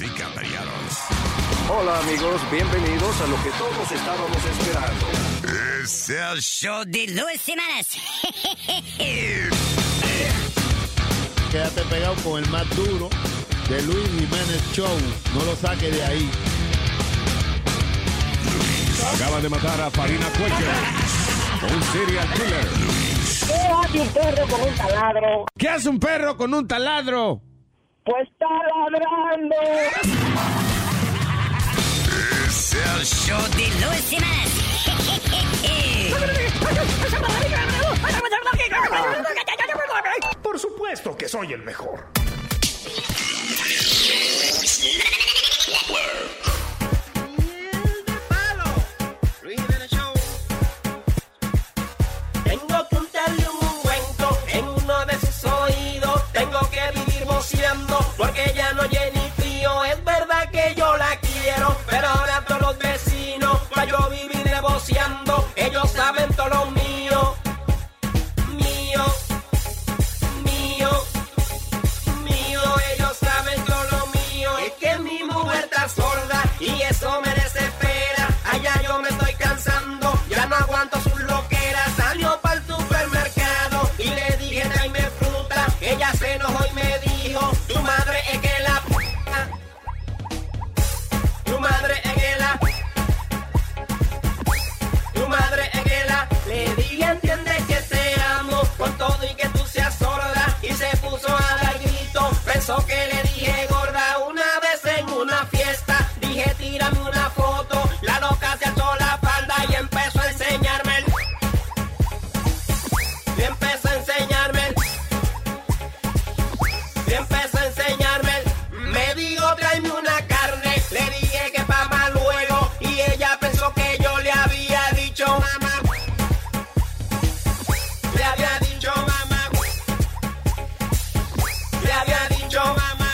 y caballeros. Hola amigos, bienvenidos a lo que todos estábamos esperando. Es el show de Luis Semanas. Quédate pegado con el más duro de Luis Jiménez Show. No lo saques de ahí. Acaban de matar a Farina Cuello. Un serial killer. ¿Qué hace un perro con un taladro? ¿Qué hace un perro con un taladro? Pues está ladrando. Es el show de Luis Semanas. Por supuesto que soy el mejor. Tengo que untarle un cuento en uno de sus oídos. Tengo que vivir boceando porque ya no oye ni frío. Es verdad que yo la quiero, pero ahora todos los vecinos, para yo vivir boceando, ellos saben todo lo mío. Mío, mío, mío, ellos saben todo lo mío. Es que mi mujer está sorda y eso me desespera. Allá yo me estoy cansando, ya no aguanto sus loqueras. Salió para el supermercado y le dije tráeme fruta. Ella se enojó y me dijo, tu madre es que la p... Tu madre es que la p... Tu madre es que la le dije entiende que te amo con todo y que tú seas sorda y se puso a dar grito pensó que le dije gorda una vez en una fiesta dije tírame una foto la loca se ató la falda y empezó a enseñarme el y empezó a enseñarme el y empezó a enseñarme. Me dijo, tráeme una carne. Le dije que pa' más luego. Y ella pensó que yo le había dicho mamá. Le había dicho mamá. Le había dicho mamá.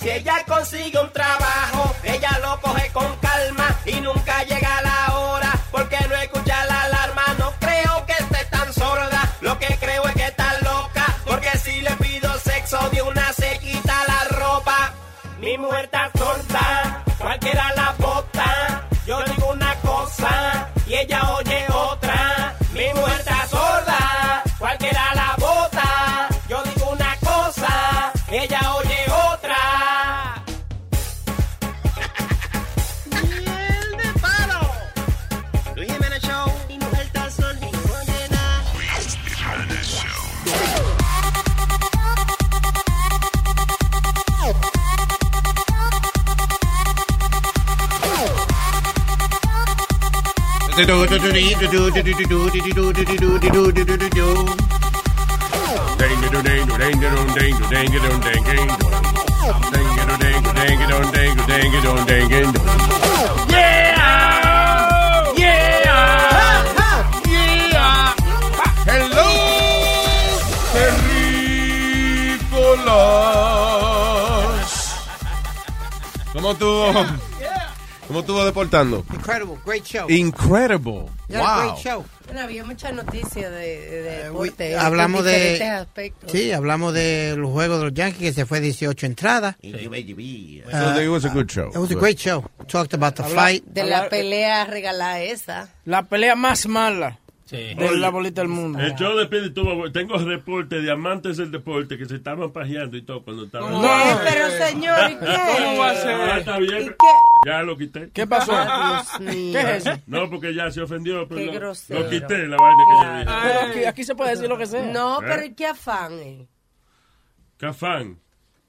Si ella consigue un trabajo, ella lo coge con calma y nunca llega a la hora porque no escucha la alarma. No creo que esté tan sorda, lo que creo es que está loca porque si le pido sexo de una se quita la ropa. Mi mujer está sorda, cualquiera la bota. Yo digo una cosa y ella oye otra. Mi mujer está sorda, cualquiera la bota. Yo digo una cosa, ella oye otra. Miel de palo. Luis Jiménez Show. Mi mujer está sorda y no oye nada. Yeah! Yeah! Yeah! Hello! Terrícolas. ¿Cómo estuvo? ¿Cómo estuvo deportando? Incredible, great show. Incredible. Yeah, Wow. Great show. Bueno, había muchas noticias de, de We- deporte. eh, hablamos en diferentes de aspectos. sí, hablamos de los juegos de los Yankees que se fue 18 entradas. Ah, So it was a Ah, good show. It was a great show. Talked about the flight. De la pelea regalada esa. La pelea más mala de la bolita del mundo. El show de Pedro tuvo- tengo reportes de amantes del deporte que se estaban pajeando y todo cuando estaban. No. Eh, pero señor, ¿y qué? ¿Cómo va a ser? Ah, está ¿Y bien. qué? Ya lo quité. ¿Qué pasó? Ah, Dios mío. ¿Qué es eso? No, porque ya se ofendió, pero Qué lo- grosero. lo, quité la vaina que yo dije. Pero aquí, aquí se puede decir lo que sea. No, pero ¿y qué afán, eh? Cafán.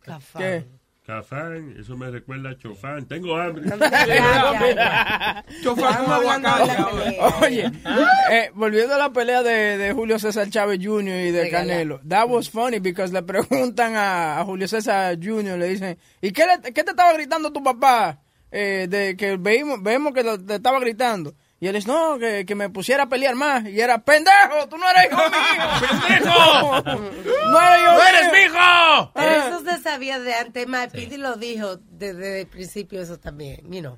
¿Qué afán? ¿Qué? Cafán, eso me recuerda a Chofán. Tengo hambre. Ya, ya, ya. Oye, Ah. eh, volviendo a la pelea de, de Julio César Chávez Jr. y de Regalá. Canelo. That was funny because le preguntan a, a Julio César Jr. Le dicen, ¿y qué, le- qué te estaba gritando tu papá? Eh, de que veímo- vemos que lo- te estaba gritando. Y él dice, no, que, que me pusiera a pelear más. Y era, pendejo, tú no eres hijo mío. ¡Pendejo! no eres hijo mío. hijo! Pero Ah. eso se sabía de antes, más Pidi lo dijo desde el principio eso también, you know.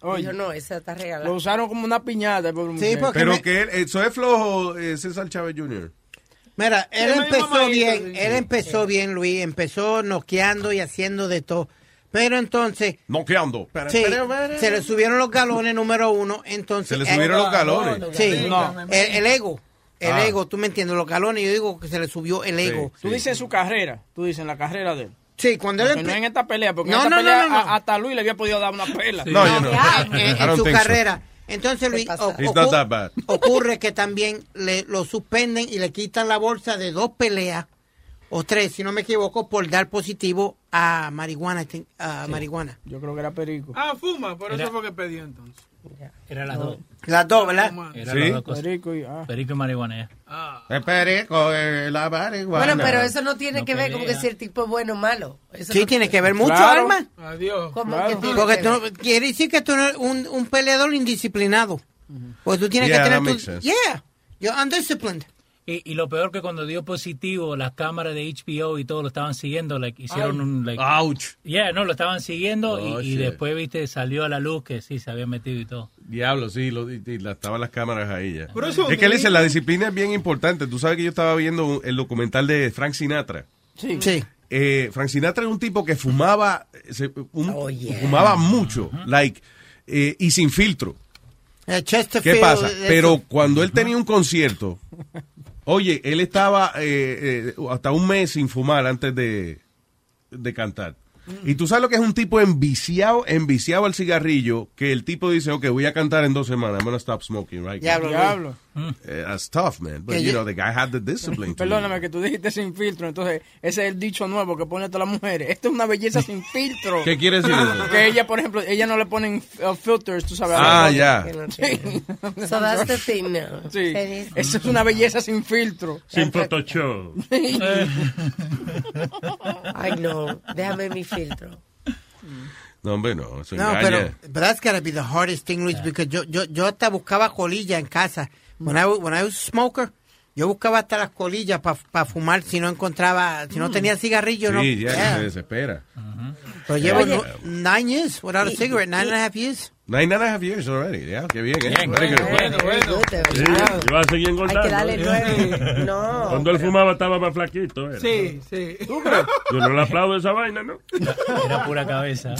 Oye. Dijo, no, esa está regalada. Lo usaron como una piñata. el pobre Sí, muchacho. porque Pero me- que él, eso es flojo eh, César Chávez Jr. mira, él Sí, me dio empezó mamadito, bien, sí. él empezó bien, Luis, empezó noqueando y haciendo de todo, Pero entonces. Noqueando. Sí, se le subieron los galones, número uno. Entonces, Se le subieron los galones. Sí, No. el, el ego. El Ah. ego, tú me entiendes, los galones, yo digo que se le subió el ego. Tú dices su carrera, tú dices en la carrera de él. Sí, cuando Porque él- no en esta pelea, porque No, en esta no, no, pelea no, no. a- hasta Luis le había podido dar una pela. No, yo no. En, en su carrera. Entonces, Luis, o- He's not ocu- that bad. ocurre que también le, lo suspenden y le quitan la bolsa de dos peleas o tres, si no me equivoco, por dar positivo a marihuana. I think, a marihuana. Yo creo que era perico. Ah, fuma, por Era- eso fue que pedí entonces. Era las No. dos. Las dos, ¿verdad? Era Sí. las dos cosas. Perico y, ah. Perico y marihuana. El perico, eh, la marihuana. Bueno, pero eso no tiene No que ver con que pelea. si el tipo es bueno o malo. Eso Sí, no- tiene que ver mucho, Claro. Alma. Adiós. ¿Cómo Porque que tiene que tú ver? no- quiere decir que tú no eres un, un peleador indisciplinado. Pues tú tienes Yeah, que that tener makes tu... sense. Yeah, you're undisciplined. Y, y lo peor que cuando dio positivo, las cámaras de HBO y todo lo estaban siguiendo, like, hicieron un... Like, Ouch. Yeah, no, lo estaban siguiendo y- Oh, y, shit. después, viste, salió a la luz que sí, se había metido y todo. Diablo, sí, lo, y- y la- estaban las cámaras ahí ya. Pero eso es que le dice- dicen, la disciplina es bien importante. Tú sabes que yo estaba viendo un- el documental de Frank Sinatra. Sí. Sí. Eh, Frank Sinatra era un tipo que fumaba, eh, se- un- Oh, yeah. fumaba mucho, like, eh, y sin filtro. Eh, Chesterfield, ¿Qué pasa? eso. Pero cuando él tenía un concierto, oye, él estaba eh, eh, hasta un mes sin fumar antes de, de cantar. Y tú sabes lo que es un tipo enviciado, enviciado al cigarrillo, que el tipo dice, ok, voy a cantar en dos semanas, I'm gonna stop smoking, right? Diablo, Luis. Diablo. Eh, that's tough, man. But, Que you yo- know, the guy had the discipline. to Perdóname que tú dijiste sin filtro, entonces ese es el dicho nuevo que pone a todas las mujeres. Esta es una belleza sin filtro. do it. ¿Qué quiere decir eso? Que ella, por ejemplo, ella no le ponen uh, filters, tú sabes. Ah, algo. ya. Sí. So that's the thing now. Sí. Se dice- Eso es una belleza sin filtro. Sin Photoshop. Ay, no. Déjame mi filtro. No, hombre, no. Eso No, engaña. pero but that's gotta be the hardest thing, Luis, porque yo, yo, yo hasta buscaba colilla en casa. When I, wa- when I was a smoker, yo buscaba hasta las colillas para fumar si no encontraba, si no Mm. tenía cigarrillo, no. sí, ya, que Yeah. se desespera. Pero llevo Oye. no- nine years without a cigarette, nine and a half years. Nine and a half years already, yeah. Qué bien, eh. Bien, Very good. Bueno, bueno. Yo te- Sí, yo a seguir engordando. Hay que darle nueve. ¿eh? Cuando No. él fumaba estaba más flaquito. Era. Sí, sí. Yo no le aplaudo esa vaina, ¿no? Era pura cabeza.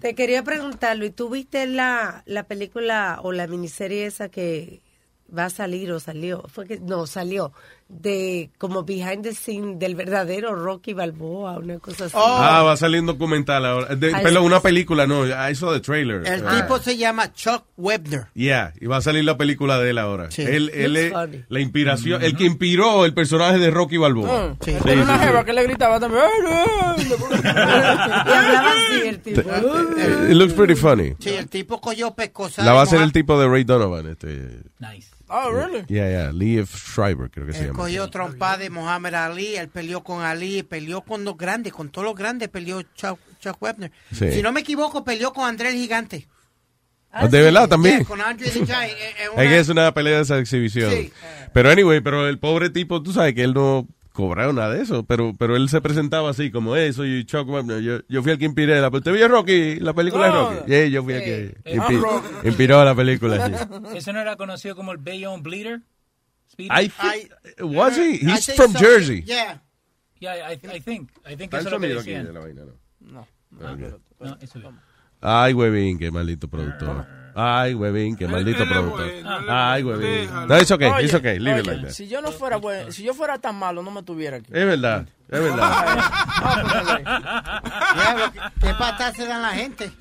Te quería preguntar, Luis, ¿tú viste la, la película o la miniserie esa que va a salir o salió? Fue que, no, salió. De como behind the scene del verdadero Rocky Balboa, una cosa así. Ah, va a salir un documental ahora. De- Ay, perdón, sí. una película, no. I saw the trailer. El Ah. tipo se llama Chuck Webner. Yeah, y va a salir la película de él ahora. Sí. Él, él Looks es funny. la inspiración, el que inspiró el personaje de Rocky Balboa. Sí. Era una jeva que le gritaba también. "Ay, Y no". hablaba así el tipo. Eh, It looks pretty funny. Sí, el tipo cogió pescosa. La va a hacer ser el tipo de Ray Donovan. Este, Nice. Oh, really? yeah, yeah, Lee F. Schreiber, creo que se Él llama. cogió trompada de Muhammad Ali, él peleó con Ali, peleó con los grandes, con todos los grandes peleó Chuck, Chuck Webner. Sí. Si no me equivoco, peleó con André el Gigante. Ah, de verdad, también. Yeah, con Andre the Giant. eh, eh, una- Es que es una pelea de esa exhibición. Sí. Pero anyway, pero el pobre tipo, tú sabes que él no cobraba nada de eso, pero pero él se presentaba así como, hey, soy Chuck Webner, yo, yo fui el que inspiré la película. ¿Te vio Rocky? La película No. de Rocky. Yeah, yo fui el que Eh, inspi- I'm Rocky. inspiró la película. sí. ¿Eso no era conocido como el Bayonne Bleeder? Speedy? I think, was he? I He's think from so. Jersey. Yeah. Yeah, I, I think. I think Está el eso es lo que sonido aquí de decían. la vaina, ¿no? No. Ah, ok. No, eso bien. Ay, huevín, qué maldito productor. Ay, huevín, qué maldito Él era productor. bueno, Ay, él- huevín. déjalo. No, it's okay, Oye, it's okay, leave it oye, like that. Si yo no fuera bueno, si yo fuera tan malo, no me tuviera aquí. Es verdad, es verdad. Diablo, qué- qué patas se dan la gente.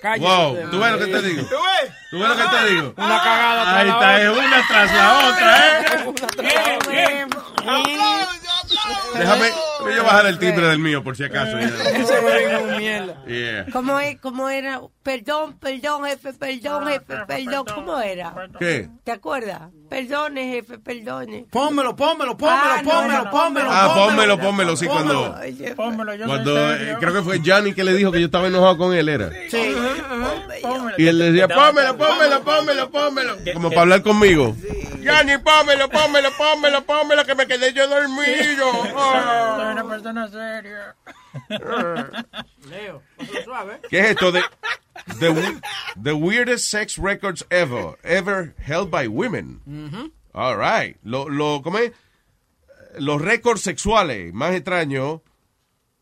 Cállate. Wow, de- tú ves lo que te digo. ¿Tú ves? Tú ves lo que te digo. Una cagada Ah, tras Ahí la está, es una tras la otra, ¿eh? Ah, Déjame voy a bajar el timbre del mío por si acaso. Ese güey es un mierda. Yeah. ¿Cómo, es, ¿Cómo era? Perdón, perdón, jefe, perdón, Ah, jefe, perdón. ¿Cómo era? ¿Qué? ¿Te acuerdas? Perdone, jefe, perdone. Pónmelo, pónmelo, pónmelo, Ah, no, pónmelo, no, no. pónmelo. Ah, pónmelo, pónmelo, sí, cuando... Ay, jefe. Cuando eh, creo que fue Johnny que le dijo que yo estaba enojado con él, era. Sí. Y él decía, pómelo, pómelo, pómelo, pómelo. Como para hablar conmigo. Johnny, pómelo, pómelo, pómelo, pómelo, que me quedé yo dormido. Ah. una persona seria. Leo, hazlo suave. ¿Qué es esto? The, the, we- the weirdest sex records ever, ever held by women. All right. Lo, lo, ¿cómo es? Los récords sexuales más extraños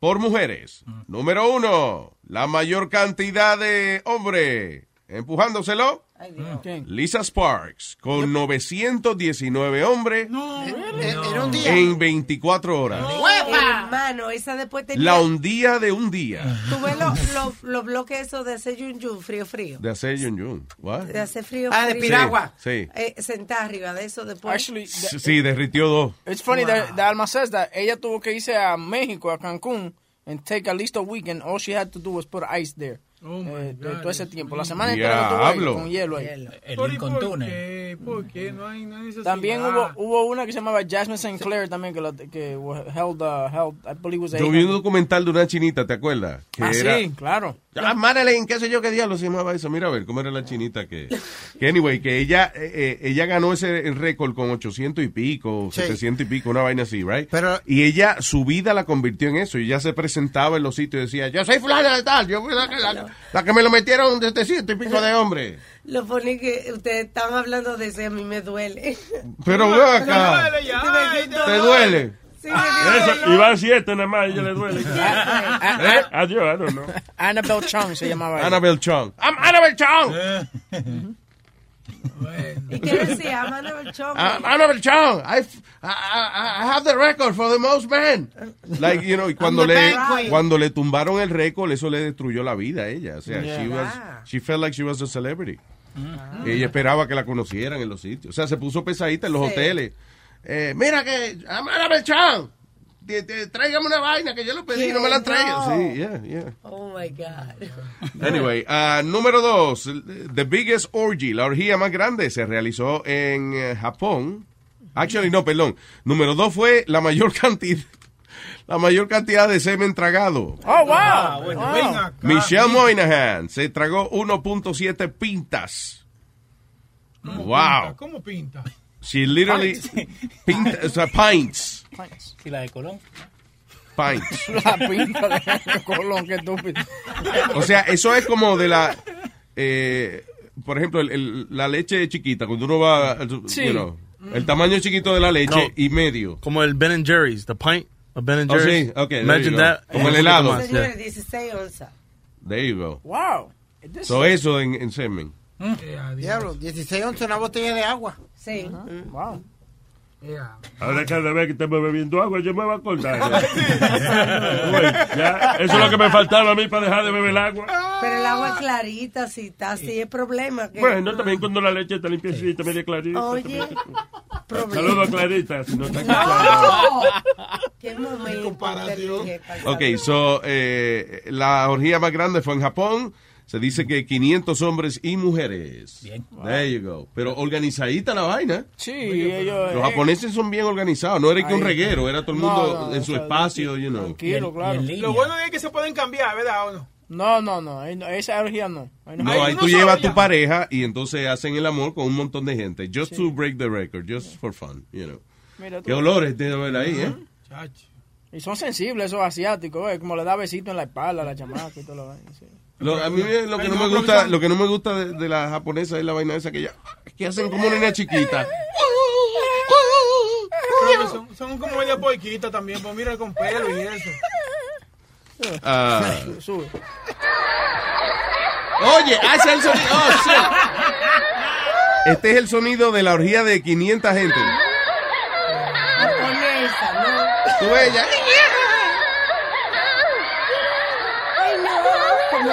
por mujeres. Número uno, la mayor cantidad de hombre empujándoselo. Mm, Lisa Sparks, con 919 hombres Era un día. en 24 horas. Hermano, esa después tenía... La hundía de un día Tú ves los los- los bloques esos de hacer yun yun, frío, frío. de hacer Yun Yun. What? De hacer frío, Ah, de frío. piragua. Sí, Eh, sentar arriba de eso después. sí, sí, derritió dos. It's funny that, that Alma says that ella tuvo que irse a México, a Cancún, and take at least a week, and all she had to do was put ice there. Oh my God, todo ese tiempo, la semana entera que estuvo ahí, Diablo. con hielo ahí. El incontune. Eh, ¿Por qué? No hay, no hay necesidad. También hubo, hubo una que se llamaba Jasmine Sinclair también que, la, que wa- held, uh, held, I believe was Yo vi 800. un documental de una chinita, ¿te acuerdas? Que Ah, era- sí, claro. Ah, Marilyn, qué sé yo qué diablo se llamaba eso. Mira a ver cómo era la chinita que. Que anyway, que ella, eh, eh, ella ganó ese récord con 800 y pico, 700 y pico, una vaina así, ¿right? y ella, su vida la convirtió en eso. Y ella se presentaba en los sitios y decía, yo soy fulana de tal, yo fui la que, la- la que me lo metieron de 700 y pico de hombre. Lo funny que ustedes estaban hablando de eso y a mí me duele. Pero ve acá, te duele. Eso, y van siete nada más, a ella le duele. ¿Eh? Adiós, I don't know. Annabelle Chung se llamaba. ella. Annabelle Chung. I'm Annabelle Chung. Eh. ¿Y qué decía? Manuel Chombo. Ah, Annabelle Chung, I, f- I, I- I have the record for the most men. Like, you know, y cuando I'm the le, bad queen. cuando le tumbaron el récord, eso le destruyó la vida a ella. O sea, Yeah. Ah. she, was, she felt like she was a celebrity. Ah. Ella esperaba que la conocieran en los sitios. O sea, se puso pesadita en los Sí. hoteles. Eh, mira que, I'm Annabelle Chung, te- te- tráigame una vaina que yo lo pedí y no me la han traído. Sí, yeah, yeah. Oh my God. Anyway, ah, número dos, The Biggest Orgy, la orgía más grande, se realizó en eh, Japón. Actually, no, perdón. Número dos fue la mayor cantidad, la mayor cantidad de semen tragado. Oh, Ah, wow. Wow. Ah, Michelle Moynihan se tragó 1.7 pintas. Wow. ¿Cómo pinta? She literally pinta- o sea, pints, ¿Y la de Colón? pints. La pinta de Colón, qué estúpido. O sea, eso es como de la, eh, por ejemplo, el- el- la leche chiquita cuando uno va, al- Sí. you know, el tamaño chiquito de la leche No. y medio. Como el Ben Jerry's, the pint of Ben Oh, Jerry's. sí, okay, there Imagine you go. that. Como el Un helado. poquito más, yeah. Señores, 16 onzas. There you go. Wow. This- So eh. eso en, en semen. Diablo, 16 onzas, una botella de agua. Sí. Wow. Ahora cada vez que estemos bebiendo agua, yo me voy a acordar. Güey, ya, eso es lo que me faltaba a mí para dejar de beber agua. Pero el agua es clarita, si está así, es problema. que- Bueno, también cuando la leche está limpiecita, media clarita. Oye, también. Saludos a Clarita, si no está aquí. no. Qué momento. inteligente. Ok, so eh, la orgía más grande fue en Japón. Se dice que 500 hombres y mujeres. There you go. Pero organizadita la vaina. Sí, ellos. eh, Los japoneses son bien organizados. No era que un Ahí. reguero, era todo el No, mundo no, en su espacio, you know. Tranquilo, claro. Lo bueno es que se pueden cambiar, ¿verdad o no? No, no, no. ahí no- Esa orgía no. Ahí No, Ahí ahí uno tú solo llevas a ya. tu pareja y entonces hacen el amor con un montón de gente. Just to break the record, just for fun, you know. Mira tú. Qué olores tiene que haber ahí, ¿eh? Y son sensibles esos asiáticos, eh, como le da besito en la espalda a la chamaca y todo lo vaina, sí. Lo- a mí me- lo que no me gusta, lo que no me gusta de, de la japonesa es la vaina esa que ya que hacen como una nena chiquita. Creo que Son, son como media poiquita también, pues mira con pelo y eso. Ah. Su- sube. Oye, hace el sonido. Oh, shit. Este es el sonido de la orgía de 500 gente. Tú ves ya. Ay, no. ¿Cómo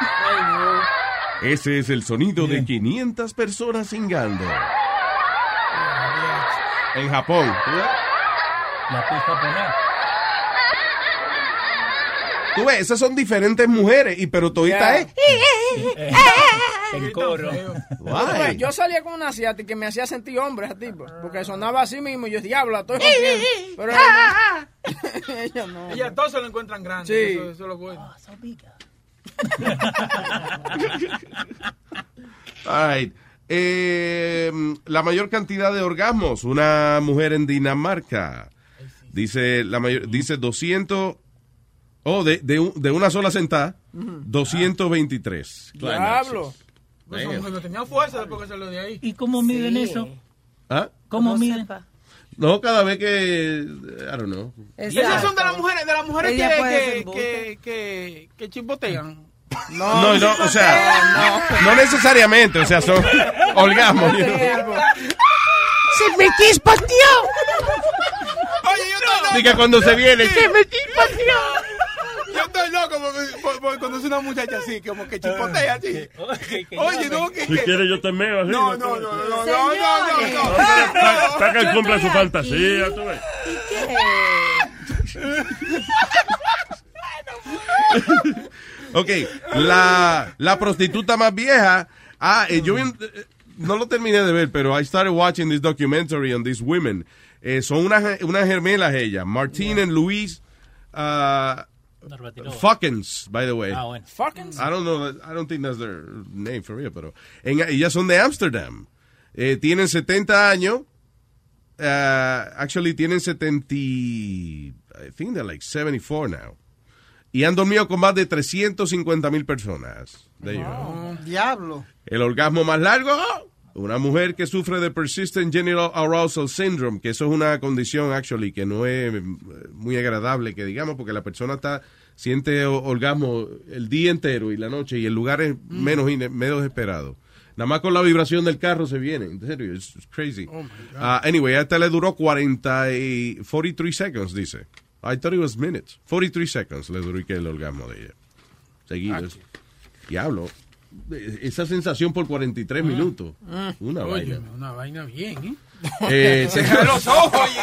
popola! Ese es el sonido de 500 personas singando. En Japón. ¿tú ves? La pija japonesa. Tú ves, esas son diferentes mujeres, y pero todita eh? Eh, eh, es. El coro. Oye, eh. Yo salía con una asiática que me hacía sentir hombre esa tipo, porque sonaba así mismo y yo diablo, la estoy jodiendo. Pero ella no. Ellas todos se lo encuentran grande. Sí. Ah, Eso, eso es lo bueno. All right. Eh, la mayor cantidad de orgasmos, una mujer en Dinamarca. Dice, la mayor, dice 200, oh, de, de, un- de una sola sentada, Ujú. 223. Diablo. Pues esa Damn. mujer no tenía fuerza después que salió de ahí. ¿Y cómo miden eso? ¿Ah? ¿Cómo miden? No, cada vez que, I don't know. Y esas son de las mujeres, de las mujeres Ella puede que, ser que, que, que, que chispotean. No, no, o sea, no, necesariamente, o sea, son orgasmos. you know. ¡Se me chispoteó! Oye, yo estoy loco. Diga cuando se viene. Sí. ¡Se me Yo estoy loco por, por- por conocer una muchacha así, como que chispotea así. Eh, Oye, no, que... Si que- quiere yo te meo así. No, no, no, no, no, no, no, no. Para para que él cumpla su fantasía, tú ves. pues. Ok, la, la prostituta más vieja. Ah, eh, yo vi un- eh, no lo terminé de ver, pero I started watching this documentary on these women. Eh, son unas unas gemelas ellas, Martine and Louise uh, Fuckins, by the way. Ah, bueno. Fuckins? I don't know, I don't think that's their name for real, pero en- ellas son de Amsterdam. Eh, tienen 70 años. Uh, actually, tienen 70. I think they're like 74 now. Y han dormido con más de 350 mil personas. There you go. Diablo. El orgasmo más largo, una mujer que sufre de Persistent Genital Arousal Syndrome, que eso es una condición, actually, que no es eh, muy agradable, que digamos, porque la persona está siente o- orgasmo el día entero y la noche, y el lugar es menos, ine- menos esperado. Nada más con la vibración del carro se viene, en serio, it's, it's crazy. Oh Ah, anyway, a esta le duró 40 y 43 seconds, dice. I thought it was minutes. 43 seconds le duró y que el orgasmo de ella. Seguidos. Diablo. Eh, Esa sensación por 43 minutos. Una Óyeme, vaina. Mm. Una vaina bien, Eh, se- Cierra los ojos, oye.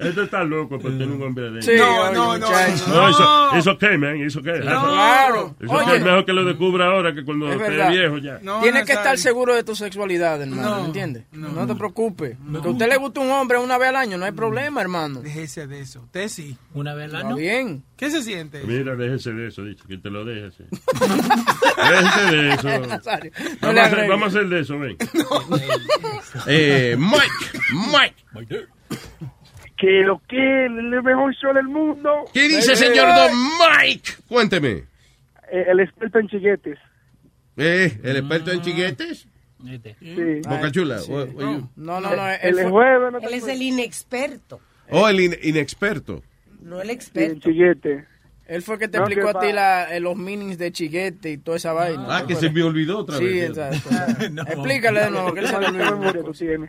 Este está loco porque tiene un hombre de Sí, No, oye, no, no, muchacho. no. eso, eso qué, man, eso qué. Claro. Eso qué, Oye. es mejor que lo descubra ahora que cuando Es esté verdad. viejo ya. Tienes que estar seguro de tu sexualidad, hermano. ¿Entiendes? No, te preocupes. Que a usted le guste un hombre una vez al año, no hay problema, hermano. Déjese de eso. Usted sí. Una vez al año. bien. ¿Qué se siente? Mira, déjese de eso, dicho, que te lo déjese. déjese de eso. Nazario, no vamos, le a hacer, agregues. vamos a hacer de eso, ven. eh, Mike, Mike. Que lo que es el mejor show del mundo. ¿Qué dice, señor Don Mike? Cuénteme. Eh, el experto en chiguetes. Eh, el experto Ah. en chiquetes. Sí. Boca Chula. what- what you- No, no, no, él Él, Él es fue- jueves, no te es el inexperto, Oh, el in- inexperto. no el experto. Chiguete. Él fue que te No, explicó que a ti la- eh, los meanings de chiguete y toda esa vaina. Ah, que se me olvidó otra Sí, vez. exacto. Explícale de nuevo, que él se le olvidó.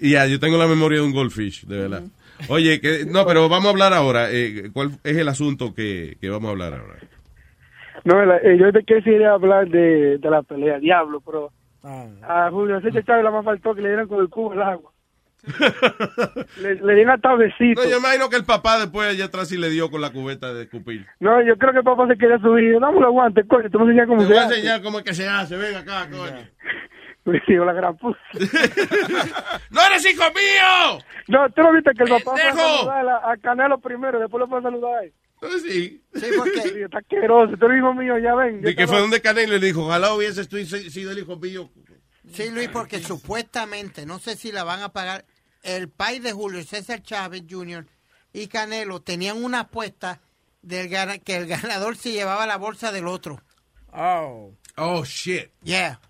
Ya, yo tengo la memoria de un goldfish, de verdad. Oye, que, no, pero vamos a hablar ahora. eh, ¿Cuál es el asunto que, que vamos a hablar ahora? No, la- eh, yo te quisiera hablar de, de la pelea, diablo, pero Ah. a Julio César Chávez la más faltó que le dieran con el cubo el agua. le, le dieron hasta besito. No, yo imagino que el papá después allá atrás sí le dio con la cubeta de escupir. No, yo creo que el papá se quería subir. Dame los guantes, coño, te voy a enseñar cómo Te se voy a hace. enseñar cómo es que se hace. Ven acá, coño. Me dijo la gran puta. ¡No eres hijo mío! No, tú no viste que el papá fue a ¡Pendejo! Ah, saludar a, a Canelo primero, después lo fue a saludar a él. Sí. Sí, porque... Está asqueroso, tú eres hijo mío, ya ven. De yo que te fue lo- donde Canelo y le dijo, ojalá hubiese estoy- sido el hijo mío. Sí, Luis, porque supuestamente, no sé si la van a pagar, el país de Julio César Chávez Jr. y Canelo tenían una apuesta del gana- que el ganador se llevaba la bolsa del otro. Oh. Oh, shit. Yeah.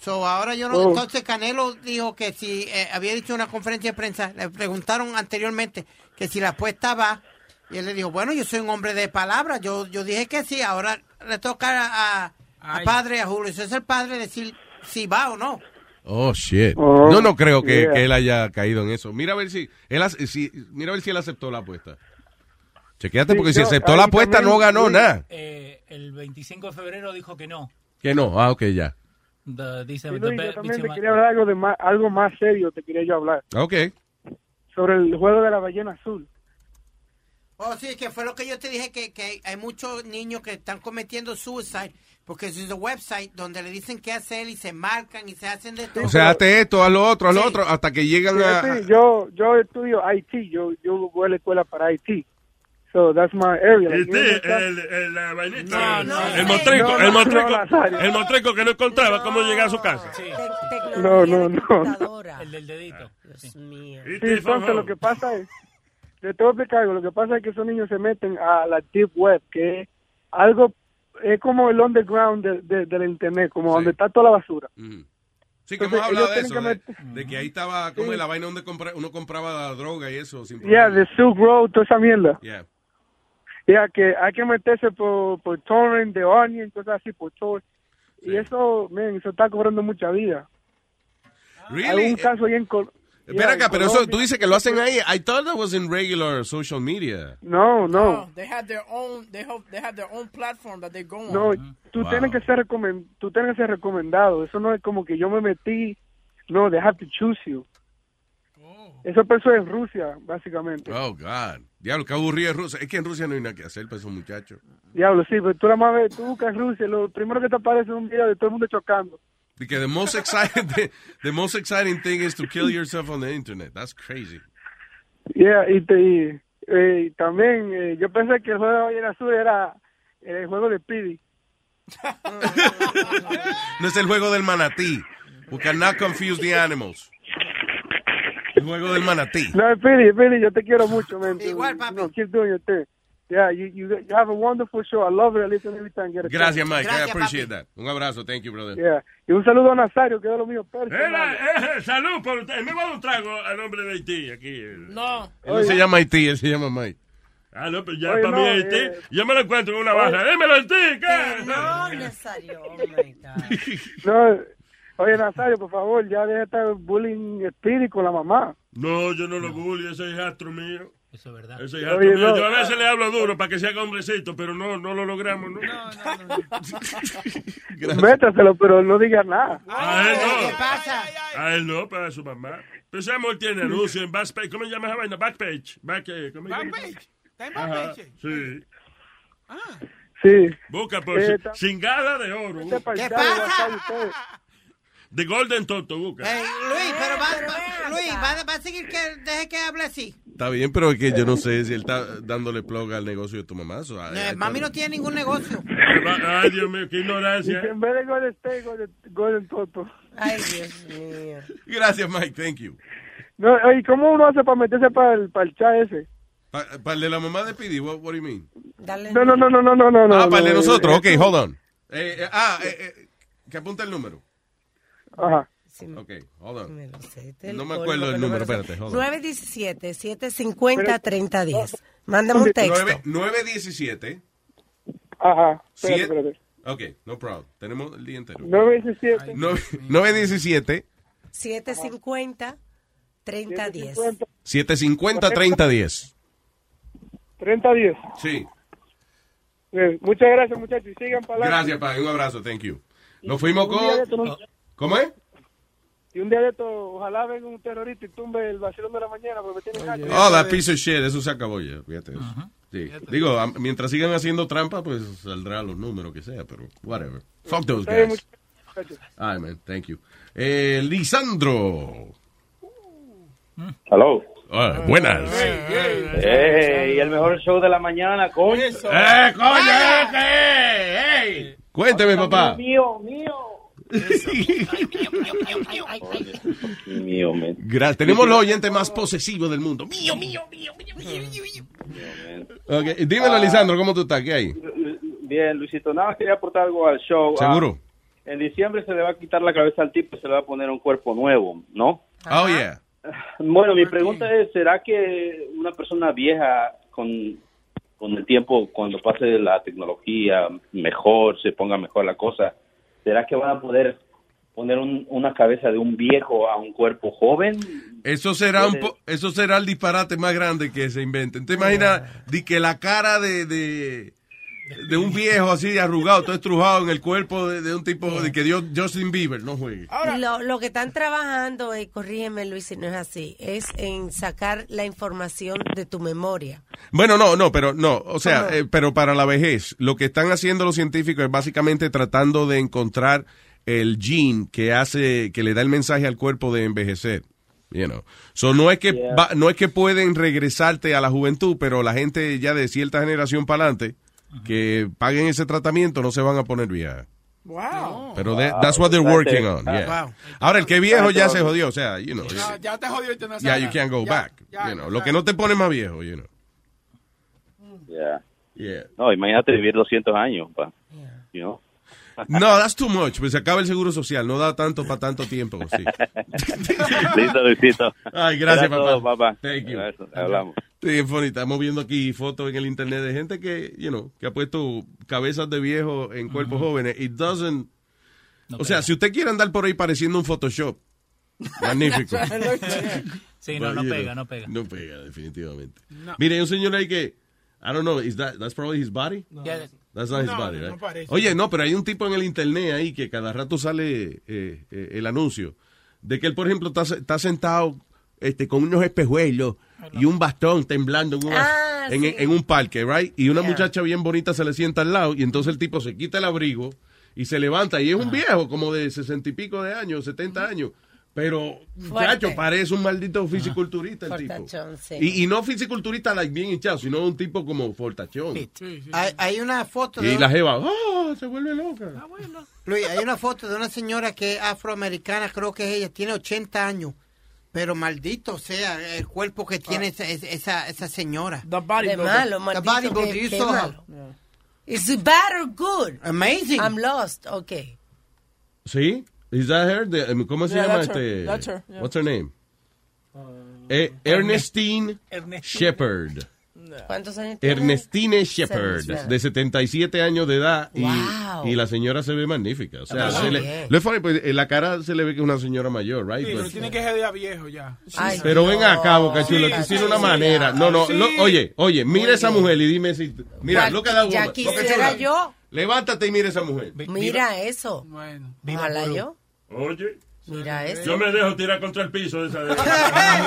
So ahora yo no. Oh. Entonces Canelo dijo que si eh, había dicho en una conferencia de prensa, le preguntaron anteriormente que si la apuesta va. Y él le dijo, bueno, yo soy un hombre de palabras. Yo, yo dije que sí. Ahora le toca a, a- a padre, a Julio César Padre, decir si va o no. Oh, shit. Oh, Yo no creo que, yeah. que él haya caído en eso. Mira a ver si él, hace- si, mira a ver si él aceptó la apuesta. Chequéate, Sí, porque si yo- aceptó ahí la apuesta también- no ganó sí. nada. Eh, el 25 de febrero dijo que no. Que no. Ah, ok, ya. The- dice, Sí, the Luis, yo best- también dice, te quería hablar algo, de más, algo más serio, te quería yo hablar. ah, Ok. Sobre el juego de la ballena azul. Oh, sí, que fue lo que yo te dije, que, que hay- hay muchos niños que están cometiendo suicide porque es un website donde le dicen qué hacer y se marcan y se hacen de todo. O sea, hazte esto, haz lo otro, haz lo otro, hasta que llegan Sí, a... sí, yo, yo estudio IT, yo, yo voy a la escuela para IT. So that's my area. Like, Este, you know, el, el, la vainita, No, no, el sí. motrico, No, el no, motrico, no, Nazario. el motrico que no encontraba cómo llegar a su casa. No, no, no. El del Ah. dedito. Dios mío. Sí, entonces lo que pasa es, le tengo que explicar algo, lo que pasa es que esos niños se meten a la deep web, que es algo, es como el underground de- de- del internet, como donde está toda la basura. Sí, que Entonces, hemos hablado ellos de tienen eso, que de, de que ahí estaba como la vaina donde compra- uno compraba droga y eso. Sin Ya, problema. de Silk Road, toda esa mierda. Yeah. Ya, que hay que meterse por, por Torrent, de Onion, cosas así, por Tor. Y eso, men, eso está cobrando mucha vida. Really? Eh, Hay un caso ahí en Col- Espera ya, acá, en pero eso, Colombia. tú dices que lo hacen ahí. I thought that was in regular social media. No, no. They have their own. They have, they have their own platform that they go on. No, tú, Wow. tienes que ser recomen- tú tienes que ser recomendado. Eso no es como que yo me metí. No, they have to choose you. Eso pasó en Rusia, básicamente. Oh, God. Diablo, qué aburrido es Rusia. Es que en Rusia no hay nada que hacer para esos muchachos. Diablo, sí, pero tú la más ves, tú buscas Rusia, lo primero que te aparece es un video de todo el mundo chocando. Porque the most exciting, the, the most exciting thing is to kill yourself on the internet. That's crazy. Yeah, y, te- y, eh, y también eh, yo pensé que el juego de Ballena Azul era el juego de Speedy. No es el juego del manatí. We cannot confuse the animals. El juego del manatí. No, Speedy, Speedy, yo te quiero mucho, man. Igual, papi. No, keep doing your thing. Yeah, you, you, you have a wonderful show. I love it. I listen every time. I get a Gracias, chance. Mike. I appreciate that. Un abrazo. Thank you, brother. Yeah. Y un saludo a Nazario, que es de lo mío personal. Era, eh, salud por usted. Me voy a dar un trago al hombre de Haití aquí. No. Él no se llama Haití, él se llama Mike. Ah, no, pero ya Oye, para no, mí Haití. eh, yo me lo encuentro en una oye. barra. Démelo Haití, ¿qué? No, Nazario. Oh, my God. No, oye, Nazario, por favor, ya deja de estar bullying Speedy con la mamá. No, yo no lo bully, ese es hijastro mío. Eso es verdad. Ese hijastro Oye, mío. no. Yo a veces le hablo duro para que se haga hombrecito, pero no, no lo logramos, ¿no? Métaselo, pero no digas nada. A él Ah, no. ¿Qué pasa? A Ah, él no, para su mamá. Pero ese amor tiene anuncio en Backpage. ¿Cómo se llama esa vaina? Backpage. Back, eh, ¿cómo se llama? Está en Ah. Ajá, papel, che. Sí. Sí. Busca por Eh, si- está- Cingada de oro. Este busca. paisano de Nazario, usted. De Golden Toto, busca. Hey, Luis, pero va, va- Luis, va, va a seguir que deje que hable así. Está bien, pero es que yo no sé si él está dándole plug al negocio de tu mamá. so, I- Eh, I mami no tiene ningún negocio. Ay, Dios mío, qué ignorancia. Dice, en vez de Golden State, Golden, Golden Toto. Ay, Dios mío. thought- Gracias, Mike. Thank you. No, oye, ¿cómo uno hace para meterse para el, para el chat ese? Para el de la mamá de Pidi, what, what do you mean? No, no, no, no, no, no, no. ah, no, para el de eh, nosotros. eh, Ok, hold on. Eh, eh, ah, eh, eh, que apunta el número. Ajá. Ok, hold on. este El No me colmo, acuerdo que el no número, me lo sé. espérate, hold on. 917-750-3010. Mándame un texto. 9- 917. Ajá. Espérate, Siete- espérate. Ok, no problem. Tenemos el día entero. 917. Nove- 917 750-3010. 750 3010. 30 días. Sí. Eh, muchas gracias, muchachos. y Sigan para adelante. Gracias, padre. Un abrazo. Thank you. Nos fuimos Un día de esto, con... ¿no? ¿Cómo es? Y un día de esto, ojalá venga un terrorista y tumbe el vacilón de la mañana, porque me tienen gacho. Oh, that piece of shit. Eso se acabó ya. Fíjate. eso. Sí. Digo, a- mientras sigan haciendo trampa, pues saldrá los números que sea, pero whatever. Fuck those Está bien, guys. muchachos. Ay, man. Thank you. Eh, Lisandro. Hello. Ah, buenas. Ey, el mejor show de la mañana, coño. ¡Eh, coño! eh, Cuénteme, papá. Mío, mío. Mío, men. Gracias. Tenemos los oyentes más posesivos del mundo. Mío, mío, mío, mío, mío, mío. Ok, Dímelo, Ah. Lisandro, ¿cómo tú estás? ¿Qué hay? Bien, Luisito, nada, más quería aportar algo al show. Ah, ¿Seguro? en diciembre se le va a quitar la cabeza al tipo y se le va a poner un cuerpo nuevo, ¿no? Oh, yeah. Bueno, mi pregunta es, ¿será que una persona vieja con, con el tiempo, cuando pase la tecnología mejor, se ponga mejor la cosa, ¿será que van a poder poner un- una cabeza de un viejo a un cuerpo joven? Eso será, un po- eso será el disparate más grande que se inventen. ¿Te imaginas di que la cara de, de, de un viejo así arrugado, todo estrujado en el cuerpo de, de un tipo de que dio Justin Bieber? No juegue. Lo, lo que están trabajando, eh, corrígeme Luis si no es así, es en sacar la información de tu memoria. Bueno, no, no, pero no, o sea, Ajá. eh, pero para la vejez, lo que están haciendo los científicos es básicamente tratando de encontrar el gene que hace, que le da el mensaje al cuerpo de envejecer. You know. So no es que va- no es que pueden regresarte a la juventud, pero la gente ya de cierta generación para adelante que paguen ese tratamiento no se van a poner vieja. Wow. Pero that- that's what they're working on. yeah. Wow. Ahora el que es viejo ya se jodió, o sea, you know. Ya, ya te jodió y no Yeah, sabes. you can't go Ya, back. ya, you know. Lo que no te pone más viejo, you know. Mm. Yeah. Yeah. No, imagínate vivir 200 años, pa. You know? No, that's too much. Pues se acaba el seguro social. No da tanto para tanto tiempo. Sí. Listo, Luisito. Ay, gracias, Era papá. todo, papá. Thank you. Gracias, hablamos. Sí, funny. Estamos viendo aquí fotos en el internet de gente que, you know, que ha puesto cabezas de viejo en cuerpos jóvenes. It doesn't. o sea, si usted quiere andar por ahí pareciendo un Photoshop, magnífico. Sí, no, no But, you pega, know, no pega. No pega, definitivamente. No. Mire, hay un señor ahí que, I don't know, is that, that's probably his body? Ya- That's not his No, body, no, no right? parece. Oye, no, pero hay un tipo en el internet ahí que cada rato sale eh, eh, el anuncio de que él, por ejemplo, está, se- está sentado este, con unos espejuelos y un bastón temblando en, una- Ah, en, sí. en un parque, right? Y una Yeah. muchacha bien bonita se le sienta al lado y entonces el tipo se quita el abrigo y se levanta y es un viejo como de sesenta y pico de años, setenta años. Pero, Fuerte. muchacho, parece un maldito fisiculturista el tipo. Fortachón, sí. Y, y no fisiculturista like, bien hinchado, sino un tipo como fortachón. Hay, hay una foto. Y de- la jeva, ¡oh! Se vuelve loca. Luis, hay una foto de una señora que es afroamericana, creo que es ella, tiene 80 años. Pero maldito sea el cuerpo que tiene esa, esa, esa señora. The body De builder. malo, maldito, The body builder, qué- you qué saw her. malo. Is it bad or good? Amazing. I'm lost. Okay. ¿Sí? Is that her? The- um, ¿Cómo se Yeah, llama that's her. este? That's her, yeah. What's her name? Uh, Eh, Ernestine Ernestine. Shepherd. ¿Cuántos años tiene? Ernestine Se Shepherd, me suena. de 77 años de edad. Y, Wow. Ah, y la señora se ve magnífica. O sea, Wow. se le- Bien. lo es funny, pues, en la cara se le ve que es una señora mayor, right? Sí, But- pero tiene que ser viejo ya. Sí, Pero ven acá, Boca Chula, Sí, tú sí, tienes una sí. manera. No, no, Sí. lo- oye, oye, mira esa mujer y dime si. Mira, Cual- look at that Ya woman. quisiera yo. Levántate y mira esa mujer. Mira eso. Ojalá yo. Oye. Mira eso. Yo me dejo tirar contra el piso de esa de... Eh,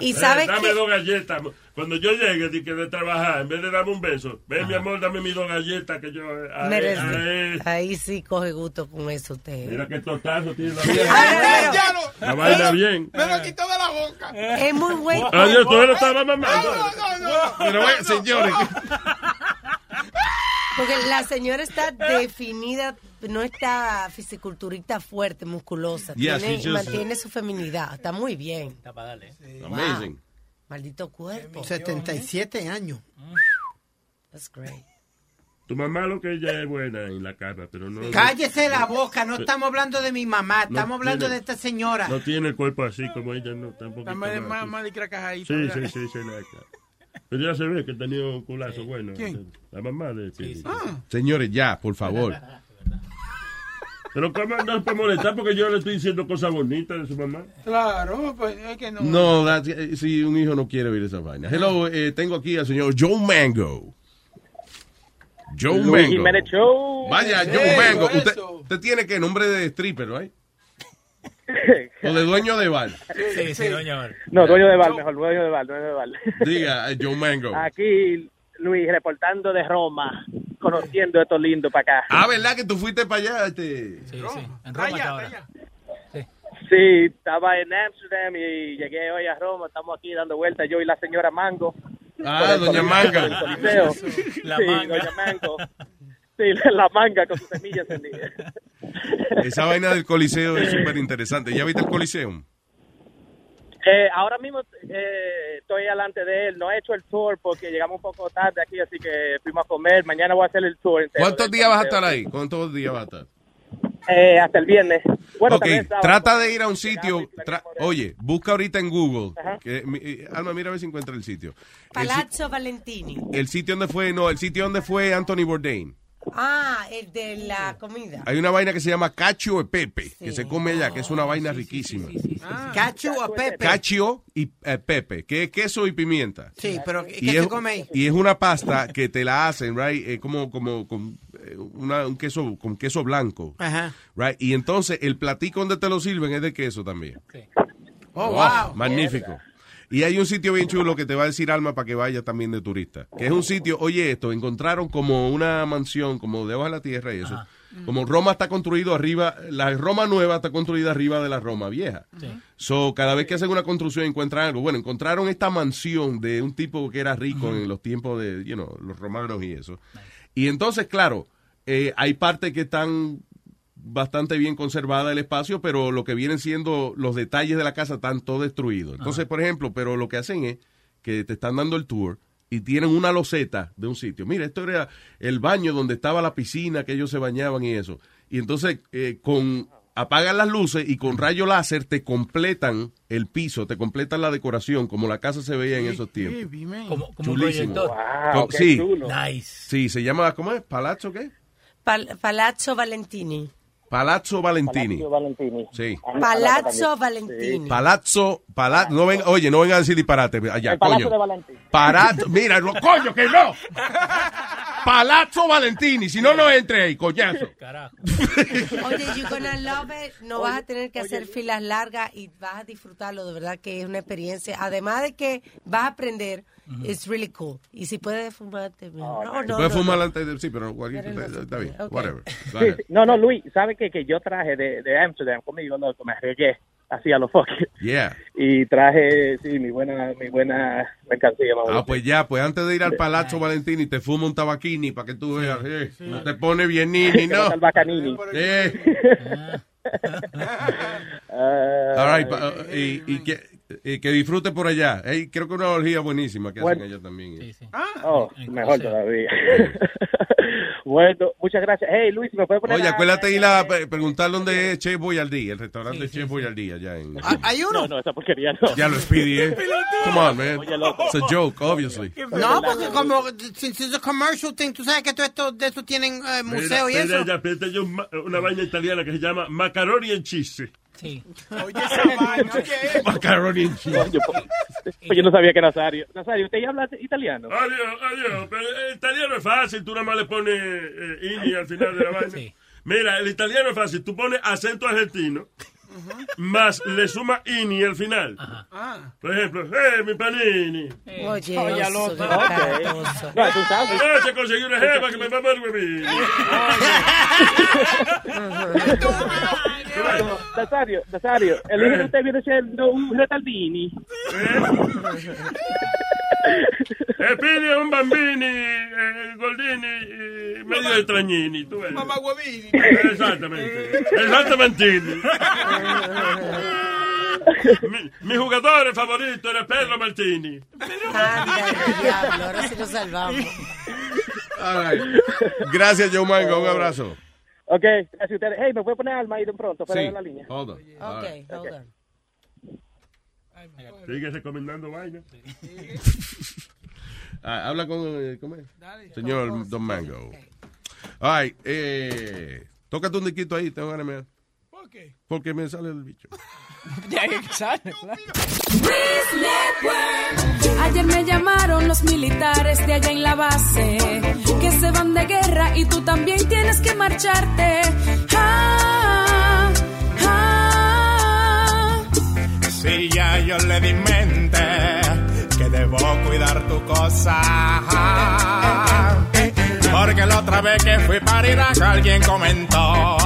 Y sabes dame que- dos galletas. Cuando yo llegue de, que de trabajar, en vez de darme un beso, ven mi amor, dame mis dos galletas que yo... eh, a- Merece. a- Ahí sí coge gusto con eso usted. Ah, Mira qué totazo tiene la Ay, vieja. La vaina bien. quitó de la boca. Es muy bueno. Adiós, tú lo estaba mamando. Pero bueno, señores. Porque la señora está definida, no está fisiculturista fuerte, musculosa. Yes, Tiene- she just- mantiene su feminidad. Está muy bien. eh. Amazing. Maldito cuerpo. Mm. 77 años. That's great. Tu mamá lo que ella es buena en la cama, pero no... Cállese la boca, no estamos hablando de mi mamá, estamos hablando de esta señora. No tiene el cuerpo así como ella, no, tampoco. Dame de estaba más, así. más de cracajadita. Sí, sí, sí, sí, la Pero ya se ve que tenía un culazo bueno. ¿Quién? La mamá de Ah. Señores, ya, por favor. Pero cómo no puede molestar porque yo le estoy diciendo cosas bonitas de su mamá. Claro, pues es que no. No, that's- eh, si un hijo no quiere oír esa vaina. Hello, eh, tengo aquí al señor Joe Mango. Joe Luis Mango. Jiménez Show. Vaya, Joe Eso, Mango. eso. Usted, usted tiene que nombre de stripper, ¿right? O de dueño de bar. Sí, sí, doña Val. No, dueño de Val, mejor, dueño de Val, dueño de Val. Diga, eh, Joe Mango. Ah. Aquí, Luis, reportando de Roma, conociendo esto lindo para acá. Ah, ¿verdad que tú fuiste para allá? Este? Sí, sí. En Roma está ahora. Sí, estaba en Amsterdam y llegué hoy a Roma, estamos aquí dando vueltas, yo y la señora Mango. Por Ah, el doña Coliseo, por el Manga. Coliseo. La sí, manga. doña Mango. Sí, la- la manga con sus semillas encendidas. Esa vaina del coliseo es súper interesante. ¿Ya viste el coliseo? Eh, ahora mismo eh, estoy delante de él. No he hecho el tour porque llegamos un poco tarde aquí, así que fuimos a comer. Mañana voy a hacer el tour. entero ¿Cuántos del días vas a coliseo. estar ahí? ¿Cuántos días vas a estar? Eh, hasta el viernes. Bueno, ok, también el sábado. trata de ir a un sitio. tra- planeamos Oye, busca ahorita en Google. Ajá. que- mi- eh, Alma, mira a ver si encuentra el sitio. El, si- Palazzo Valentini. el sitio donde fue, no, el sitio donde fue Anthony Bourdain. Ah, el de la comida. Hay una vaina que se llama cacho e pepe, que se come allá, que es Ah, una vaina riquísima. Cacho o Pepe. Cacho y eh, pepe, que es queso y pimienta. Sí, pero ¿qué Y se es, come ahí? y es una pasta que te la hacen, right? Es como, como con eh, una- un queso, con queso blanco. Ajá. Right? Y entonces el platico donde te lo sirven es de queso también. Oh, Wow, wow. Magnífico. Y hay un sitio bien chulo que te va a decir Alma para que vaya también de turista. Que es un sitio, oye esto, encontraron como una mansión, como debajo de la tierra y eso. Como Roma está construido arriba, la Roma nueva está construida arriba de la Roma vieja. So, cada vez que hacen una construcción encuentran algo. Bueno, encontraron esta mansión de un tipo que era rico en los tiempos de, you know, los romanos y eso. Y entonces, claro, eh, hay partes que están bastante bien conservada el espacio, pero lo que vienen siendo los detalles de la casa están todo destruido. Entonces, por ejemplo, pero lo que hacen es que te están dando el tour y tienen una loseta de un sitio. Mira, esto era el baño donde estaba la piscina que ellos se bañaban y eso. Y entonces eh, con apagan las luces y con rayo láser te completan el piso, te completan la decoración como la casa se veía en esos tiempos. Como, como un Chulísimo. proyector. Co- sí. Sí, se llama ¿cómo es? Palazzo qué? Pal- Palazzo Valentini. Palazzo Valentini. Valentini. Sí. Palazzo Valentini. Palazzo, palazzo, no ven, oye, no vengan a decir disparate, allá, El Palacio coño. de Valentín. Palazzo, mira, lo, coño, que no. Palazzo Valentini, si no, no entre ahí, coñazo. Oye, you're gonna love it. No vas a tener que hacer filas largas y vas a disfrutarlo. De verdad que es una experiencia. Además de que vas a aprender, it's really cool. Y si puedes fumarte, mejor. No, Se no, puede no, fumar no. antes de, sí, pero cualquier- Pero no se está bien, puede. Ok. whatever. Sí, Go ahead. sí. No, no, Luis, ¿sabe qué? Que yo traje de, de Amsterdam conmigo, loco, me arreglé así a los foques. Yeah. Y traje, sí, mi buena, mi buena mercancía, vamos. Ah, pues ya, pues antes de ir al Palazzo Valentini, te fumo un tabaquini para que tú veas. eh, No te pone bien nini, Que no no. sea el bacanini. Eh. All right, pa- uh, y, y que, y que disfrute por allá. Ey, creo que una orgía buenísima que Bueno. hacen allá también. eh. Ah, Oh, mejor todavía. bueno, muchas gracias. Hey, Luis, ¿me puedes poner Oye, la- acuérdate ir a pre- preguntar dónde es Chef Boyardee, el restaurante Chef Boyardee allá en... Ah, ¿Hay uno? No, no, esa porquería no. Ya lo expedí, ¿eh? Come on, man. It's a joke, obviously. No, porque como, since it's a commercial thing, tú sabes que todo esto de eso tienen eh, museo y Mira, eso. mira, ya, pero hay un ma- una vaina italiana que se llama macaroni en cheese. Sí. Oye, esa vaina, eh, oye. Macaroni en cheese. Yo, yo no sabía que Nazario. Nazario, ¿usted ya habla italiano? Adiós, adiós. Pero el italiano es fácil, tú nada más le pones eh, ini al final de la vaina. Mira, el italiano es fácil, tú pones acento argentino, más le suma ini al final. Ah. Por ejemplo, ¡eh, mi panini! Eh. Oye, Oye, al oso, otro. de verdad, Ok. oso. No, tú sabes. Ah, se consiguió una jeva que me va a dar huevín. Nazario, Nazario, el hijo de usted viene siendo un retardini. Eh, pide un bambini, eh, goldini, y medio extrañini. tú ves. Mamá huevín. Exactamente. Exactamente. mi, mi jugador favorito era Pedro Martini. Anda, diablo, ahora sí nos salvamos. All right. Gracias, Joe Mango. Un abrazo. Ok, gracias a ustedes. Hey, ¿me puede poner al Maiden pronto fuera Sí. de la línea? Hold on. All right. Ok, hold on. Sigue recomendando vaina. Ah, habla con... eh, ¿Cómo es? Señor Don Mango. All right. Eh, tócate un diquito ahí. Tengo ganas de mear. ¿Por qué? Porque me sale el bicho. Ya hay que sale, claro. Ayer me llamaron los militares de allá en la base que se van de guerra y tú también tienes que marcharte. Ah, ah. Si ya yo le di mente que debo cuidar tu cosa. Porque la otra vez que fui para Irak alguien comentó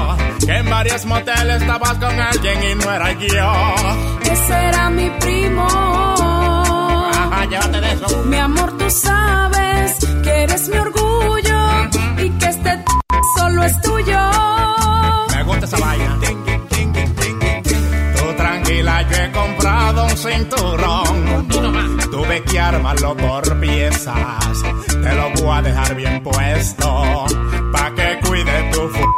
que en varios moteles estabas con alguien y no era yo. Ese era mi primo. Mi amor, tú sabes que eres mi orgullo y que este t- solo es tuyo. Me gusta esa vaina. Tú tranquila, yo he comprado un cinturón. Tuve que armarlo por piezas. Te lo voy a dejar bien puesto. Pa' que cuide tu fu-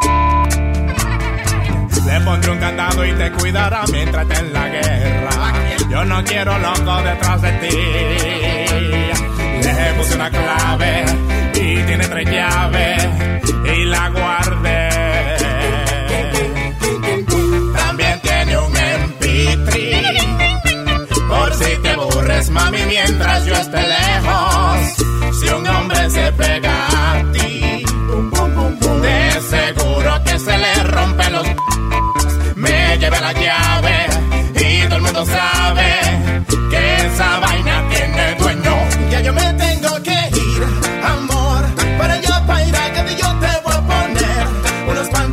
Le pondré un candado y te cuidará mientras esté en la guerra. Yo no quiero loco detrás de ti. Le puse una clave y tiene tres llaves y la guardé. También tiene un MP3 por si te aburres, mami, mientras yo esté lejos. Si un hombre se pega a ti, de seguro que se le rompen los. Me llevé la llave y todo el mundo sabe que esa vaina tiene dueño. Ya yo me tengo que ir, amor, para yo para ir que yo te voy a poner unos pantalones.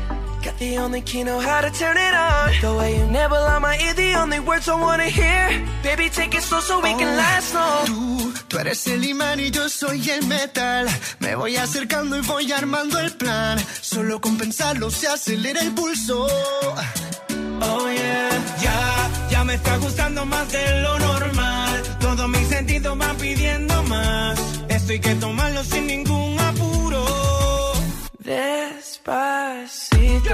Got the only key know how to turn it on. The way you never lie my ear, the only words I wanna hear. Baby, take it slow so we can last long. Oh. Tú, tú eres el imán y yo soy el metal. Me voy acercando y voy armando el plan. Solo con pensarlo se acelera el pulso. Oh yeah. Ya, ya me está gustando más de lo normal. Todos mis sentidos van pidiendo más. Esto hay que tomarlo sin ningún apuro. Despacito,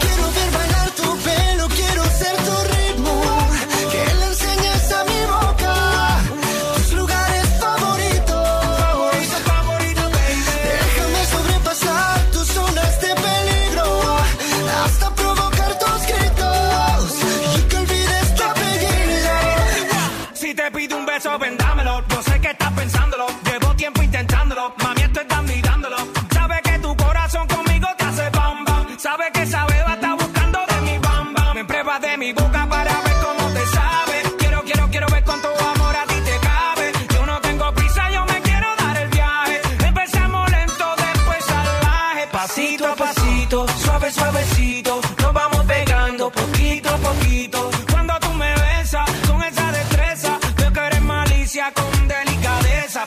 Quiero ver bailar tu pelo, quiero ser tu ritmo. Que le enseñes a mi boca tus lugares favoritos. Favorito, favorito, baby. Déjame sobrepasar tus zonas de peligro. Hasta provocar tus gritos. Y que olvides tu apellido. Si te pido un beso, vendámelo. Yo sé que estás pensándolo. Llevo tiempo intentándolo. Mami, esto está mirándolo. Sabe que tu corazón conmigo te hace bam bam. Sabe que esa beba está buscando de mi bam bam. Me prueba de mi boca para ver cómo te sabe. Quiero, quiero, quiero ver con tu amor a ti te cabe. Yo no tengo prisa, yo me quiero dar el viaje. Empezamos lento, Pues después salvaje. Pasito a pasito, suave, suavecito. Nos vamos pegando poquito a poquito. Cuando tú me besas con esa destreza, veo que eres malicia con delicadeza.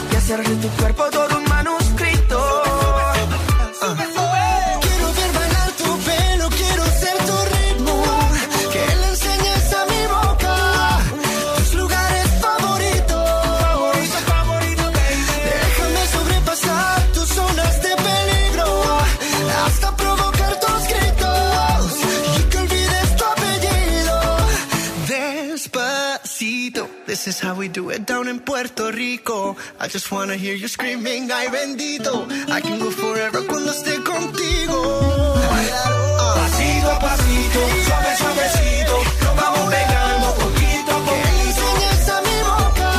Y hacer de tu cuerpo todo un manuscrito. Quiero ver bailar tu pelo, quiero ser tu ritmo. Que le enseñes a mi boca tus lugares favoritos. Favorito, favorito, Déjame sobrepasar tus zonas de peligro. Hasta provocar tus gritos. Y que olvides tu apellido. Despacito, this is how we do it down in Puerto Rico. I just wanna hear you screaming, ay bendito. I can go forever cuando esté contigo. "Ah, Pasito a pasito, suave, suavecito. Nos vamos pegando poquito a poquito. Esa mi boca,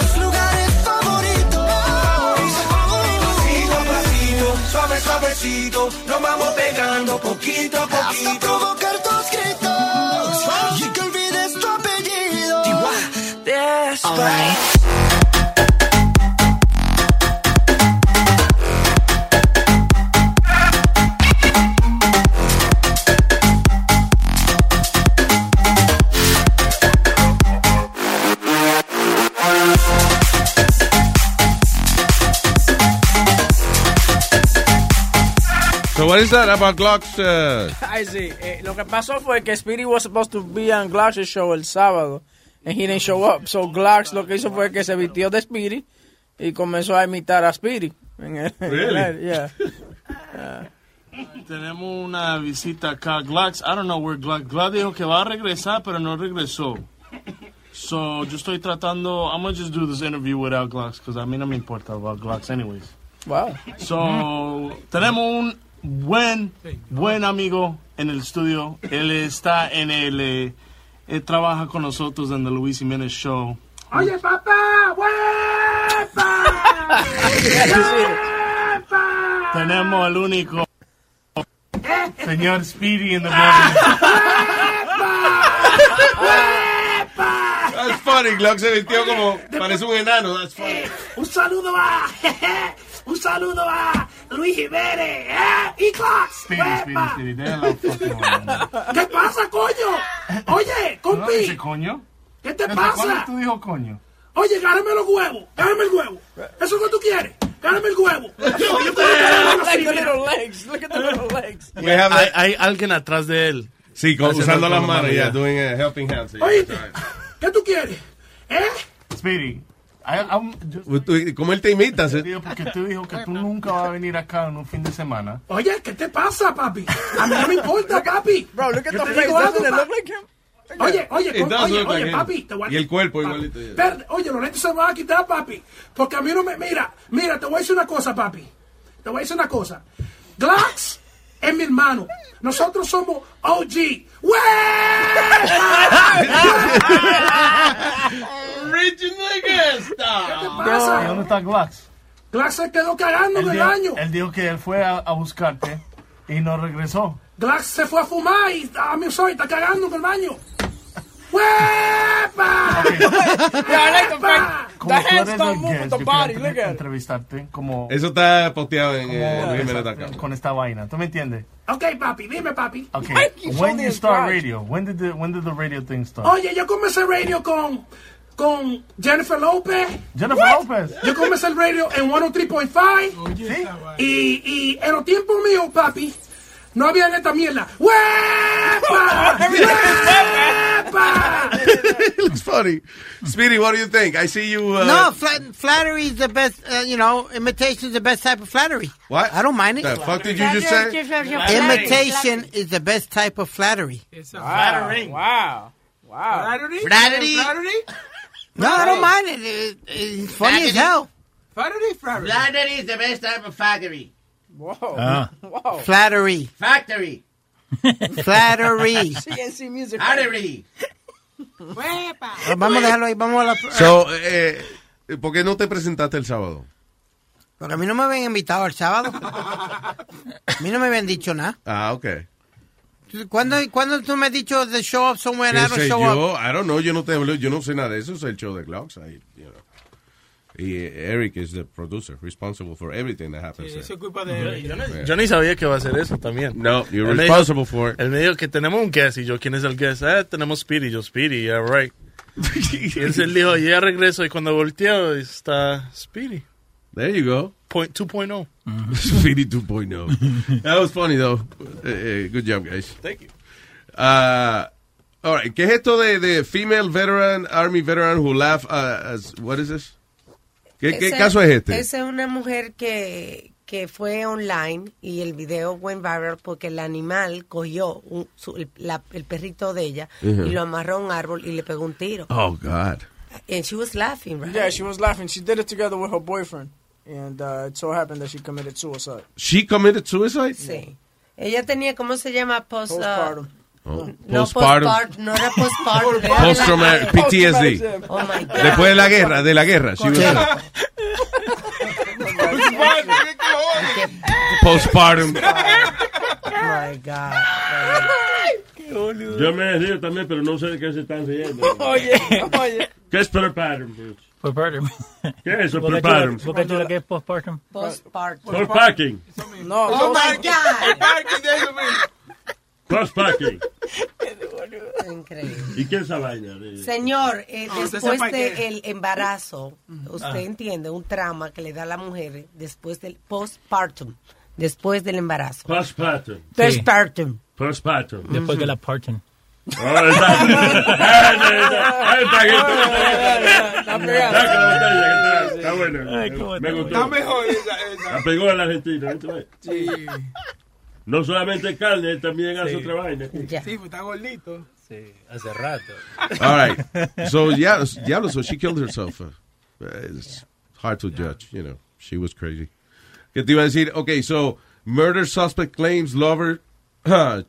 tus lugares favoritos. Pasito a pasito, suave, suavecito. Nos vamos pegando poquito a Hasta poquito. provocar tus gritos. Y que olvides tu apellido. Despacito. So what is that about Glocks? uh, Ay, sí. Eh, lo que pasó fue que Speedy was supposed to be on Glock's show el sábado. And he didn't show up. So Glocks lo que hizo fue que se vistió de Speedy y comenzó a imitar a Speedy. En el- en el Really? aire, yeah. Uh, Tenemos una visita acá. Glax, I don't know where Glax. Glax dijo que va a regresar, pero no regresó. So, yo estoy tratando. I'm gonna just do this interview without Glax, because a mí no me importa about Glax, anyways. wow. So, tenemos un buen, buen amigo en el estudio. Él está en el. eh, él trabaja con nosotros en The Luis Jiménez Show. Oye, papá, huepa. Tenemos al único. Este Señor Speedy en the building. ¡Ah! That's funny, Glock se vistió como parece un enano. That's funny. Un saludo a Un saludo a Luis Jiménez, ¿eh? Y Clax. Speedy, Speedy, Speedy, déjala fucking alone. ¿Qué pasa, coño? Oye, ¿Tú no dices compi, coño? ¿qué te ¿Desde pasa? cuándo tú dijo coño? Oye, gárame los huevos, gárame el huevo. Eso es lo que tú quieres. Gárame el huevo. Yo, yo puedo tenerlo así, Like the mira. little legs. Look at the little legs. Hay, hay alguien atrás de él. Sí, con- Haciendo usando con las manos, ya. yeah, doing a helping hand. sí. Oíste, ¿qué tú quieres? ¿Eh? Speedy, I- I'm just- Tú- ¿Cómo él te imita? sí? Digo, porque tú dijo que tú nunca vas a venir acá en un fin de semana. Oye, ¿qué te pasa, papi? A mí no me importa, papi. Bro, look at the face. Doesn't it look Oye, oye, It con- does oye, look like oye, him. papi, te voy a Y el cuerpo igualito. yeah. Espérate, oye, los lentes se me van a quitar, papi. Porque a mí no me. Mira, mira, te voy a decir una cosa, papi. Te voy a decir una cosa. Glax es mi hermano. Nosotros somos OG. Original ¿Qué te pasa? ¿Y dónde está Glax? Glax se quedó cagando Él del dijo, año. él dijo que él fue a, a buscarte y no regresó. Glax se fue a fumar y a mí soy, está cagando en el baño. ¡Huepa! Como tú eres el don't move guest, with the yo body, quería look at it. entrevistarte como... Eso está posteado en eh, como- Luis Jiménez Atacama. con esta vaina. ¿Tú me entiendes? Ok, papi, dime, papi. Okay. When you start radio? When did the when did the radio thing start? Oh, Oye, yo comencé radio con, con Jennifer López. Jennifer López. Yo comencé el radio en 103.5. Sí. Y, y en los tiempos míos, papi, no había esta mierda. ¡Huepa! ¡Huepa! It looks funny. Speedy, what do you think? I see you. Uh, no, flat, flattery is the best, uh, you know, imitation is the best type of flattery. What? I don't mind it. The fuck did you just say? Imitation is the best type of flattery. It's a flattering. Wow. Wow. Flattery? Flattery. Flattery? No, I don't mind it. It- It's funny as hell. Flattery, flattery. Flattery is the best type of flattery. Ah. Wow. Flattery. Factory. Flattery. CNC music. Flattery. Vamos a dejarlo ahí, vamos a la... So, eh, ¿por qué no te presentaste el sábado? Porque a mí no me habían invitado el sábado. A mí no me habían dicho nada. Ah, ok. ¿Cuándo, ¿cuándo tú me has dicho the show up somewhere and I don't ¿Qué sé show up? yo? I don't know. Yo no, te, yo no sé nada de eso. Es el show de Glocks. I- you know. Y eh, Eric is the producer, responsible for everything that happens there. Eso es culpa de él. Yo ni sabía que iba a hacer eso también. No, you're Él me responsible dijo- for it. Él me dijo que tenemos un guest y yo, ¿quién es el guest? Ah, tenemos Speedy. Yo, Speedy, yeah, right. y él se dijo, ya regreso. Y cuando volteo, está Speedy. There you go. Point oh. 2.0. Speedy 2.0. That was funny, though. Eh, eh, good job, guys. Thank you. Ah, all right. ¿Qué es esto de, de female veteran, army veteran who laugh uh, as, what is this? ¿Qué, qué Ese- caso es este? Esa es una mujer que, que fue online y el video went viral porque el animal cogió un- su- el, la- el perrito de ella Ujú. y lo amarró a un árbol y le pegó un tiro. Oh, God. And she was laughing, right? Yeah, she was laughing. She did it together with her boyfriend. And uh, it so happened that she committed suicide. She committed suicide? Sí. Ella tenía, ¿cómo se llama? Post, uh, Postpartum. Oh, No, postpartum. postpartum. No era postpartum. era Post-trauma- la- PTSD. Oh, my God. Después de la guerra, de la guerra. She was Correcto. postpartum. my God. Yo me río también, pero no sé de qué se están riendo. Oye, oye. ¿Qué es postpartum, bitch? Postpartum. ¿Qué es eso, ¿Vos cachó postpartum? la- vos cachó la que es postpartum? Postpartum. Postpacking. No, Oh, my God. Postpacking. Increíble. ¿Y qué es esa vaina? de- Señor, eh, No, usted después sepa del que- embarazo, usted Ah. entiende un trauma que le da a la mujer después del postpartum, después del embarazo. Postpartum. Postpartum. Postpartum. Mm-hmm. Después que la parten. Ah, exacto. Ah, está- está- está bien, está bien. Está con la batalla, que está- Está bueno. Me gustó. Está mejor esa. La pegó a la Argentina. ¿viste? No solamente carne, él también hace otra vaina. Sí, pues está gordito. Sí, hace rato. All right. So, yeah, diablo, so she killed herself. Uh, it's hard to judge, you know. She was crazy. ¿Qué te iba a decir? Okay, so, murder suspect claims lover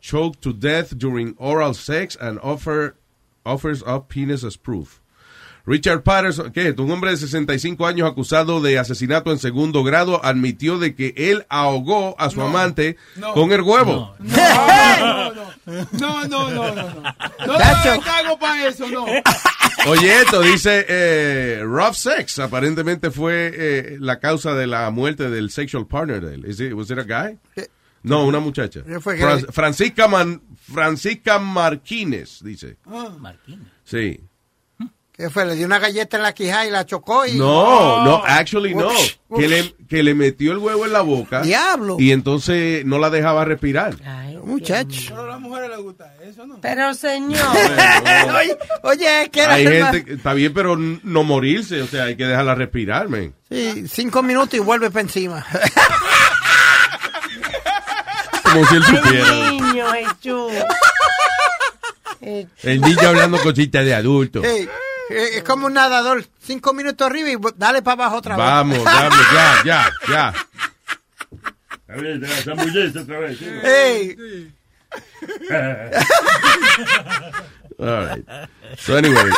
choked to death during oral sex and offer, offers up penis as proof. Richard Patterson, que es un hombre de 65 años acusado de asesinato en segundo grado, admitió de que él ahogó a su amante con el huevo. No, no, no, no. No, no me cago para eso, no. Oye, esto dice eh, rough sex. Aparentemente fue eh, la causa de la muerte del sexual partner de él. Is it- was it a guy? No, una muchacha. Yo Eh, fue Fran- gay. Francisca, Man- Francisca Marquines, dice. Sí. ¿Qué fue? Le dio una galleta en la quijada y la chocó y... No, no, actually no. Ups, Que ups. le, que le metió el huevo en la boca. Diablo. Y entonces no la dejaba respirar. Muchacho. Pero a las mujeres les gusta eso, ¿no? Pero señor. oye, oye, es que era Hay el más- gente, que- está bien, pero n- no morirse. O sea, hay que dejarla respirar, man. Sí, cinco minutos y vuelve para encima. Como si él supiera. Niño, Jesús. El niño hablando cositas de adulto. Sí, eh, es como un nadador. Cinco minutos arriba y vu- dale para abajo otra Vamos, vez. vamos, ya, ya, ya. A ver, la zambulliste otra vez. sí. Ey. All right. So anyway.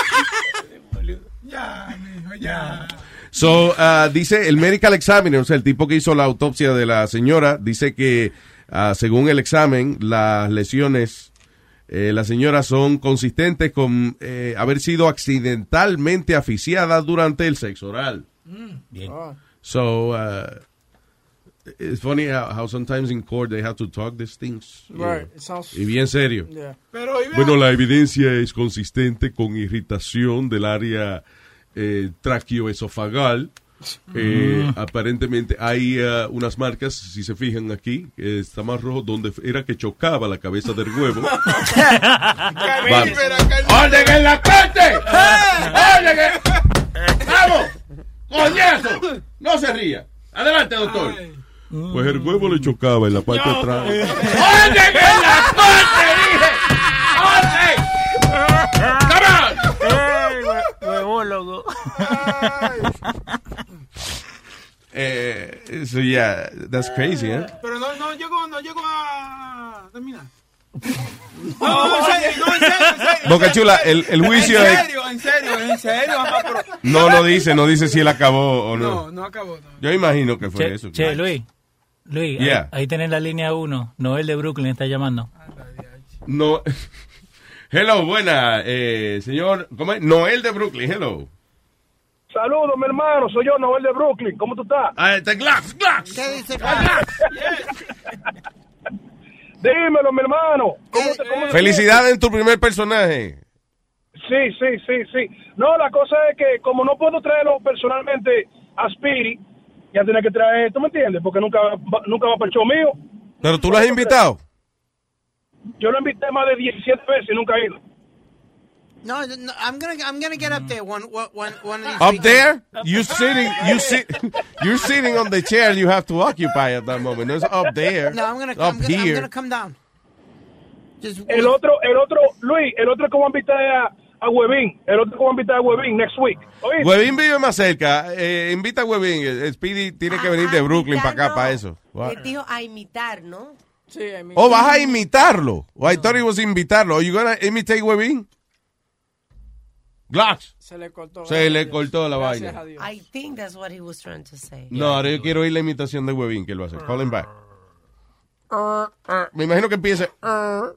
Ya, mijo, ya. So, ah, dice el medical examiner, o sea, el tipo que hizo la autopsia de la señora, dice que ah, según el examen, las lesiones, eh, la señora son consistentes con eh, haber sido accidentalmente asfixiada durante el sexo oral. Bien. Ah, So, uh, it's funny how, how sometimes in court they have to talk these things. you Right, know. it sounds- Y bien serio. Yeah. Pero, y vea- Bueno, la evidencia es consistente con irritación del área eh, traqueoesofagal. Eh, Mm. Aparentemente hay ah, unas marcas, si se fijan aquí, eh, está más rojo, donde era que chocaba la cabeza del huevo. Calífera, calífera. ¡Orden en la corte! ¡Orden en- ¡Vamos! ¡Coñazo! No se ría. Adelante, doctor. Pues el huevo le chocaba en la parte de atrás. ¡Orden en la corte, dije! ¡Orden! Huevólogo. Eh, so yeah, that's crazy, ¿eh? Pero no, no llego, no llego a... Termina. No, no, en serio, no, en serio, en serio. Boca Chula, el- el juicio En es- serio, en serio, en serio, mamá, pero- No lo dice, no dice si él acabó o no. No, no acabó, no. Yo imagino que fue Che, eso. che, Luis. Luis, ahí- Yeah. ahí, tenés la línea 1. Noel de Brooklyn está llamando. No. Hello, buena, eh, señor. ¿Cómo es? Noel de Brooklyn, hello. Saludos, mi hermano. Soy yo, Noel de Brooklyn. ¿Cómo tú estás? Ah, este Glax, Glax. ¿Qué dice Dímelo, mi hermano. ¿Cómo te- cómo te Felicidades en tu primer personaje. Sí, sí, sí, sí. No, la cosa es que como no puedo traerlo personalmente a Spiri, ya tiene que traer, ¿tú me entiendes? Porque nunca va, nunca va para el show mío. Pero tú lo has invitado. Yo lo invité más de 17 veces y nunca he ido. No, no, I'm gonna, I'm gonna get up there one, one, one, one of these Up weekends. there, you sitting, you sit, you're sitting on the chair you have to occupy at that moment. No, it's up there. No, I'm gonna, up I'm gonna, I'm here. gonna come down. Just- El otro, el otro, Luis, el otro que voy a invitar es a, a Huevín. El otro que voy a invitar es a Huevín next week. ¿Oíste? Huevín vive más cerca. Eh, invita a Huevín. Eh, Speedy tiene Ah, que venir de Brooklyn para acá, para eso. Wow. Le dijo a imitar, ¿no? Sí, a imitar. Oh, Pues vas a imitarlo. Oh, I thought it was invitarlo. Are you gonna imitate Huevín? Glax. Se le cortó. Se le cortó la Gracias vaina. a Dios. I think that's what he was trying to say. No, ahora yo quiero oír la imitación de Huevín que lo hace. Call him back. Ah, Ah, Me imagino que empiece. ah.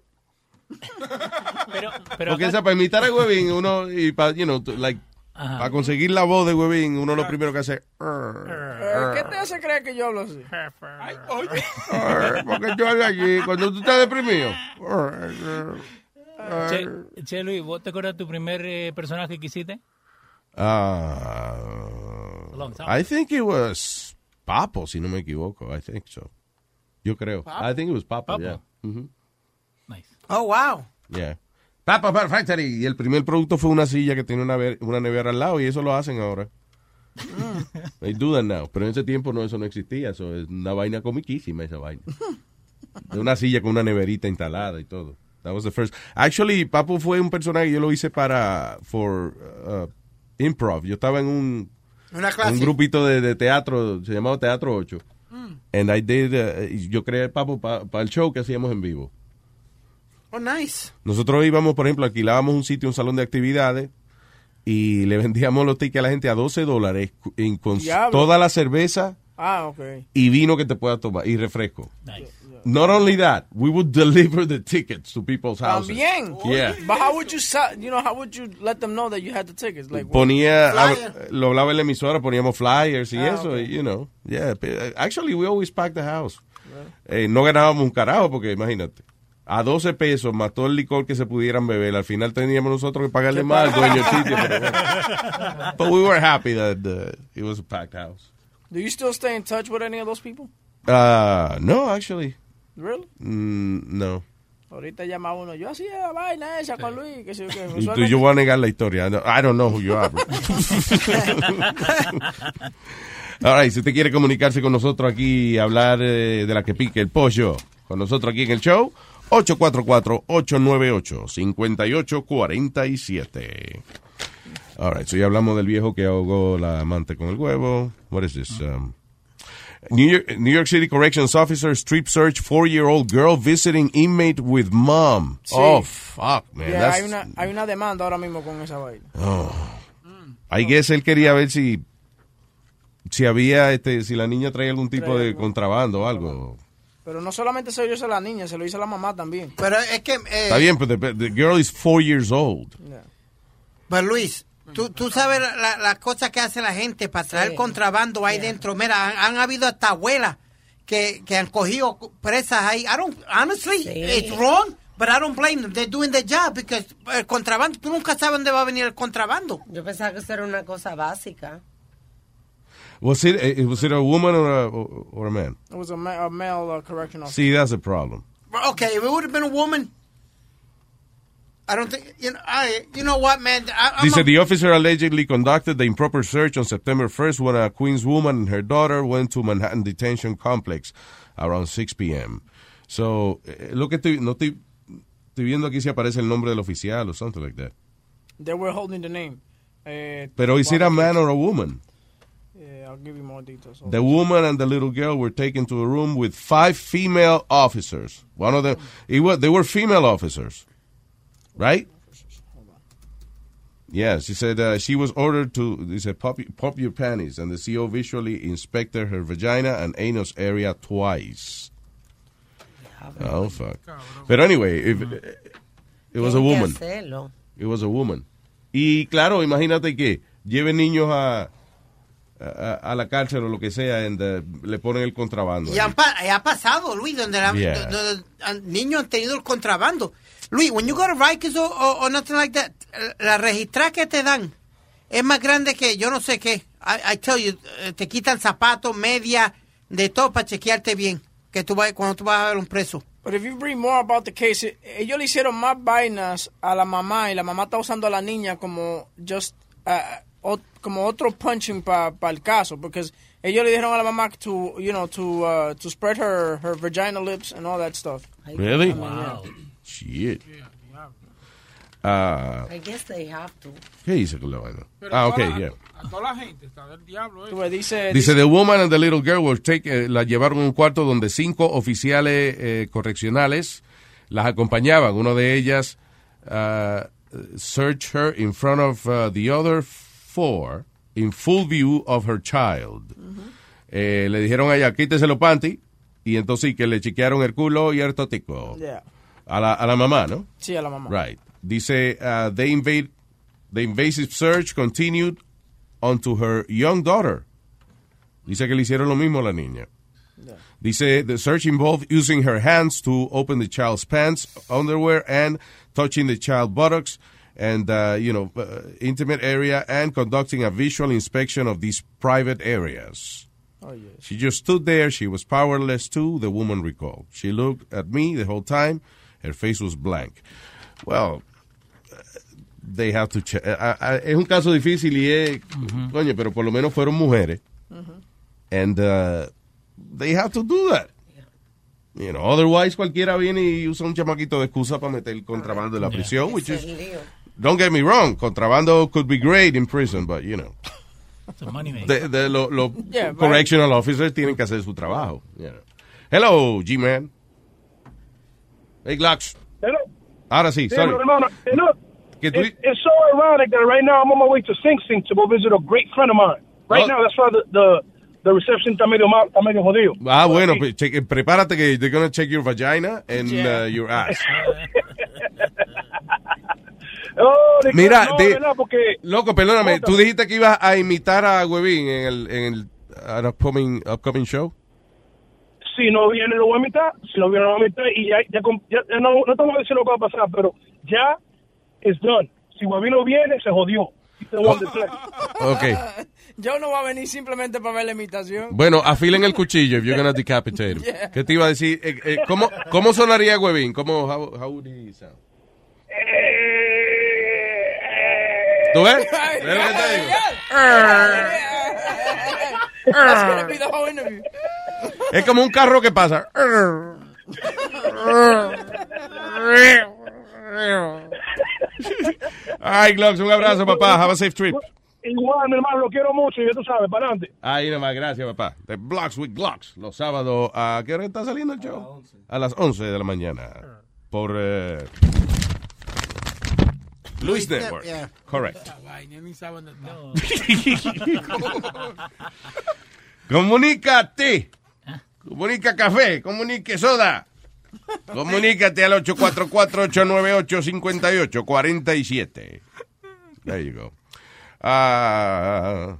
Pero Porque acá- o sea, para imitar a Huevín, uno, y para, you know, to- like, Ajá. para conseguir la voz de Huevín, uno lo primero que hace. ah, Eh, ¿Qué te hace creer que yo hablo así? Ay, oye. ah, Porque yo hablo allí cuando tú estás deprimido. Che, che, Luis, ¿vos te acuerdas tu primer eh, personaje que hiciste? Ah, A long time. I think it was Papo, si no me equivoco. I think so. Yo creo. I think it was Papo, yeah. Mhm, Oh, wow. yeah. Papo Bar Factory. Y el primer producto fue una silla que tiene una, ver- una nevera al lado y eso lo hacen ahora. Hay dudas now. Pero en ese tiempo no, eso no existía. Eso es una vaina comiquísima esa vaina. De una silla con una neverita instalada y todo. That was the first. Actually, Papo fue un personaje que yo lo hice para for uh, improv. Yo estaba en un Una clase. un grupito de, de teatro, se llamaba Teatro 8. Mm. And I did, uh, yo creé Papo para el show que hacíamos en vivo. Oh, nice. Nosotros íbamos, por ejemplo, alquilábamos un sitio, un salón de actividades, y le vendíamos los tickets a la gente a 12 dólares cu- en- con Diablo. toda la cerveza Ah, ok. y vino que te puedas tomar y refresco. Nice. Not only that, we would deliver the tickets to people's houses. También. Yeah. But how would you, sa- you know, how would you let them know that you had the tickets? Like, Ponía, Flyer. hab- lo hablaba en la emisora, poníamos flyers y Ah, eso, ok. y, you know. Yeah, pe- actually we always packed the house. Eh, no ganábamos un carajo porque imagínate. A 12 pesos más todo el licor que se pudieran beber. Al final teníamos nosotros que pagarle más al dueño del sitio. Pero bueno. But we were happy that uh, it was a packed house. Do you still stay in touch with any of those people? Uh, no, actually. Really? Mm, no. Ahorita llamaba uno, yo hacía la vaina esa con Luis, que sé yo qué. Tú, yo voy a negar la historia. No, I don't know who you are. bro. All right, si usted quiere comunicarse con nosotros aquí y hablar eh, de la que pique el pollo con nosotros aquí en el show, 844-898-5847. All right, so ya hablamos del viejo que ahogó la amante con el huevo. What is this? Um, New York, New York City Corrections Officer strip search four-year-old girl visiting inmate with mom. Sí. Oh, fuck, man. Yeah, that's- hay, una, hay una demanda ahora mismo con esa vaina. Oh. I guess él quería ver si si había este si la niña traía algún tipo de contrabando o algo. Pero no solamente se lo hizo a la niña, se lo hizo a la mamá también. Pero es que... eh, Está bien, pero the, the girl is four years old. Pues Luis, tú, tú pues, sabes la- la- las cosas que hace la gente para traer contrabando ahí dentro. Mira, han, han habido hasta abuelas que, que han cogido presas ahí. I don't, honestly, it's wrong, but I don't blame them. They're doing their job because el contrabando, tú nunca sabes dónde va a venir el contrabando. Yo pensaba que eso era una cosa básica. Was it, eh, was it a woman or a, or a man? It was a, ma- a male uh, correctional. See, that's a problem. Okay, if it would have been a woman, I don't think, you know, I, you know what, man, I, I'm Dice, a- the officer allegedly conducted the improper search on September 1st when a Queens woman and her daughter went to Manhattan Detention Complex around 6 p.m. So, eh, lo que estoy, no estoy, estoy viendo aquí si aparece el nombre del oficial o something like that. They were holding the name. Eh, Pero is it a wow. man or a woman? Yeah, I'll give you more details. The woman and the little girl were taken to a room with five female officers. One of them, it was, they were female officers, right? Yeah, she said uh, she was ordered to, they said, pop, pop your panties, and the CO visually inspected her vagina and anus area twice. Oh, fuck. But anyway, if, it was a Tienen que woman. hacerlo. It was a woman. Y claro, imagínate que lleven niños a, a, a la cárcel o lo que sea, and, uh, le ponen el contrabando. Y han pa- ha pasado, Luis, donde, la- Yeah. do- do- do- han- niños han tenido el contrabando. Luis, when you go to Rikers or, or- or nothing like that, la registrada que te dan es más grande que yo no sé qué. I, I tell you, eh, te quitan zapatos, media, de todo para chequearte bien. Que tú vas, cuando tú vas a ver un preso. But if you read more about the case, eh, ellos le hicieron más vainas a la mamá y la mamá está usando a la niña como just ah, ot- como otro punching para el caso, porque ellos le dijeron a la mamá to you know to uh, to spread her her vagina lips and all that stuff. Really? I mean, yeah. Shit. Ah, I guess they have to. ¿Qué dice con la vaina? Pero Ah, a ok, toda la- yeah. A toda la gente, está del diablo. Tú ves, dice, Dice, the woman and the little girl were take- eh, la llevaron a un cuarto donde cinco oficiales eh, correccionales las acompañaban. Uno de ellas uh, searched her in front of uh, the other four in full view of her child. Eh, le dijeron a ella, quítese los panty. Y entonces y que le chequearon el culo y el tótico. Yeah. A, la, a la mamá, ¿no? Sí, a la mamá. Right. Dice, uh, they invade, the invasive search continued onto her young daughter. Dice que le hicieron lo mismo a la niña. Dice, the search involved using her hands to open the child's pants, underwear, and touching the child buttocks and, uh, you know, uh, intimate area and conducting a visual inspection of these private areas. Oh, yes. She just stood there. She was powerless too, the woman recalled. She looked at me the whole time. Her face was blank. Well, uh, they have to check. ah, ah, es un caso difícil y es, coño, pero por lo menos fueron mujeres. And uh, they have to do that. You know, otherwise cualquiera viene y usa un chamaquito de excusa para meter el contrabando en la prisión, which is, don't get me wrong, contrabando could be great in prison, but you know. De, de los lo Yeah, right. correctional officers tienen que hacer su trabajo. you know. Hello, G-Man. Hey, Glax. Hello. Ahora sí, sorry. pero hermano, eh, no, Que tú- It's, it's so ironic that right now I'm on my way to Sing Sing to go visit a great friend of mine. Right Oh. now, that's why the, the, the reception está medio, mal, está medio jodido. Ah, bueno, pues, cheque- prepárate que they're gonna check your vagina and Yeah. uh, your ass. Oh, de- Mira, no, de- ¿verdad? porque Loco, perdóname, tú Cuéntame. dijiste que ibas a imitar a Webin en el, en el an upcoming, upcoming show. si no viene lo voy a mitad, si no viene lo voy a mitad, y ya, ya, com- ya- ya no, no te voy a decir lo que va a pasar, pero ya it's done. Si Guavín no viene, se jodió. He's the one to play. Ok. Yo no voy a venir simplemente para ver la imitación. Bueno, afilen el cuchillo if you're gonna decapitate him. Yeah. ¿Qué te iba a decir? Eh, eh, ¿cómo, ¿Cómo sonaría Webin? ¿Cómo, how, how would he sound? ¿Tú ves? ¿Ves lo que te digo? Ah. That's gonna be the whole interview. Es como un carro que pasa. Ay, Glocks, un abrazo, papá. Have a safe trip. Igual, mi hermano, lo quiero mucho, y ya tú sabes, para adelante. Ahí nomás, gracias, papá. The Blocks with Glocks. Los sábados, ¿a qué hora está saliendo el show? A las 11 de la mañana. Por eh, Luis Network. Correct. Comunícate. Comunica café, comunique soda. Comunícate al 844-898-5847. There you go. Ah,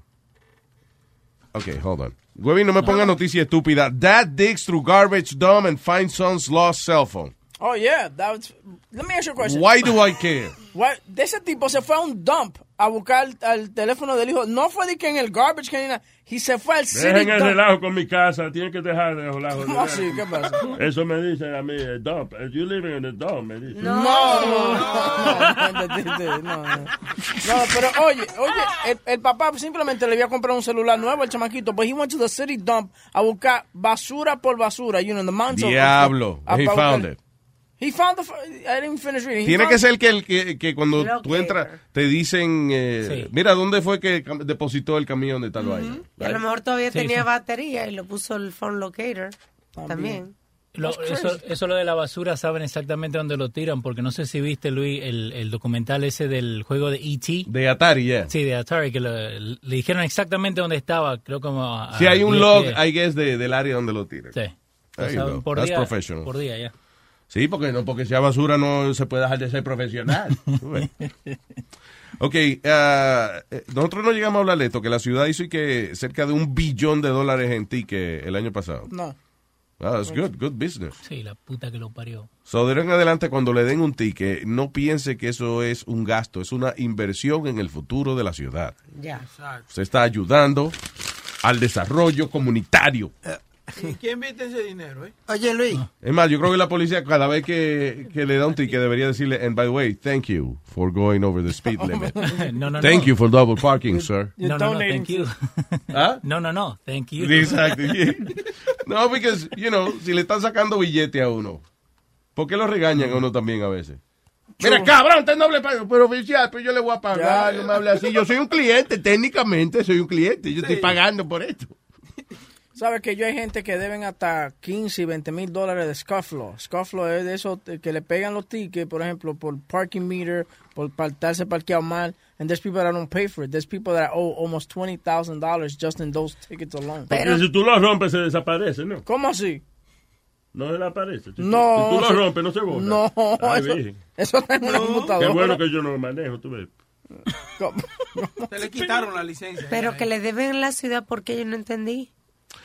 ok, hold on. Güey, no me ponga noticia estúpida. Dad digs through garbage dump and finds son's lost cell phone. Oh, yeah. That was... Let me ask you a question. Why do I care? What? De ese tipo se fue a un dump a buscar al teléfono del hijo. No fue de que en el garbage can ni nada. Y se fue al city Dejen el dump. relajo con mi casa. Tienen que dejar el relajo. ¿Cómo así? ¿Qué pasa? Eso me dicen a mí, el dump. eh, You living in the dump, me dicen. No, no, no, no, no. No, pero oye, oye, el, el papá simplemente le iba a comprar un celular nuevo al chamaquito, but he went to the city dump a buscar basura por basura, you know, in the mountains. of- Diablo. a- He a- found it. He found the. I didn't finish reading. He Tiene found- que ser que, el, que, que cuando Locator. tú entras te dicen, eh, Sí. mira, ¿dónde fue que cam- depositó el camión de tal vaina? Y a lo mejor todavía Sí, tenía sí. batería y lo puso el phone locator también. Lo- That's eso, crazy. eso lo de la basura saben exactamente dónde lo tiran, porque no sé si viste, Luis, el, el documental ese del juego de E.T. De Atari, ya. Sí, de Atari, que lo- le dijeron exactamente dónde estaba, creo como... a- Si hay un 10 log, Ah, pies. I guess, de- del área donde lo tiran. Sí. There O you sea, go. por That's día, professional. Por día, ya. Sí, porque no, porque sea basura no se puede dejar de ser profesional. Tú ves. ok, ah, eh, nosotros no llegamos a hablar de esto, que la ciudad hizo y que cerca de un billón de dólares en tickets el año pasado. No. Ah, that's good, good business. Sí, la puta que lo parió. So, de ahora en adelante, cuando le den un ticket, no piense que eso es un gasto, es una inversión en el futuro de la ciudad. Ya. Se está ayudando al desarrollo comunitario. ¿Y quién viste ese dinero, eh? Oye, Luis. Es más, yo creo que la policía cada vez que, que le da un ticket debería decirle, and by the way, thank you for going over the speed limit. No, no, thank no. you for double parking, sir. No, no, no, thank you. ¿Ah? No, no, no, thank you. Exacto. No, porque, you know, si le están sacando billete a uno, ¿por qué lo regañan a uno también a veces? Mira, cabrón, usted no hable para pero oficial, pues yo le voy a pagar, no me hable así. Yo soy un cliente, técnicamente soy un cliente, yo estoy pagando por esto. Sabes que yo hay gente que deben hasta 15 y 20 mil dólares de scufflaw. Scufflaw es de esos eh, que le pegan los tickets, por ejemplo, por parking meter, por partarse parqueado mal. And there's people that don't pay for it. There's people that owe almost $20,000 just in those tickets alone. Porque si tú lo rompes, se desaparece, ¿no? ¿Cómo así? No desaparece. Si tú- No, Si tú lo eso- rompes, no se borra. No, Ay, eso- virgen. eso está en una computadora. Qué bueno que yo no lo manejo, tú ves. Te le quitaron la licencia. Pero que le deben en la ciudad porque yo no entendí.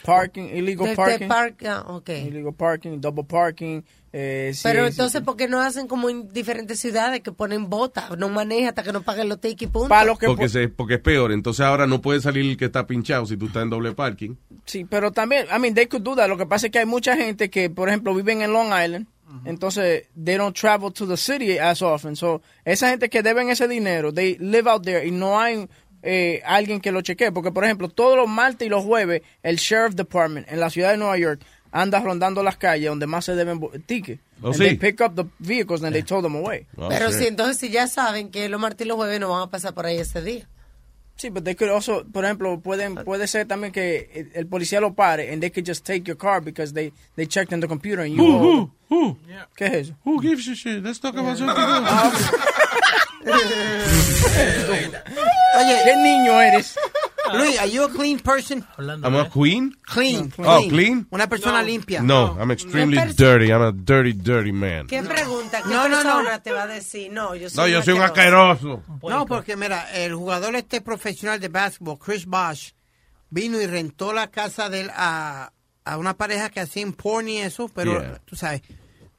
Parking, illegal parking. Desde park- ah, ok. Illegal parking, double parking. eh, sí, Pero sí. entonces, ¿por qué no hacen como en diferentes ciudades que ponen botas? No maneja hasta que no paguen los tickets, punto. Porque, se, porque es peor, entonces ahora no puede salir el que está pinchado si tú estás en doble parking. Sí, pero también, I mean, they could do that. Lo que pasa es que hay mucha gente que, por ejemplo, viven en Long Island, entonces they don't travel to the city as often. So, esa gente que deben ese dinero, they live out there y no hay eh, alguien que lo chequee. Porque, por ejemplo, todos los martes y los jueves, el Sheriff Department en la ciudad de Nueva York anda rondando las calles donde más se deben bo- tickets. Oh, And sí. Oh, They pick up the vehicles and they tow them away. Pero si entonces si ya saben que los martes y los jueves no van a pasar por ahí ese día. Sí, pero they could also, por ejemplo, pueden, puede ser también que el- el policía lo pare and they could just take your car because they, they checked in the computer and you. Who, who, ¿Qué es eso? Who gives a shit? Let's talk about something Oye, ¿qué niño eres? Luis, are you a clean person? I'm a queen? Clean, Oh, clean? Una persona limpia. No, I'm extremely No, pers- dirty. I'm a dirty, dirty man. ¿Qué pregunta? ¿Qué No, no, no. persona te va a decir? No, yo soy No, yo soy un asqueroso. No, porque mira, el jugador este profesional de básquetbol, Chris Bosh, vino y rentó la casa de él a, a una pareja que hacían porn y eso, pero Yeah. tú sabes,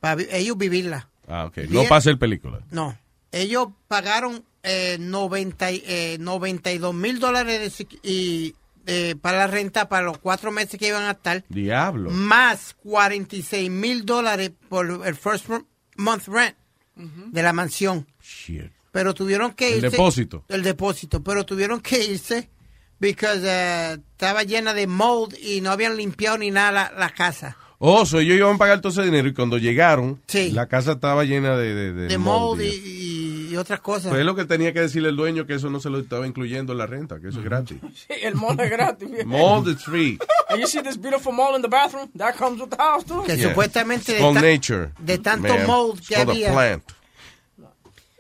para vi- ellos vivirla. Ah, ok. No Bien. pasa el película. No, ellos pagaron eh, 90, y- eh, 92 mil dólares de sec- y, eh, para la renta para los cuatro meses que iban a estar, Diablo. más 46 mil dólares por el first mo- month rent de la mansión. Shit. Pero tuvieron que El irse. depósito. El depósito. Pero tuvieron que irse because eh, estaba llena de mold y no habían limpiado ni nada la, la casa. Oh, so ellos iban a pagar todo ese dinero y cuando llegaron, Sí. la casa estaba llena de, de, de De mold, mold y, y- y otras cosas. Pues es lo que tenía que decirle el dueño que eso no se lo estaba incluyendo en la renta, que eso es gratis. Sí, el mall es gratis. viejo. Mold is free. And you see this beautiful mall in the bathroom? That comes with the house, too. Que Yeah. supuestamente de, Con ta- nature. de tanto Man, mold it's que called a había. plant.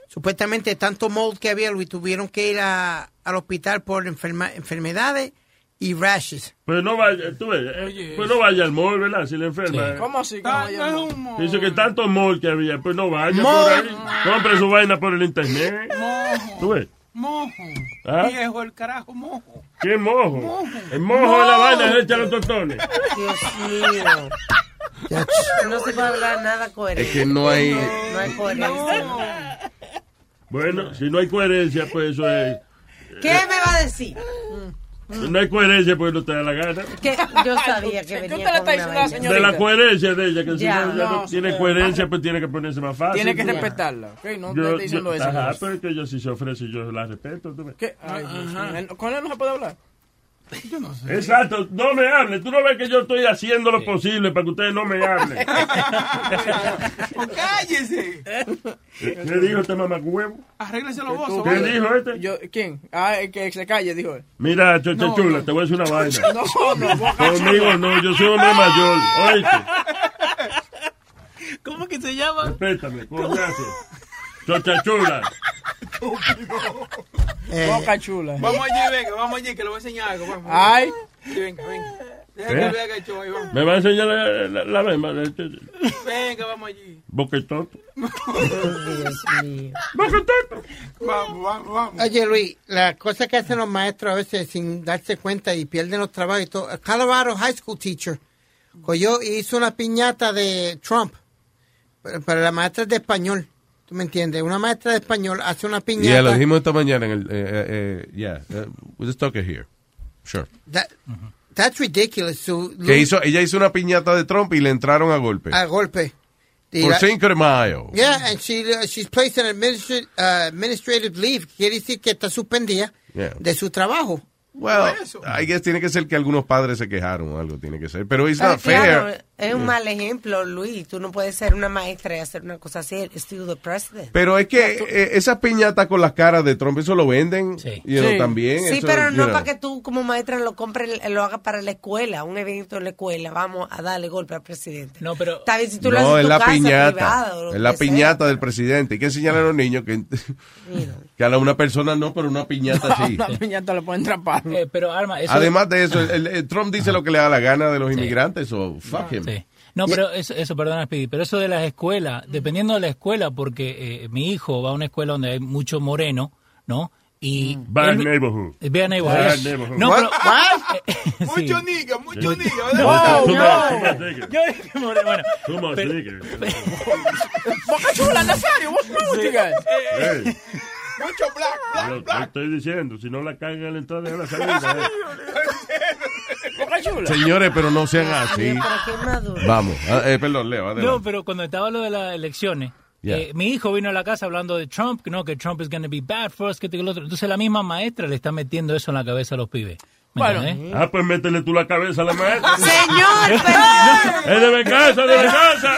Supuestamente de tanto mold que había, Luis, tuvieron que ir a- al hospital por enferma- enfermedades y rashes. Pues no vaya, tú ves, eh, pues no vaya al mall, ¿verdad? Si le enferma. ¿Cómo así? caballero? Dice que tanto mall que había, pues no vaya Mall. por ahí. Compre su vaina por el internet. ¿Tú ves? Mojo. ¿Eh? ¿Ah? Viejo, el carajo, mojo. ¿Qué mojo? El mojo Mall. de la vaina es echar los tostones. Dios mío. No se puede hablar nada coherente. Es que no hay- No, no hay coherencia. Bueno, si no hay coherencia, pues eso es. ¿Qué me va a decir? Si no hay coherencia, pues no te da la gana. Que yo sabía que venía te la con estás una diciendo a la vaina. De la coherencia de ella, que si Ya, no, ya no no, tiene sí. coherencia, pues tiene que ponerse más fácil. Tiene que tú ves. respetarla. ¿ok? No te Yo, estoy diciendo yo- eso. pues. ajá, pero es que ella si se ofrece, yo la respeto. tú ves. ¿Qué? Ay, Dios mío. ¿Con él no se puede hablar? Yo no Exacto, no me hable. Tú no ves que yo estoy haciendo lo posible para que ustedes no me hablen. cállese. ¿Qué dijo este mamacuevo? Arréglese los Tú, osos. ¿Qué brother. dijo este? Yo, ¿Quién? Ah, el que se calle, dijo él. Mira, chocha No, chula, no. te voy a decir una vaina. No, no, boca Conmigo no, yo soy hombre mayor. Oíste, ¿Cómo que se llama? respétame, coñazo. Chocha chula. Boca chula. Vamos allí, venga, vamos allí, que le voy a enseñar algo. Vamos, Ay. Sí, venga, venga. Deja que ¿Eh? vea que hecho ahí, vamos. Me va a enseñar la, la, la bema de este Venga, vamos allí. boquetoto. Vamos, vamos, vamos. Oye, Luis, las cosas que hacen los maestros a veces sin darse cuenta y pierden los trabajos y todo. A Colorado High School Teacher cogió y hizo una piñata de Trump para, para las maestras de español. ¿Tú me entiendes? Una maestra de español hace una Ya, piñata. lo dijimos esta mañana en el... eh, eh, eh, yeah, eh, we'll just talk it here. Sure. That- that's ridiculous. Su- Que hizo, ella hizo una piñata de Trump y le entraron a golpe. A golpe. Ah, Y Por la- Cinco de Mayo. Yeah, and she, she's placed on administra- uh, administrative leave. Quiere decir que está suspendida Yeah. de su trabajo. Well, I guess tiene que ser que algunos padres se quejaron o algo, tiene que ser. Pero it's Ah, not claro, fair. es un mal ejemplo, Luis. Tú no puedes ser una maestra y hacer una cosa así. It's still the president. Pero es que eh, esas piñatas con las caras de Trump, eso lo venden. Sí. Sí. también. sí, eso, pero you no know. para que tú como maestra lo compres, lo hagas para la escuela, un evento en la escuela. Vamos a darle golpe al presidente. No, pero... Está bien, si tú lo haces No, en es tu la casa, piñata. privado, lo es la que sea. piñata del presidente. Hay que enseñarle a los niños que, que a la- una persona no, pero una piñata sí. Una piñata le pueden trapar. Eh, pero, Arma, eso... Además de eso, el, el Trump dice lo que le da la gana de los inmigrantes, o fuck him. No, pero eso, eso perdona, Speedy, pero eso de las escuelas, dependiendo de la escuela, porque eh, mi hijo va a una escuela donde hay mucho moreno, ¿no? Y Bad él- neighborhood. Eh, Bad neighborhood. Bad yes. neighborhood. No, What? pero... Eh, Mucho nigga, mucho nigga. No, Wow, no. wow. Yo dije moreno, bueno. Too much nigger. Boca chula, Nazario, what's wrong with you guys? Hey, Mucho black, lo, lo estoy diciendo, si no la cagan en la entrada de la salida. eh. Boca chula. Señores, pero no sean así. Vamos. Ah, eh, perdón, Leo, adelante. No, pero cuando estaba lo de las elecciones, Yeah. eh, mi hijo vino a la casa hablando de Trump, que no, que Trump is going to be bad for us, que esto y que lo otro. Entonces la misma maestra le está metiendo eso en la cabeza a los pibes. ¿Me Bueno. entendés? Ah, pues métele tú la cabeza a la maestra. Señor, perdón. Es de venganza, de venganza.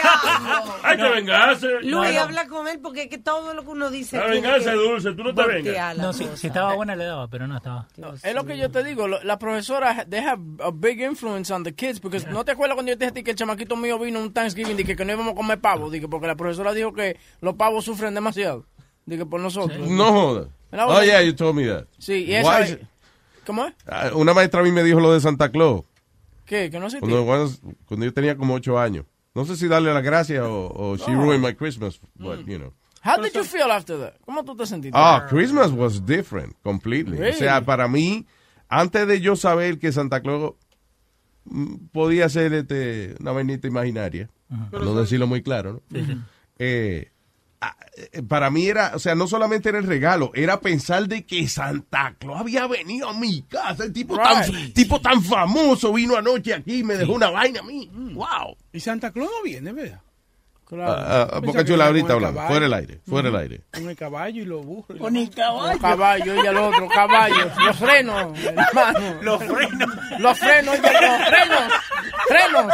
Hay que vengarse. Luis, habla con él porque es que todo lo que uno dice... La tiene venganza que es dulce, tú no te voltear vengas. la No, si, cosa. si estaba buena le daba, pero no estaba. Es lo que yo te digo, lo- las profesoras they have a big influence on the kids because no te acuerdas cuando yo te dije a ti que el chamaquito mío vino a un Thanksgiving y que, que no íbamos a comer pavo, dije, porque la profesora dijo que los pavos sufren demasiado. de que por nosotros. No jodas. Una Oh, yeah, botella- you told me that. Sí, y eso Why es- is- ¿Cómo es? Ah, Una maestra a mí me dijo lo de Santa Claus. ¿Qué? ¿Que no se Cuando, tiene? cuando- cuando yo tenía como ocho años. No sé si darle las gracias o, o she ruined my Christmas, but, you know. How did you feel after that? ¿Cómo tú te sentiste? Ah, Christmas was different, completely. O sea, Really? para mí, antes de yo saber que Santa Claus mm, podía ser este, una vainita imaginaria, para no decirlo muy claro, ¿no? Eh, ah, eh, para mí era, o sea, no solamente era el regalo, era pensar de que Santa Claus había venido a mi casa, el tipo, tan, tipo tan famoso vino anoche aquí y me dejó una vaina a mí. Mm. Wow. Y Santa Claus no viene, ¿verdad? Ah, ah, Boca Chula, ahorita hablando, fuera el aire, fuera el aire. Con el caballo y los burros. Con el caballo. caballo y el otro caballo. Los frenos, hermano. Los frenos. Los frenos, oye, los frenos. Frenos.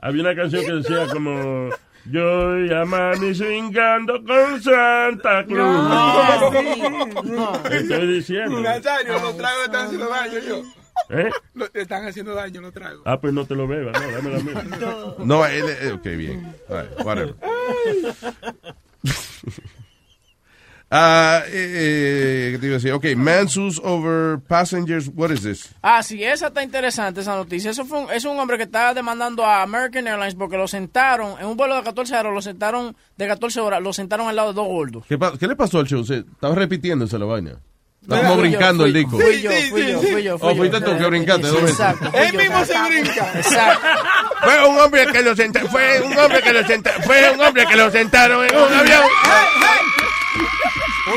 Había una canción que decía como... Yo y a mami swingando con Santa Ah, Cruz. Ah, Estoy diciendo. Nazario, los tragos están haciendo daño, yo. ¿Eh? Lo- te están haciendo daño los tragos. Ah, pues no te lo bebas, no, dame la mía. No, él, eh, ok, bien. All right, whatever. Ah, eh, eh, ¿qué te iba a decir? Ok, Mansus over passengers, what is this? Ah, sí, esa está interesante, esa noticia. Eso fue un, es un hombre que estaba demandando a American Airlines porque lo sentaron en un vuelo de 14 horas, lo sentaron de 14 horas, lo sentaron al lado de dos gordos. ¿Qué, pa- qué le pasó al show? Se- Estaba repitiéndose la vaina. Estaba Fui como yo, brincando fui- el disco. Fui yo, fui yo, fui yo. Oh, fuiste tú que brincaste dos veces. Él mismo se brinca. Exacto. Fue un hombre que lo sentaron, fue un hombre que lo sentaron, fue un hombre que lo sentaron en un avión.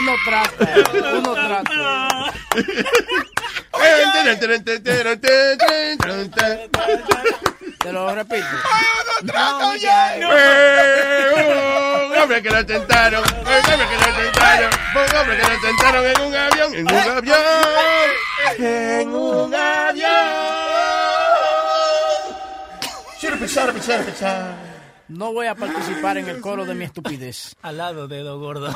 Uno trata, uno trata. Te lo repito. No, Ah, ya. Fue Eh, uh, un hombre que lo sentaron, fue un hombre que lo sentaron, fue un hombre que lo sentaron en un avión, en un avión, en un No voy a participar en el coro de mi estupidez. Al lado de dos gordos.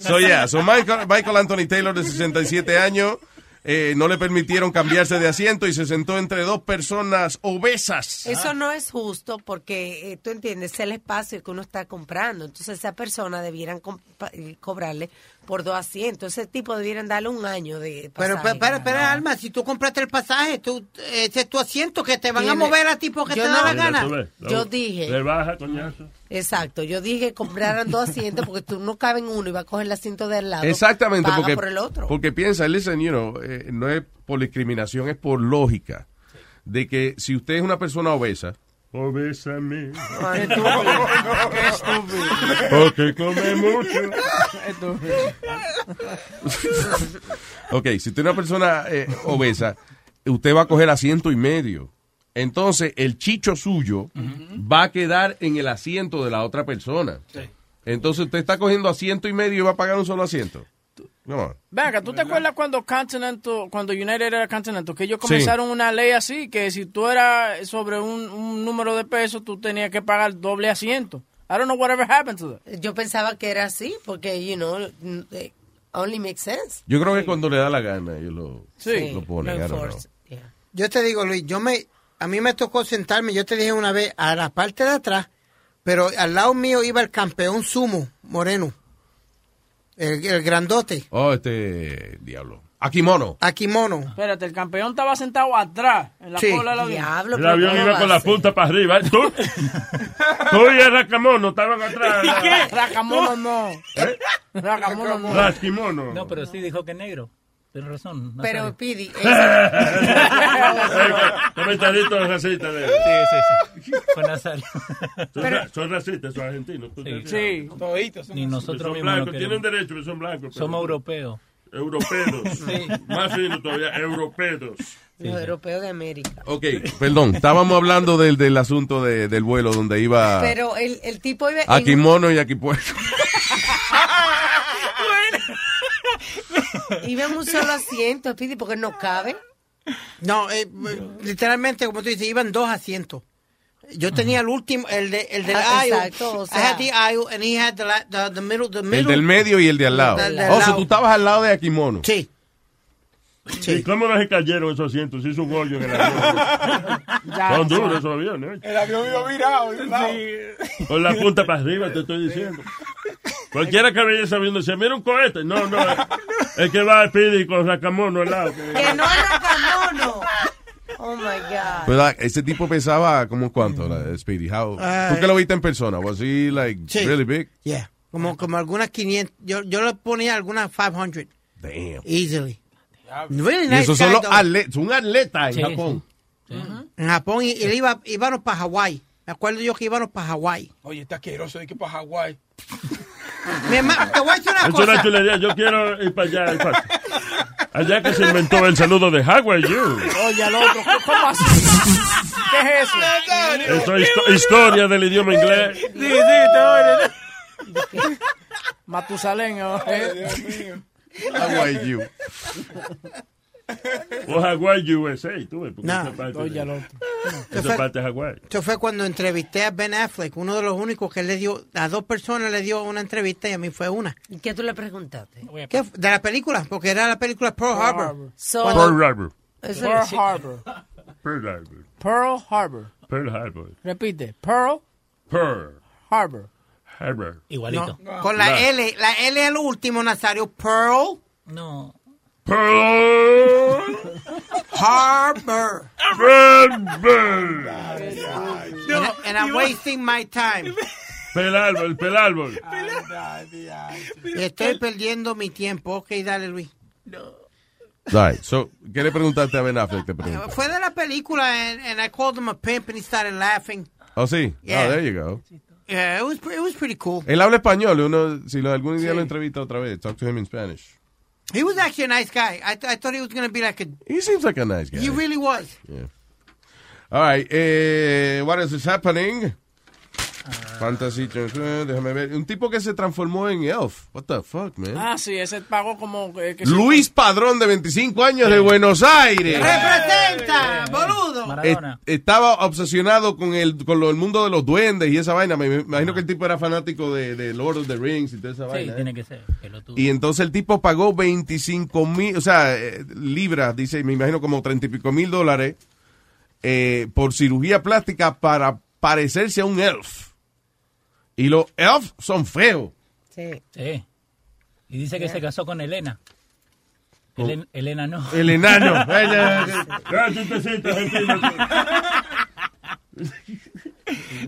So yeah, so Michael, Michael Anthony Taylor de 67 años eh, no le permitieron cambiarse de asiento y se sentó entre dos personas obesas. Eso no es justo porque eh, tú entiendes, es el espacio que uno está comprando. Entonces, esa persona debieran compa- eh, cobrarle por dos asientos. Ese tipo debieran darle un año de Pero, pasaje. pero, pero, pero, Alma, si tú compraste el pasaje, tú, ese es tu asiento que te van a Tiene- mover a tipo que Yo te no- da la Mira, gana. tú ves. Yo dije. Le baja, coñazo. Exacto, yo dije que compraran dos asientos porque tú no caben uno y va a coger el asiento de al lado. Exactamente, paga porque, por el otro. porque piensa, listen, you know, eh, no es por discriminación, es por lógica. De que si usted es una persona obesa, Obésame. Qué estúpido. Qué estúpido. Porque come mucho. Estúpido. ok, si usted es una persona eh, obesa, usted va a coger asiento y medio. Entonces, el chicho suyo va a quedar en el asiento de la otra persona. Entonces, usted está cogiendo asiento y medio y va a pagar un solo asiento. Come on. Venga, ¿tú te acuerdas cuando Continental, cuando United era Continental, que ellos Sí. comenzaron una ley así, que si tú eras sobre un, un número de pesos, tú tenías que pagar doble asiento? I don't know whatever happened to that. Yo pensaba que era así porque, you know, mm, eh, only makes sense. Yo creo que cuando le da la gana, ellos lo, Sí. lo ponen. Lo I don't know. enforce. Yo te digo, Luis, yo me, a mí me tocó sentarme, yo te dije una vez, a la parte de atrás, pero al lado mío iba el campeón sumo, Moreno, el, el grandote, Oh, este diablo. Akimono. a kimono. Espérate, el campeón estaba sentado atrás, en la Sí. cola del avión. Diablo, El avión iba con la punta para arriba. ¿eh? Tú, tú y el Racamono estaban atrás. Racamono no. Racamono no. Rasquimono. No, pero sí dijo que negro. Tienes razón. no Pero, sabe. Pidi, Comentadito racista de él. Sí, sí, sí. Fue Nazario. Son, ra- son racistas, son argentinos. tú te- Sí, toditos. Ni nosotros son mismos no blancos, tienen queremos. derecho, pero son blancos. pero- Somos europeos. Europeos. Más fino todavía, europeos. los europeos de América. Ok. Perdón, estábamos hablando del, del asunto de- del vuelo donde iba Pero el, el tipo iba en- Akimono y Akipuerto. iba en un solo asiento, Pidi, porque no cabe. No, eh, literalmente, como tú dices, iban dos asientos. Yo tenía el último, el de, el del Ah, aisle. exacto, o sea. I had the aisle and he had the, la- the, the middle, the middle. El del medio y el de al lado. Del de al Oh, so lado. tú estabas al lado de Akimono. Sí. ¿Y cómo no se cayeron esos asientos? Hizo un hoyo en el avión. Son duros esos aviones. ¿eh? El avión iba virado. virado. Con la punta para arriba, te estoy diciendo. Cualquiera que vaya sabiendo, se mira un cohete. No, no. es- Es que va a pedir con racamono al lado. Que no es racamono. Oh my God. Pero like, ese tipo pesaba como cuánto, la- Speedy. How, Ah, ¿Tú que lo viste en persona? Was he like Sí. really big? Yeah. Como, como algunas 500. Yo, yo le ponía algunas 500. Damn. Easily. Really Y nice esos guy, son los though. atletas, un atleta en Sí, Japón. En Japón, y, y él iba, íbamos para Hawái. Me acuerdo yo que íbamos para Hawái. Oye, está asqueroso de que para Hawái. Mi hermano, te voy a decir una Es una cosa. chulería. Yo quiero ir para allá. al parque. Allá que se inventó el saludo de How are you? Oye, al otro, ¿cómo así? ¿Qué es eso? Esto es histo- historia del idioma inglés. Sí, sí, te oye. Matusalén, ¿eh? How are you? O Hawái USA, tú ves. porque No, esa parte oye, de- al otro. Esa Fue- parte de Hawái. Esto fue cuando entrevisté a Ben Affleck, uno de los únicos que le dio, a dos personas le dio una entrevista y a mí fue una. ¿Y qué tú le preguntaste? ¿Qué? De la película, porque era la película Pearl Pearl Harbor. Harbor. So- Pearl Harbor. Eso Pearl es- Harbor. Pearl Harbor. Pearl Harbor. Pearl Harbor. Repite. Pearl Pearl Harbor. Harbor. Igualito. No, con la E L, la L es el último, Nazario. Pearl No. Pearl Harbor. Harbor. And, I- and I'm wasting my time. Pel árbol, pel árbol. Estoy perdiendo mi tiempo. Ok, dale, Luis. All right, so, ¿qué le preguntaste a Ben Affleck? Te pregunto. Fue de la película, and, and I called him a pimp, and he started laughing. Oh, sí. Yeah. Oh, there you go. Yeah, it was, pre- it was pretty cool. Él habla español. Uno, si lo- algún día lo entrevista otra vez, talk to him in Spanish. He was actually a nice guy. I, th- I thought he was going to be like a. He seems like a nice guy. He really was. Yeah. All right, eh, what else is happening? Fantasy, déjame ver. Un tipo que se transformó en elf. What the fuck, man? Ah, sí, ese pago como... eh, que- Luis Padrón, de 25 años, de Buenos Aires. ¡Representa, boludo! Eh, estaba obsesionado con el, con lo- el mundo de los duendes y esa vaina. Me, me imagino que el tipo era fanático de, de Lord of the Rings y toda esa Ah. Sí, vaina. tiene ¿eh? que ser. pelotudo. Y entonces el tipo pagó 25 mil, o sea, eh, libras, dice, me imagino como 30 y pico mil dólares eh, por cirugía plástica para parecerse a un elf. Y los elf son feos. Sí. Sí. Y dice que Yeah. se casó con Elena. Con- Elen- Elena no. El enano. Ay, ya, ya. Ah, tú te sientas, entiendo.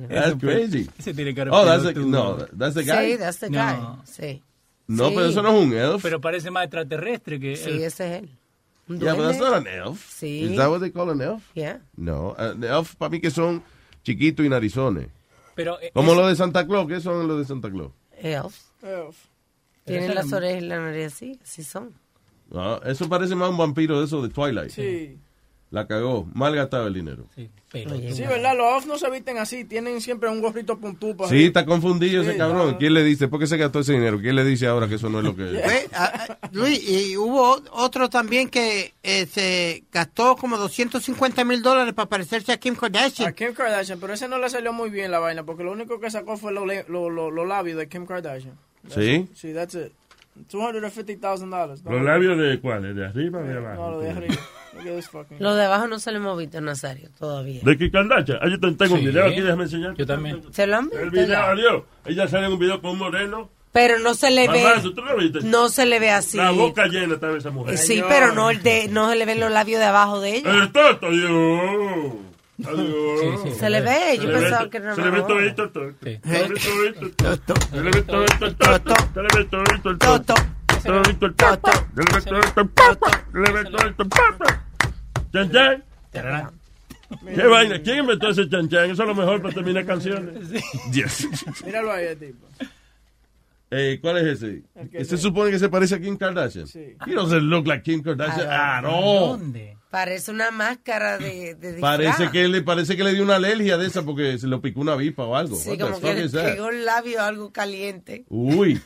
That's crazy. Ese tiene cara Oh, that's the, pelotudo. no, that's the guy. Sí, that's the guy. No. Sí. No, Sí. pero eso no es un elf. Pero parece más extraterrestre que... Sí, ese es él. Un Yeah, but that's duende. not an elf. Sí. Is that what they call an elf? Yeah. No, uh, the elf para mí que son chiquitos y narizones. Pero, eh, Como es- los de Santa Claus, ¿qué son los de Santa Claus? Elf. ese Tienen las era- orejas y la nariz así, así son. Ah, eso parece más un vampiro de eso de Twilight. Sí. La cagó, mal gastado el dinero. Sí, Sí, ¿verdad? Los off no se visten así. Tienen siempre un gorrito puntú para está confundido ese Sí, cabrón. no. ¿Quién le dice? ¿Por qué se gastó ese dinero? ¿Quién le dice ahora que eso no es lo que es? Ve, a- a- Luis, y hubo otro también que eh, se gastó como 250 mil dólares para parecerse a Kim Kardashian. A Kim Kardashian, pero ese no le salió muy bien la vaina, porque lo único que sacó fue los le- lo- lo- los labios de Kim Kardashian. ¿Sí? Sí, that's it. $250,000. ¿Los labios de cuáles? ¿De arriba o de No, abajo? lo de arriba. Look at this fucking- Lo de abajo no se lo hemos visto, Nazario, todavía. ¿De qué candacha? Ah, yo tengo un Sí. video aquí, déjame enseñar. Yo también. ¿Se lo han visto? El video, ya? adiós. Ella sale en un video con un moreno. Pero no se le Mamá, ve. ¿tú lo viste? No se le ve así. Eh, La boca llena estaba esa mujer. Sí, pero no el de, no se le ven los labios de abajo de ella. El toto, adiós. Adiós. sí. Se le ve, yo Se le ve pensaba to- que era Se una le ve boca. todo esto, todo. Se le ve todo esto, todo. Se le ve todo esto, todo. Se le ve todo esto, todo. Se le ve todo esto, todo. Se le ve todo esto, todo. Se le ve todo esto, todo. Chan, chan. ¿Qué vaina? ¿Quién inventó ese chan chan? Eso es lo mejor para terminar canciones. Yes. Míralo ahí, el tipo. Eh, ¿Cuál es ese? que ¿Ese supone que se parece a Kim Kardashian? Sí. He doesn't look like Kim Kardashian Ah, at all. Parece una máscara de, de disfraz. Parece que, le, parece que le dio una alergia de esa porque se lo picó una avispa o algo. Sí, What the como fuck que le is that? pegó el labio a algo caliente. Uy.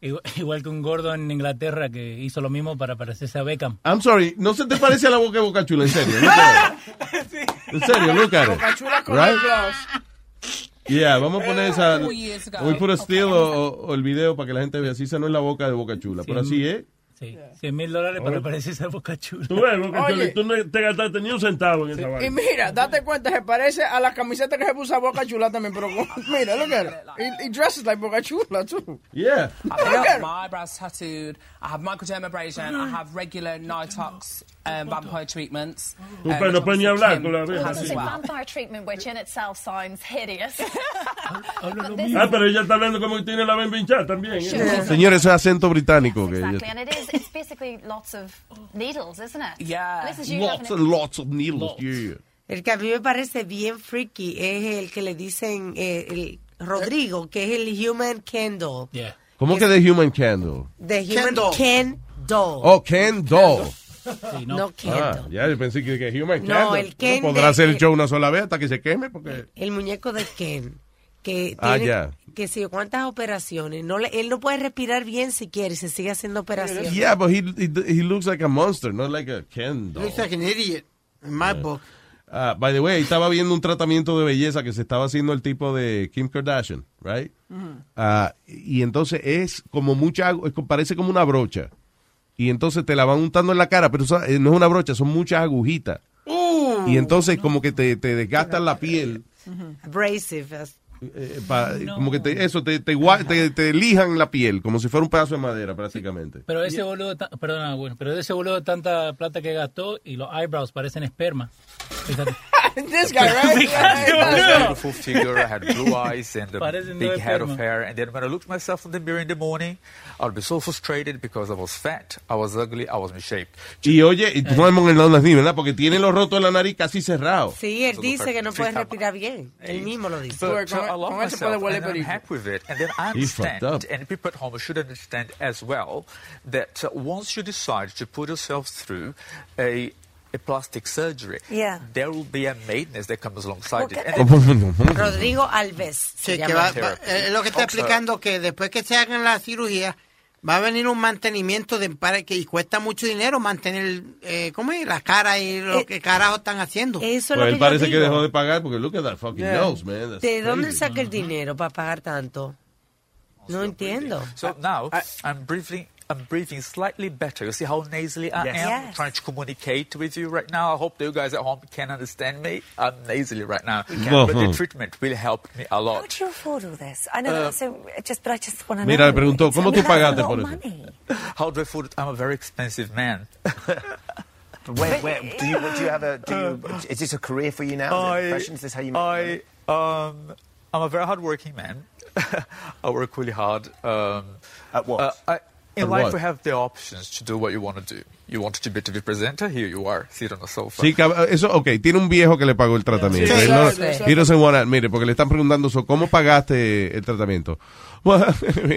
Igual, igual que un gordo en Inglaterra que hizo lo mismo para parecerse a Beckham. I'm sorry, no se te parece a la boca de Boca Chula, en serio. Look at it. En serio, look at it. Bocachula con Right? el gloss. Yeah, vamos a poner esa. Uy, es Hoy puro estilo o, o el video para que la gente vea. Así esa no es la boca de Boca Chula, pero así es. Sí, 100 mil dólares para parecer esa boca chula. Tú ves, Boca Chula, Oye. y tú no te gastaste ni un centavo en esa Y vaina. mira, date cuenta, se parece a la camiseta que se puso a Boca Chula también, pero con- mira, look at it. He, he dresses like Boca Chula, too. Yeah. Look at my eyebrows tattooed. I have microdermabrasion. I have regular Nitox um, vampire treatments. Um, Tú, pero no puedes ni hablar con la Kim vieja. has así. as well. vampire treatment, which in itself sounds hideous. But this- Ah, pero ella está hablando como que tiene la bembinchada también. ¿eh? Señores, ese es acento británico. Que Exactly, and it is, it's basically lots of needles, isn't it? Yeah. And this is you having Lots a- and lots of needles. yeah. El que a mí me parece bien freaky es el que le dicen eh, el Rodrigo, que es el Human Candle. ¿Cómo que The Human Candle? The Human Kendall. Candle. Oh, Ken Doll. no. Ah, Kendall. ya yo pensé que, que Human No, Candle. el Ken podrá de- hacer el show una sola vez hasta que se queme. Porque... El muñeco de Ken. Que tiene Ah, ya. que si cuántas operaciones. No le- él no puede respirar bien si quiere y se sigue haciendo operaciones. Yeah, but he, he, he looks like a monster, not like a Ken Doll. Looks like an idiot. In my book. Ah, by the way, ahí estaba viendo un tratamiento de belleza que se estaba haciendo el tipo de Kim Kardashian, right? Ah, y entonces es como mucha, agu- es co- parece como una brocha. Y entonces te la van untando en la cara, pero esa- eh, no es una brocha, son muchas agujitas. Uh, Y entonces como que te, te desgastan la piel, Ujú. Abrasive. as- eh, pa- como que te, eso, te, te, gua- te- te lijan la piel, como si fuera un pedazo de madera prácticamente. Pero ese boludo, ta- perdona, bueno, pero ese boludo tanta plata que gastó y los eyebrows parecen esperma. Fíjate. This guy, right? I Yeah, had a yeah. beautiful figure. I had blue eyes and a Parecen big nueve head of piernas. hair. And then when I looked myself in the mirror in the morning, I'd be so frustrated because I was fat, I was ugly, I was misshaped. Y oye, Eh. y tú no me las ni, ¿verdad? Porque tiene los rotos en la nariz casi cerrados. eh, Sí, él dice que no puede Sí, está- respirar bien. Él mismo lo dice. So, so I love myself and I'm happy with it. And then I He fucked understand, up. and people at home should understand as well, that uh, once you decide to put yourself through a a plastic surgery, Yeah. there will be a maintenance that comes alongside it. And Rodrigo Alves. se Sí, que llama. va- va- eh, es lo que está explicando que después que se hagan la cirugía va a venir un mantenimiento de para que y cuesta mucho dinero mantener eh, cómo es la cara y lo que carajo están haciendo. Eh, Eso Pues él parece que dejó de pagar porque look at that fucking Yeah. nose, man. That's ¿De dónde crazy. saca el dinero para pagar tanto? No entiendo. pues, So now I, am breathing. I'm breathing slightly better. You see how nasally I Yes. am Yes. trying to communicate with you right now. I hope that you guys at home can understand me. I'm nasally right now, can. but the Mhm. treatment will help me a How lot. do you afford all this? Ah, I know Uh, that's so, just, but I just want to Eh, Mira, le know. preguntó, It's- I ¿cómo mean, tú that's a pagaste lot por of eso? money. How do I afford it? I'm a very expensive man. Where, where, do you do you have a do you, is this a career for you now? Is, it I- profession? Is this how you make money? I um, I'm a very hardworking man. I work really hard. Um, At what? I, in At life, what? we have the options to do what you want to do. You want to be a TV presenter? Here you are, sit on a sofa. Sí, cab- eso, ok, tiene un viejo que le pagó el tratamiento. Sí, Él no- sí, sí. Peterson Warner, mire, porque le están preguntando eso, ¿cómo pagaste el tratamiento?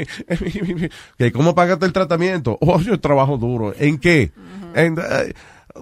Que, ¿Cómo pagaste el tratamiento? Oh, yo trabajo duro. ¿En qué? En, eh,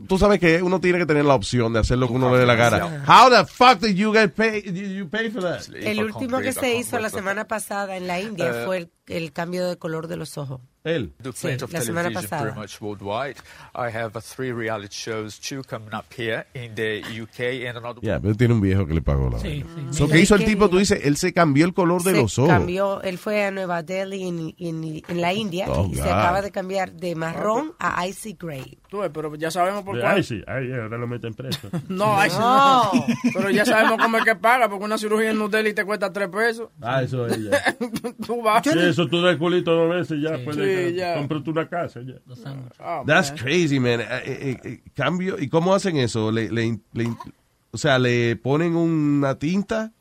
tú sabes que uno tiene que tener la opción de hacer lo que uno le dé la gana. How the fuck did you get paid? You, you pay for that? El último que se hizo la semana pasada en la India Eh. fue el, el cambio de color de los ojos. Él. Do Sí, plenty of la semana television pretty pasada. much worldwide. I have uh, three reality shows, two coming up here in the UK and another Ya, pero tiene un viejo que le pagó la Sí, vaina. sí. So, ¿Qué hizo el tipo? Tú dices, él se cambió el color de Se los ojos. Cambió, él fue a Nueva Delhi en, en- en la India Oh, y se God. acaba de cambiar de marrón a icy gray. Tú ves, pero ya sabemos por Ay, cuál. sí, ay, ahora lo meten preso. No, ay, sí, no. Pero ya sabemos cómo es que paga, porque una cirugía en un deli te cuesta tres pesos. Ah, eso es ya. Tú vas. Sí, eso tú das el culito dos veces ya, pues Sí, eh, ya. compras tú una casa ya. Oh, That's man. crazy, man. Eh, eh, eh, cambio. ¿Y cómo hacen eso? Le, le in- le in- o sea, le ponen una tinta.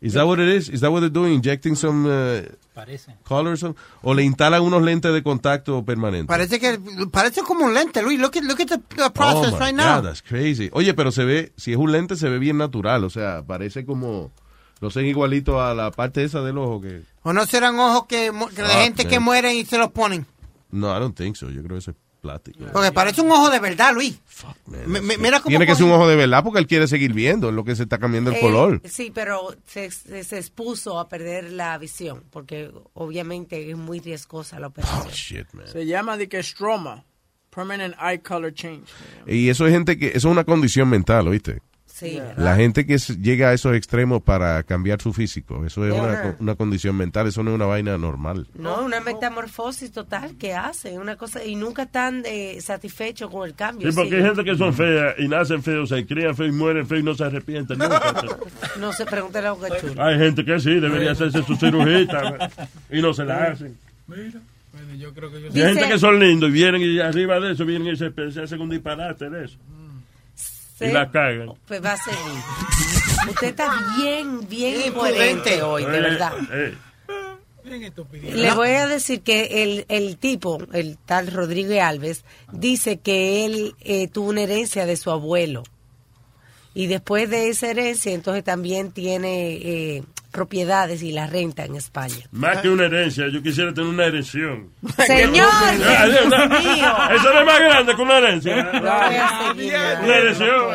Is that what it is? Is that what they're doing? Injecting some uh, Parece. color or something? O le instalan unos lentes de contacto permanente. Parece que parece como un lente, Luis. Look at, look at the, the Oh process my right God, now. that's crazy. Oye, pero se ve, si es un lente se ve bien natural, o sea, parece como no sé, igualito a la parte esa del ojo que O no serán ojos que, mu- que de Ah, gente que man. mueren y se los ponen. No, I don't think so. Yo creo que eso es plástico. Porque parece un ojo de verdad, Luis. Mi- mi- mira cómo Tiene que ser un ojo de verdad porque él quiere seguir viendo, es lo que se está cambiando Eh, el Él- color. Eh, Sí, pero se, se- se expuso a perder la visión porque obviamente es muy riesgosa la Oh, operación. Se llama de que stroma. Permanent eye color change. Y eso es gente que, eso es una condición mental, ¿oíste? Sí. La gente que s- llega a esos extremos para cambiar su físico, eso es Yeah. una, co- una condición mental, eso no es una vaina normal. No, una metamorfosis total que hace, una cosa, y nunca están eh, satisfechos con el cambio. Sí, porque hay siguen. gente que son feas y nacen feos, se crían feos y mueren feos y no se arrepienten nunca. No se pregunta la boca chula. Hay gente que sí, debería hacerse su cirujita y no se la hacen. Mira. Bueno, yo creo que yo Y hay gente que son lindos y vienen y arriba de eso vienen y se, se hacen un disparate de eso. Y la cagan. Pues va a ser. Usted está bien, bien coherente hoy, de Eh, verdad. eh. Le voy a decir que el, el tipo, el tal Rodríguez Alves, dice que él eh, tuvo una herencia de su abuelo. Y después de esa herencia, entonces también tiene eh, propiedades y la renta en España. Más que una herencia, yo quisiera tener una erección. Señor, Ah, Dios no. mío. Eso no es más grande que una herencia. Una erección.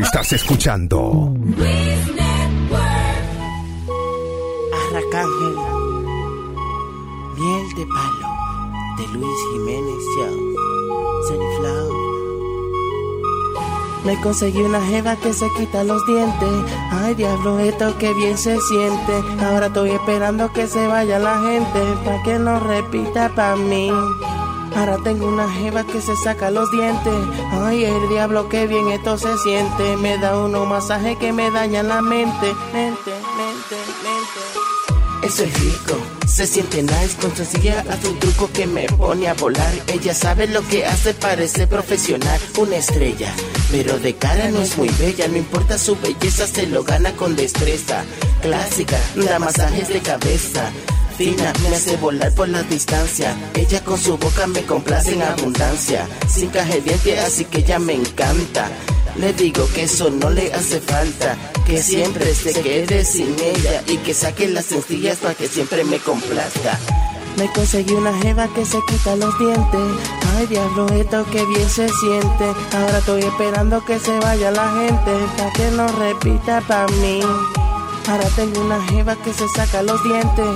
Estás escuchando. Arracángel. Miel de palo. De Luis Jiménez Show. Sunflower. Me conseguí una jeva que se quita los dientes. Ay, diablo, esto que bien se siente. Ahora estoy esperando que se vaya la gente. Pa' que no repita pa' mí. Ahora tengo una jeva que se saca los dientes. Ay, el diablo, que bien esto se siente. Me da uno masaje que me daña la mente. Mente, mente, mente. Eso es rico. Se siente nice con sencilla hace un truco que me pone a volar. Ella sabe lo que hace, parece profesional, una estrella. Pero de cara no es muy bella, no importa su belleza, se lo gana con destreza. Clásica, da masajes de cabeza. Fina, me hace volar por la distancia. Ella con su boca me complace en abundancia. Sin caje diente, así que ella me encanta. Le digo que eso no le hace falta, que siempre se quede sin ella y que saque las sencillas para que siempre me complazca. Me conseguí una jeva que se quita los dientes. Ay, diablo, esto que bien se siente. Ahora estoy esperando que se vaya la gente. Para que no repita para mí. Ahora tengo una jeva que se saca los dientes.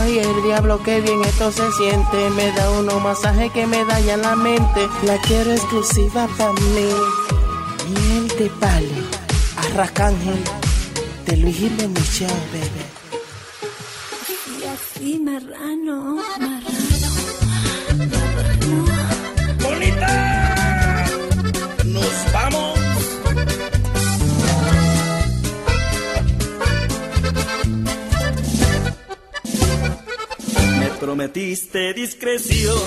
Ay, el diablo, que bien esto se siente. Me da uno masaje que me daña la mente. La quiero exclusiva para mí. Miel de palo. Arracángel. De Luis Jiménez Show, bebé. Y así, marrano, marrano. ¡Bonita! ¡Nos vamos! Me prometiste discreción,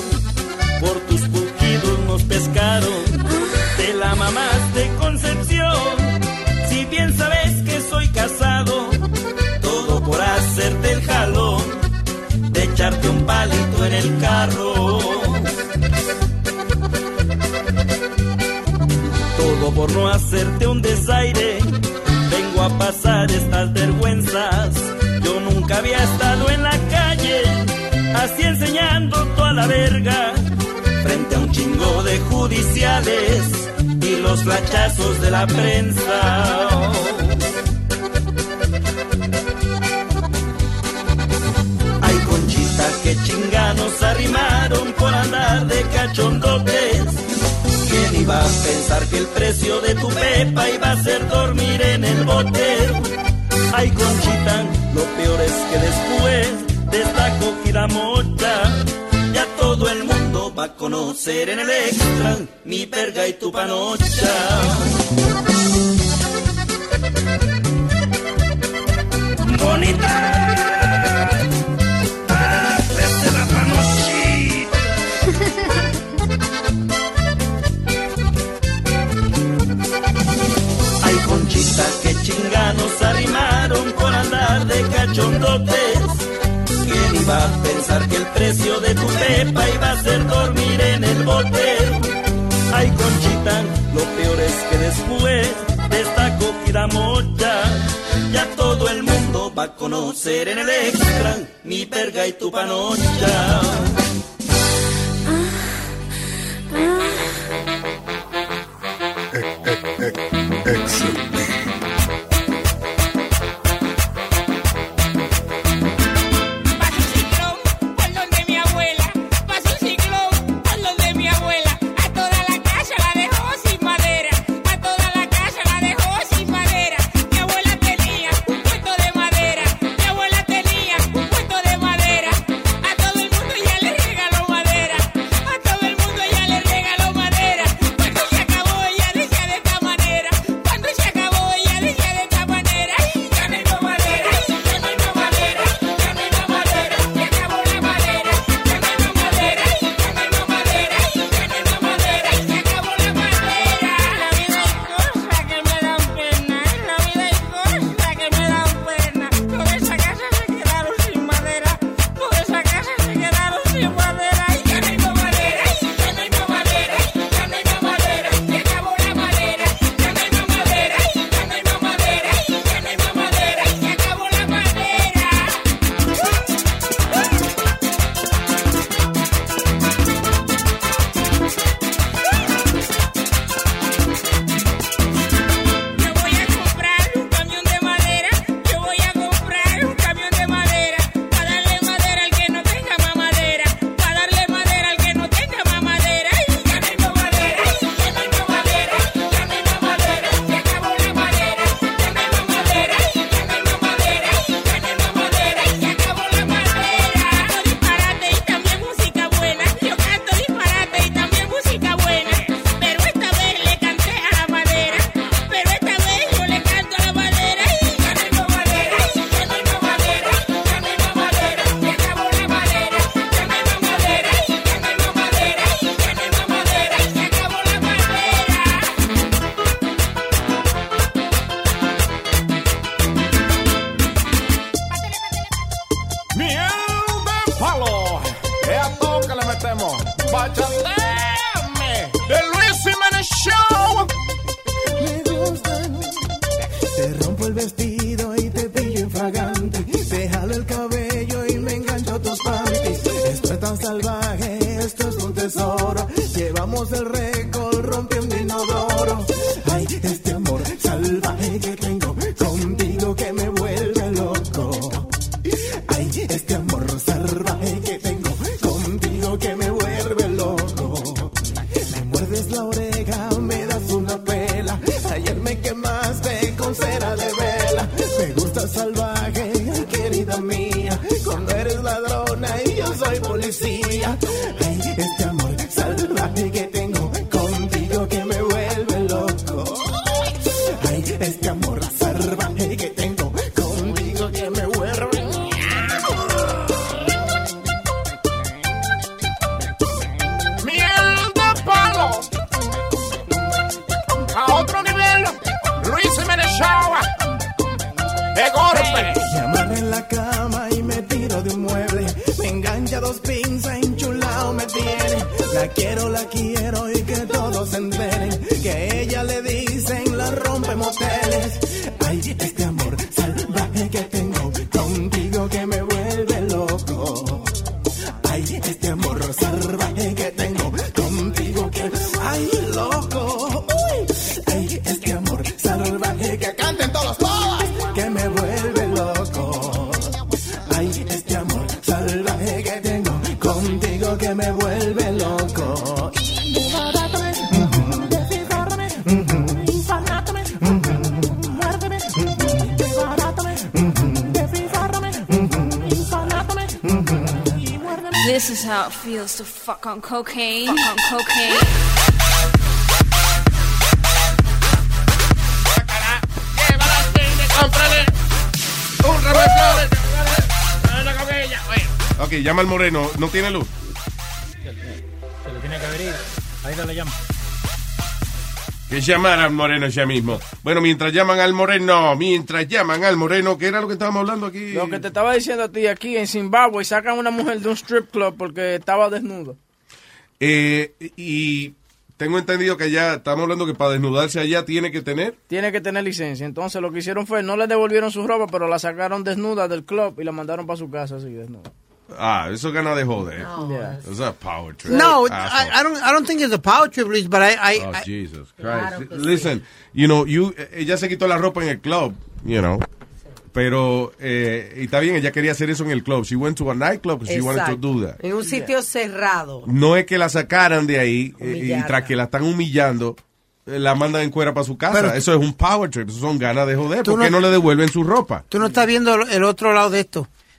por tus pujidos nos pescaron. Te la mamás de Concepción, si bien sabes que soy casado, todo por hacerte el jalón, de echarte un palito en el carro. Todo por no hacerte un desaire, vengo a pasar estas vergüenzas. Yo nunca había estado en la calle, así enseñando toda la verga, frente a un chingo de judiciales y los flachazos de la prensa. Ay, Conchita, que chinganos arrimaron por andar de cachondotes. ¿Quién iba a pensar que el precio de tu pepa iba a ser dormir en el bote? Ay, Conchita, lo peor es que después de esta cogida mocha, ya todo el mundo va a conocer en el extra mi verga y tu panocha. ¡Bonita! ¡Ah, vete la Ay, Conchita, que chinganos arrimaron por andar de cachondotes. ¿Quién iba a pensar que el precio de tu pepa iba a ser dormir en el bote? Ay, Conchita, lo peor es que después de esta cogida mocha, ya todo el mundo va a conocer en el extra mi verga y tu panocha. Por donde mi abuela, pasó un ciclón, por donde mi abuela, a toda la casa la dejó sin madera, a toda la casa. Te rompo el vestido y te pillo infragante. Te jalo el cabello y me engancho a tus panties. Esto es tan salvaje, esto es un tesoro. Llevamos el récord rompiendo inodoro. Ay, este amor salvaje que tengo contigo que me vuelve loco. Ay, este amor salvaje que tengo contigo que me vuelve loco. Me muerdes la oreja, me das una pela. Ayer me quemaste con cera de vela. Me gusta salvaje, ay, querida mía. Cuando eres ladrona y yo soy policía. Ay, este amor salvaje que tengo contigo que me vuelve loco. Ay, este amor salvaje que tengo contigo que me vuelve Miel de palo. A otro nivel, Luis Menechao. De golpe. Me amarra en la cama y me tiro de un mueble. Me engancha dos pinzas, enchulado me tiene. La quiero, la quiero y que todos se enteren. Que ella le dicen la rompe moteles. Ay, este amor salvaje que tengo contigo que me vuelve loco. Ay, este amor salvaje que tengo contigo que. Ay, loco. Uy. Ay, este amor salvaje que canten todos, todas. Que me vuelve loco. Ay, este amor salvaje que tengo contigo que me vuelve loco. This is how it feels to fuck on cocaine. Fuck on cocaine. Cómprale un ramo de flores. Bueno, con ella. Bueno. Ok, llama al moreno. No tiene luz. Se lo tiene que abrir. Ahí te lo llamo. Que llamar al moreno ya mismo. Bueno, mientras llaman al moreno, mientras llaman al moreno, ¿qué era lo que estábamos hablando aquí? Lo que te estaba diciendo a ti aquí en Zimbabue, sacan una mujer de un strip club porque estaba desnuda. Eh, y tengo entendido que allá, estamos hablando que para desnudarse allá tiene que tener. Tiene que tener licencia. Entonces lo que hicieron fue, no le devolvieron su ropa, pero la sacaron desnuda del club y la mandaron para su casa así desnuda. Ah, eso gana de joder. Eso es power trip. No, Asshole. I, I don't. I don't think it's a power trip, Luis. But I, I, Ah, Oh, I- Jesus Claro Christ. que Listen, you know, you, ella se quitó la ropa en el club, you know. Pero, eh, y está bien, ella quería hacer eso en el club. She went to a nightclub because she wanted to Exacto. do that. En un sitio cerrado. No es que la sacaran de ahí eh, y Humillada. tras que la están humillando, eh, la mandan en cuera para su casa. Pero- eso es un power trip, eso son ganas de joder. Tú ¿Por qué no, no- le devuelven su ropa? tú no estás viendo el otro lado de esto.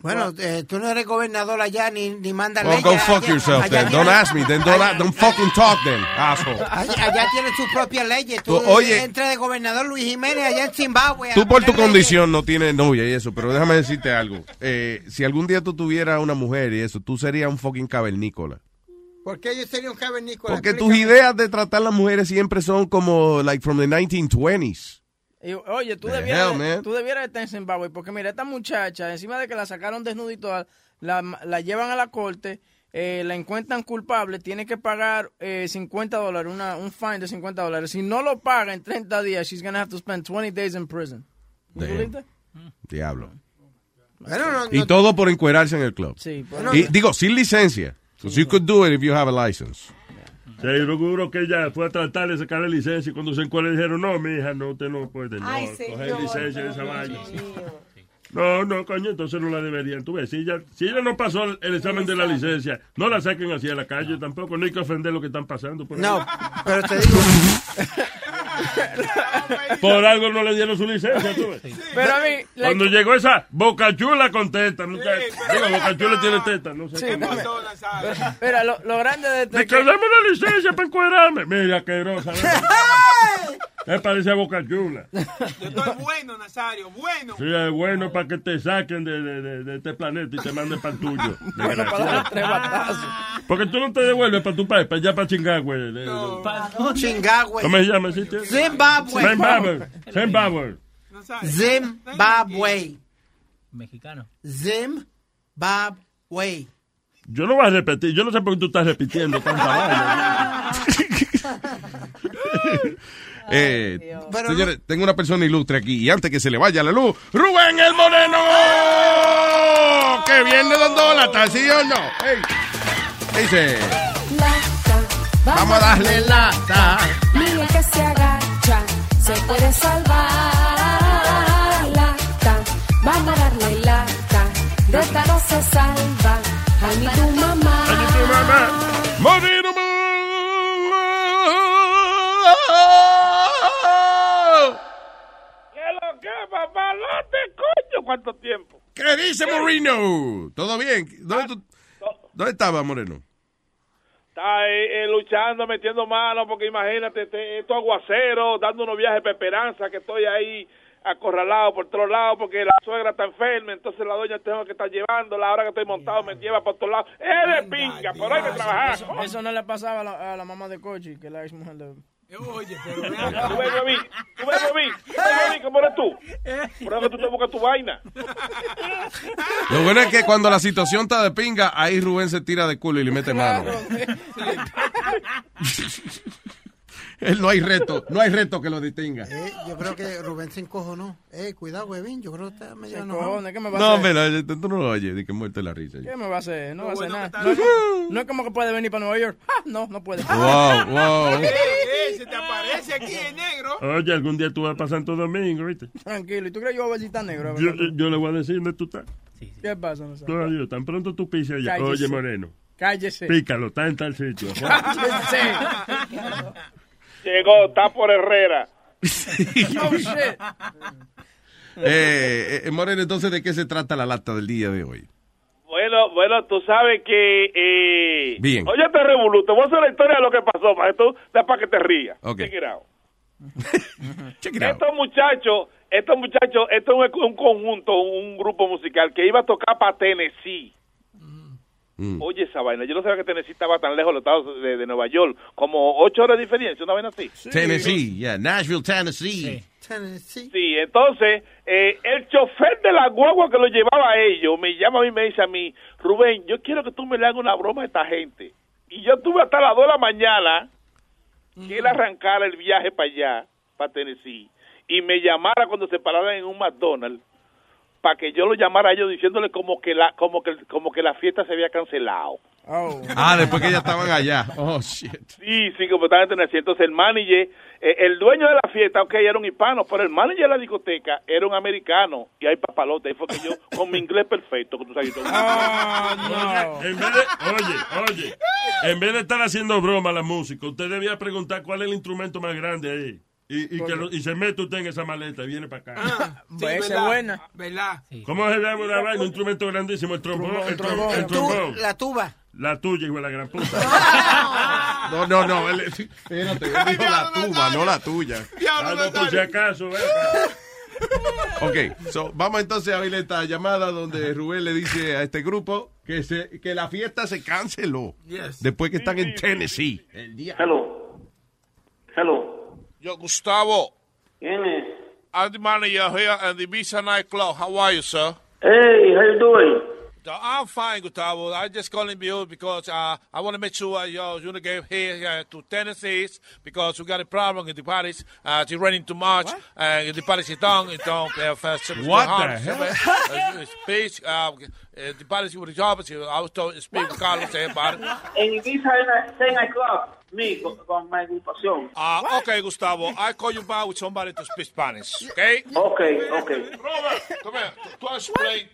Bueno, eh, tú no eres gobernador allá ni, ni manda Well, leyes go allá- fuck yourself allá then. Don't tiene- ask me. Then don't, a- don't fucking talk then, asshole. Allá, allá tiene sus propias leyes. Tú Tú, oye. entra de gobernador Luis Jiménez allá en Zimbabue. Tú por tu condición no tienes novia y eso, pero déjame decirte algo. Eh, si algún día tú tuvieras una mujer y eso, tú serías un fucking cavernícola. Pues, ¿Por qué yo sería un cavernícola? Porque tus ideas de tratar a las mujeres siempre son como, like, from the 1920s. Y, oye, tú The debieras, hell, man. tú debieras estar en Zimbabue, porque mira, esta muchacha, encima de que la sacaron desnuda y toda, la, la llevan a la corte, eh, la encuentran culpable, tiene que pagar eh, 50 dólares, una, un fine de 50 dólares. Si no lo paga en 30 días, she's gonna have to spend 20 days in prison. ¿Me Damn. entendiste? Diablo. Bueno, no- Y no- todo por encuerarse en el club. Sí, bueno. Y digo, sin licencia. 'Cause you could do it if you have a license. Seguro que ella fue a tratar de sacarle licencia y cuando se encuentra le dijeron, no, mija, no, usted no puede no, Ay, coger señor, licencia de esa Dios vaina. No, no, coño, entonces no la deberían. Tú ves, si ella, si ella no pasó el, el examen de la licencia, no la saquen así a la calle tampoco. No hay que ofender lo que están pasando. Por No, ahí. pero te digo. Por algo no le dieron su licencia, tú ves. Pero a mí, la- Cuando llegó esa, Bocachula con teta. muchacho. Digo, Bocachula tiene teta, no sé. Sí, qué no más. me- Mira, lo, lo grande de esto Me es que dame la licencia para encuadrarme. Mira, querosa. Él parece a Boca Chula. Esto es bueno, Nazario, bueno. Sí, es bueno para que te saquen de, de- de- de este planeta y te manden para el tuyo. Bueno, para dar tres batazos. Porque tú no te devuelves para tu país, para allá para Chingagüe. De- de- Chingagüe. ¿Cómo se llama el sitio? Zimbabue. Zimbabue. Zimbabue. Zimbabwe. Mexicano. Zimbabwe. Yo no voy a repetir, yo no sé por qué tú estás repitiendo tanta vaina. Eh, señores, tengo una persona ilustre aquí y antes que se le vaya la luz, Rubén el Moreno, que viene dando la ¿sí o no? Ey. Dice, Vamos a darle lata. Mira que se agacha, se puede salvar. Lata, vamos a darle lata. De esta no se salva. A mi tu mamá. Moreno, ¿Qué es lo que, papá? No te escucho. ¿Cuánto tiempo? ¿qué dice Moreno? ¿Todo bien? ¿Dónde, tú- dónde estaba Moreno? Está eh, eh, luchando, metiendo mano, porque imagínate, este, estos aguaceros, dando unos viajes para Esperanza, que estoy ahí acorralado por todos lados, porque la suegra está enferma, entonces la doña tengo que estar llevando, la hora que estoy montado me lleva para todos lados. ¡Es de pinga! Pero hay que trabajar. Eso, eso no le pasaba a la, a la mamá de Cochi, que es la ex mujer de. Oye, Tú ves, Bobby, tú ves, Bobby, tú ves, Bobby, ¿cómo eres tú? Por eso tú te buscas tu vaina. Lo bueno es que cuando la situación está de pinga, ahí Rubén se tira de culo y le mete mano. Él no hay reto, no hay reto que lo detenga. Eh, yo creo que Rubén se encojonó. Eh, cuidado, huevín. Yo creo que está medio Se enojado. encojona, ¿qué me va a No, hacer? pero eh, tú no lo oyes, de que muerte la risa. ¿Qué me va a hacer? No va a hacer bueno que nada. está- No es, como, no es como que puede venir para Nueva York. Ah, no, no puede. Wow, wow. se te aparece aquí el negro. Oye, algún día tú vas para Santo Domingo, ¿viste? Tranquilo, ¿y tú crees que yo voy a visitar negro? Yo, yo le voy a decir dónde tú estás. ¿Qué pasa? No sé? Tú, adiós, tan pronto tú pises allá. Cállese. Oye, Moreno, Cállese. pícalo, está en tal sitio. Cállese. Llegó, está por Herrera. Oh, shit. Eh, eh, Moreno, entonces, ¿de qué se trata la lata del día de hoy? Bueno, bueno, tú sabes que... Eh... Bien. Oye, te revoluto, te voy a hacer la historia de lo que pasó, para que tú, para que te rías. Ok. Check it out. Check it out. Estos muchachos, estos muchachos, esto es un, un conjunto, un, un grupo musical que iba a tocar para Tennessee. Mm. Oye, esa vaina, yo no sabía que Tennessee estaba tan lejos de, los Estados- de, de Nueva York, como ocho horas de diferencia, una vaina así. Tennessee, yeah, Nashville, Tennessee. Sí, entonces eh, el chofer de la guagua que lo llevaba a ellos me llama a mí y me dice a mí, Rubén, yo quiero que tú me le hagas una broma a esta gente. Y yo tuve hasta las 2 de la mañana que él arrancara el viaje para allá, para Tennessee, y me llamara cuando se pararan en un McDonald's para que yo lo llamara a ellos diciéndole como que la como que como que la fiesta se había cancelado. Ah, después que ya estaban allá. Oh, shit. Sí, sí, como estaba en Tennessee. Entonces el manager, eh, el dueño de la fiesta, ok, era un hispano, pero el manager de la discoteca era un americano. Y hay papalote, ahí fue que yo, con mi inglés perfecto, que tú sabes. y todo. Ah. En vez de- oye, oye, en vez de estar haciendo broma a la música, usted debía preguntar cuál es el instrumento más grande ahí. Y, y que lo- y se mete usted en esa maleta y viene para acá. Pues, esa es ¿verdad? buena. ¿Verdad? ¿Cómo se llama una vaina? Un instrumento grandísimo, el trombón. El trombón. el Tú, trombón. la tuba. La tuya, hijo de la gran puta. No, no, no. él- espérate, él dijo la tuba, no la tuya. Ah, no, por si acaso, ven acá. Ok, so, vamos entonces a ver esta llamada donde Rubén le dice a este grupo que, se, que la fiesta se canceló. Después que están en Tennessee. Hello. Hello. Yo, Gustavo. ¿Quién es? I'm the manager here at the Visa nightclub. How are you, sir? Hey, how you doing? I'm fine, Gustavo. I just calling you because uh, I want to make sure your unit game here uh, to Tennessee because we got a problem in the parties. Uh, it's raining too much. Uh, the parties is down. It don't have fast. What the hell? Uh, speech. Uh, uh, the parties with the job. so I was told to speak with Carlos about it. En Ibiza hay una- hay una club, me, con, con mi agrupación. Uh, okay, Gustavo. I call you back with somebody to speak Spanish. Okay. Okay, okay. Robert, come here. Tú has played.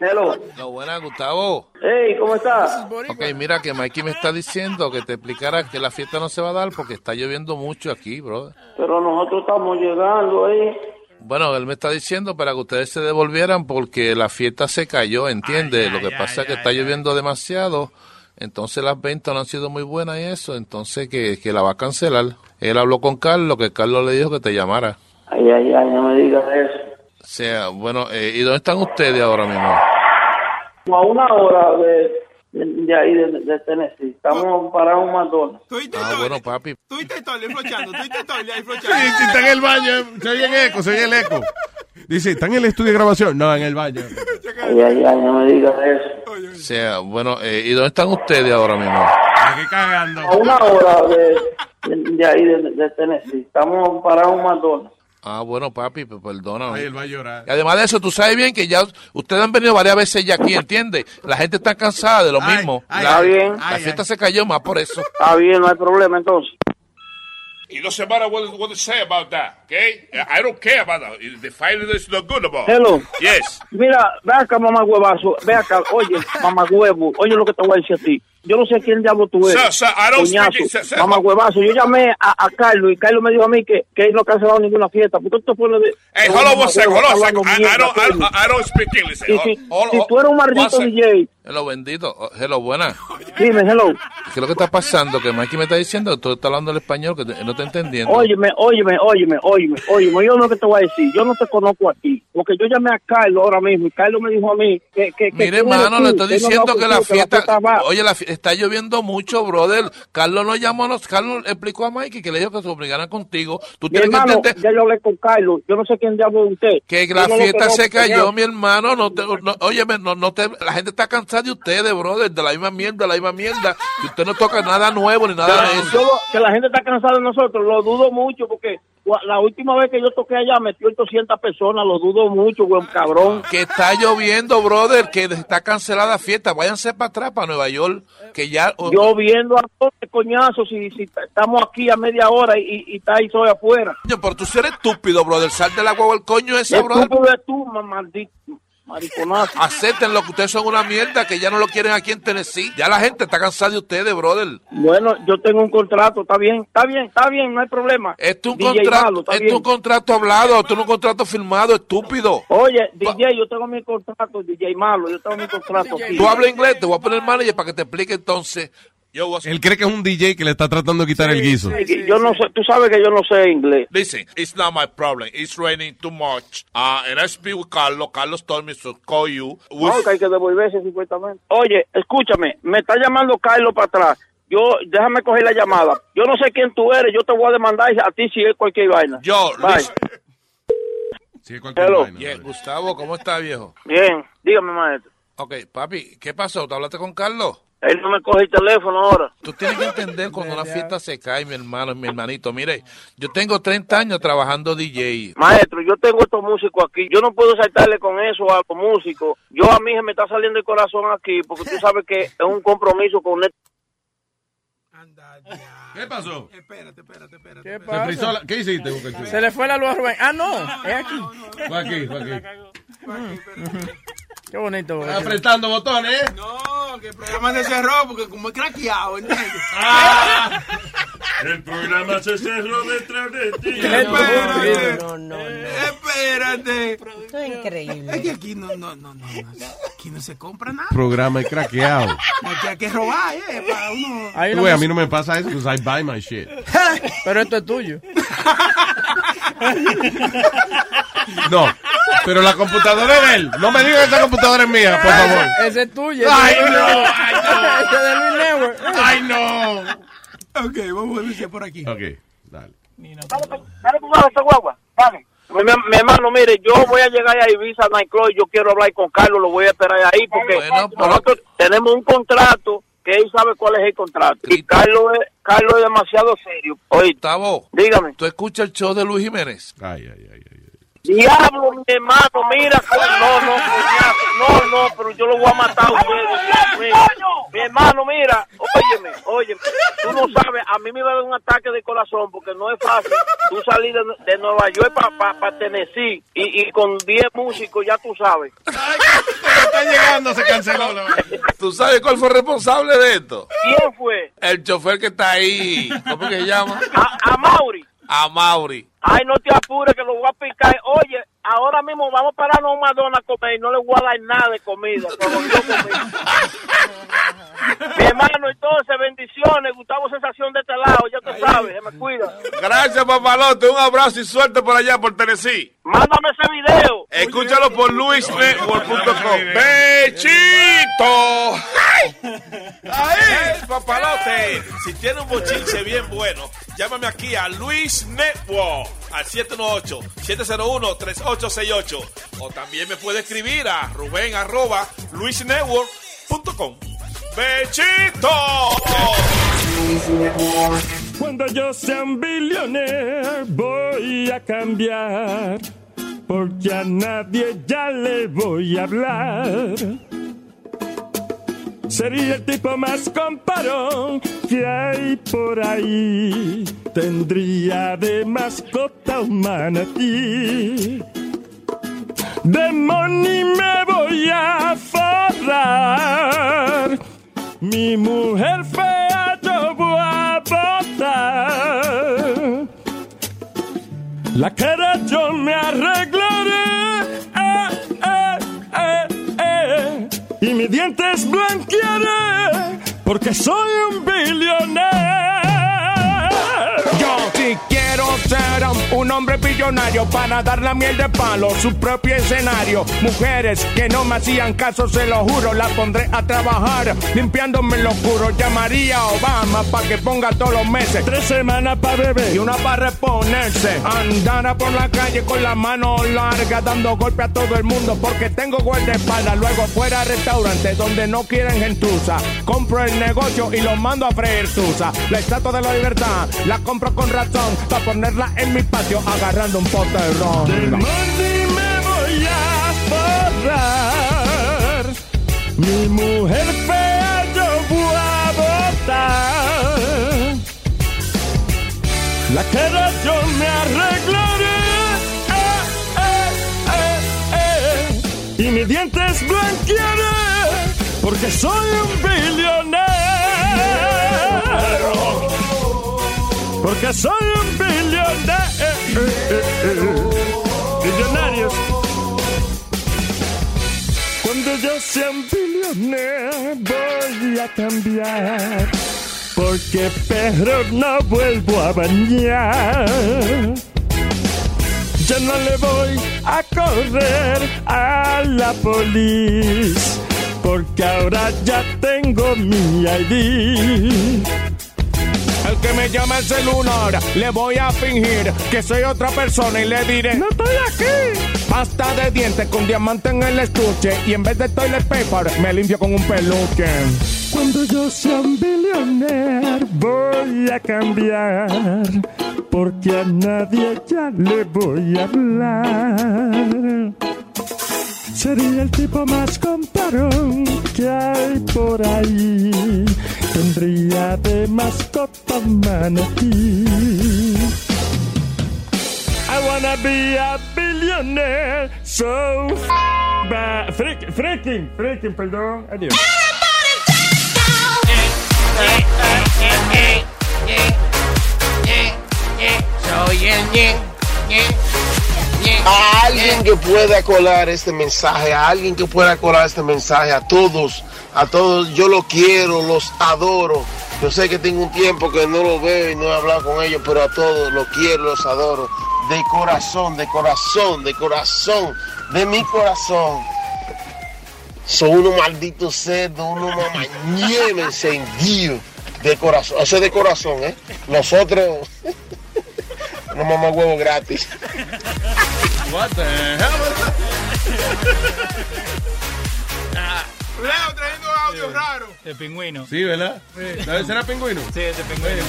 Hello. No, buena, Gustavo. Hey, ¿cómo estás? Ok, mira que Mikey me está diciendo que te explicara que la fiesta no se va a dar porque está lloviendo mucho aquí, bro. Pero nosotros estamos llegando ¿eh? ahí. Bueno, él me está diciendo para que ustedes se devolvieran porque la fiesta se cayó, ¿entiendes? Lo que pasa es que está lloviendo demasiado Entonces las ventas no han sido muy buenas y eso, entonces que, que la va a cancelar. Él habló con Carlos, que Carlos le dijo que te llamara. Ay, ay, ay, no me digas eso. O sea, bueno, eh, ¿y dónde están ustedes ahora mismo? Como a una hora de, de, de ahí, de, de Tennessee. Estamos parados en un McDonald's. Ah, bueno, papi. Tú y te estoy flochando, tú y te estoy ahí Sí, sí, está en el baño. Se oye el eco, se oye el eco. Dice, ¿están en el estudio de grabación? No, en el baño. Ay, ay, ay, no me digas eso. O sea, bueno, eh, ¿y dónde están ustedes ahora mismo? cagando. A una hora de, de, de ahí, de, de Tennessee. Estamos parados en un McDonald's. Ah, bueno, papi, pues perdóname. Ay, él va a llorar. Y además de eso, tú sabes bien que ya ustedes han venido varias veces ya aquí, ¿entiendes? La gente está cansada de lo mismo. ay, la, Está bien. La fiesta se cayó más por eso. Está bien, no hay problema entonces. It doesn't matter what, what they say about that, okay? I don't care about that. The filing is not good about. Hello. Yes. Mira, ve acá, mamá huevazo. Ve acá, oye, mamá huevo. Oye lo que te voy a decir a ti. Yo no sé quién diablo tú eres. Sir, sir, I don't speak coñazo, it, sir, sir. mamá huevazo. Yo llamé a, a Carlos y Carlos me dijo a mí que, que él no ha cancelado ninguna fiesta. ¿Por qué tú te pones de.? Hey, de hold on mamá one second. Hold huevo, on a hablando second. I, I mierda, don't, I, Carlos? don't- I don't speak English. Y Hold- si, hold- si hold- tú eres un one maldito second. DJ, Hello, bendito. Oh, Hello, buena. dime, hello. ¿Qué es lo que está pasando? Que Mikey me está diciendo que tú estás hablando el español, que te- no te entendiendo. Óyeme, óyeme, óyeme, óyeme, óyeme. Yo lo que te voy a decir, yo no te conozco a ti. Porque yo llamé a Carlos ahora mismo y Carlos me dijo a mí que. que, que tú Mire, eres hermano, tú, le estoy que no diciendo hablo que la contigo, fiesta... va. Oye, la fie- está lloviendo mucho, brother. Carlos no llamó a nos... Carlos explicó a Mikey que le dijo que se obligaran contigo. Tú Mi tienes que hermano, entender... ya yo hablé con Carlos. Yo no sé quién diablo es usted. Que Yo la no lo fiesta conozco, se cayó, señor. mi hermano. No te, no, óyeme, no, no te, la gente está cansada de ustedes, brother. De la misma mierda, la misma mierda. Que usted no toca nada nuevo ni nada de Yo eso. lo- que la gente está cansada de nosotros, lo dudo mucho porque gua- la última vez que yo toqué allá metió 800 personas, lo dudo mucho, buen cabrón. Que está lloviendo, brother. Que está cancelada la fiesta. Váyanse para atrás, para Nueva York. Que ya. o- Yo viendo a dónde, coñazo, si, si t- estamos aquí a media hora y, y está ahí soy afuera. Coño, pero tú sí eres estúpido, brother. Sal de la guagua el coño ese, brother. Estúpido eres tú, ma- maldito. Acepten lo que ustedes son una mierda. Que ya no lo quieren aquí en Tennessee. Ya la gente está cansada de ustedes, brother. Bueno, yo tengo un contrato, está bien, está bien, está bien, no hay problema. Este es un contrato, este es un contrato hablado, este es un contrato firmado, estúpido. Oye, DJ, yo tengo mi contrato, DJ Malo, yo tengo mi contrato. aquí. Tú hablas inglés, te voy a poner manager para que te explique entonces. Yo voy a- Él cree que es un DJ que le está tratando de quitar el guiso. Yo no sé, tú sabes que yo no sé inglés. Listen, it's not my problem. It's raining too much. Uh, and I speak with Carlos. Carlos told me to call you. We- No, que hay que devolverse supuestamente. Oye, escúchame, me está llamando Carlos para atrás. Yo, déjame coger la llamada. Yo no sé quién tú eres, yo te voy a demandar a ti si es cualquier vaina. Yo, Bye. listen. Hello. Yeah, Gustavo, ¿cómo está, viejo? Bien, dígame, maestro. Ok, papi, ¿qué pasó? ¿Te hablaste con Carlos? Él no me coge el teléfono ahora. Tú tienes que entender cuando una fiesta se cae, mi hermano, mi hermanito. Mire, yo tengo 30 años trabajando DJ. Maestro, yo tengo estos músicos aquí. Yo no puedo saltarle con eso a los músicos. Yo a mí se me está saliendo el corazón aquí porque tú sabes que es un compromiso con él. ¿Qué pasó? Espérate, espérate, espérate. ¿Qué Se frizó la- ¿Qué hiciste, Boca Chula? Se le fue la luz a Rubén. Ah, no, es aquí. Fue aquí, fue aquí. Qué bonito. Está apretando botones, ¿eh? No, que el programa se cerró porque como es craqueado, ¿entiendes? Ah. El programa se cerró detrás de ti. Espérate. No, no, no. Espérate. Esto es increíble. Es que aquí no, no, no, no, no. Aquí no se compra nada. Programa y craqueado. Aquí hay que robar, eh, para uno. Tú ves, a mí no me pasa eso, because I buy my shit. Pero esto es tuyo. No, pero la computadora es de él. No me digas que esa computadora es mía, por favor. Ese es tuyo. Ay, Ese es no, tuyo. ay, no. Ese es de Luis Network. Ay, no. Ok, vamos a ver por aquí. Ok, dale. Dale tu mano a esta guagua, dale. Mi, mi hermano, mire, yo voy a llegar a Ibiza Nightclub, yo quiero hablar con Carlos, lo voy a esperar ahí porque nosotros tenemos un contrato que él sabe cuál es el contrato. Y Carlos es, Carlos es demasiado serio. Oye, Gustavo, dígame. ¿Tú escuchas el show de Luis Jiménez? Ay, ay, Diablo, mi hermano, mira, co- no, no, coñazo, no, no, pero yo lo voy a matar a ustedes. mira. Mi hermano, mira, óyeme, óyeme, tú no sabes, a mí me va a dar un ataque de corazón porque no es fácil tú salir de, de Nueva York para Tennessee y, y con 10 músicos, ya tú sabes. Está llegando, se canceló. la- ¿Tú sabes cuál fue el responsable de esto? ¿Quién fue? El chofer que está ahí. ¿Cómo que se llama? A, Mauri. A Mauri. Ay, no te apures, que lo voy a picar. Oye, ahora mismo vamos para pararnos a un Madonna a comer y no le voy a dar nada de comida. como yo comí. Mi hermano, entonces, bendiciones. Gustavo Sensación de este lado, ya tú sabes, se me cuida. Gracias, papalote. Un abrazo y suerte por allá, por Tennessee. Mándame ese video. Escúchalo por luisnetwork.com. ¡Bechito! ¡Ahí! papalote! Si tiene un bochinche bien bueno, llámame aquí a Luis Network al 718-701-3868. O también me puede escribir a Rubén arroba luisnetwork.com. ¡Bechito! Cuando yo sea un billionaire voy a cambiar, porque a nadie ya le voy a hablar. Sería el tipo más comparón que hay por ahí. Tendría de mascota un manatí. De money me voy a forrar. Mi mujer fea yo voy a botar. La cara yo me arreglaré. eh, eh, eh, eh. Y mis dientes blanquearé. Porque soy un billonero. Yo sí quiero ser un hombre billonario para dar la miel de palo, su propio escenario. Mujeres que no me hacían caso, se lo juro, la pondré a trabajar limpiándome lo oscuro. Llamaría a Obama para que ponga todos los meses tres semanas para beber y una para reponerse. Andara por la calle con la mano larga dando golpe a todo el mundo porque tengo guardaespaldas. Luego fuera a restaurantes donde no quieren gentuza. Compro el negocio y lo mando a freír tusa. La estatua de la libertad la compro con razón para ponerla en mi patio agarrando un pote de Del ron. money me voy a forrar. Mi mujer fea yo voy a botar. La cara yo me arreglaré. eh, eh, eh, Y mis dientes blanquearé. Porque soy un billonero. Porque soy un billonero. Billonarios. Cuando yo sea un billonero voy a cambiar. Porque perro no vuelvo a bañar. Ya no le voy a correr a la polis. Porque ahora ya tengo mi ID. El que me llama el celular, le voy a fingir que soy otra persona y le diré: ¡No estoy aquí! Pasta de dientes con diamante en el estuche y en vez de toilet paper me limpio con un peluche. Cuando yo sea un billonero voy a cambiar, porque a nadie ya le voy a hablar. Sería el tipo más comparón que hay por ahí. Tendría de mascota un manatí. I wanna be a billionaire, so f- ba- freak- freaking, freaking, perdón, adiós. A alguien que pueda colar este mensaje, a alguien que pueda colar este mensaje, a todos, a todos, yo lo quiero, los adoro. Yo sé que tengo un tiempo que no lo veo y no he hablado con ellos, pero a todos los quiero, los adoro. De corazón, de corazón, de corazón, de mi corazón. Son unos malditos cerdos, unos mamañemes encendidos. De corazón, o sea, de corazón, ¿eh? Nosotros, no mamá huevo gratis. What the Ah, Leo trayendo audio raro. De pingüino. Sí, ¿verdad? Sí. ¿Sabes? ¿Será pingüino? Sí, es de pingüino.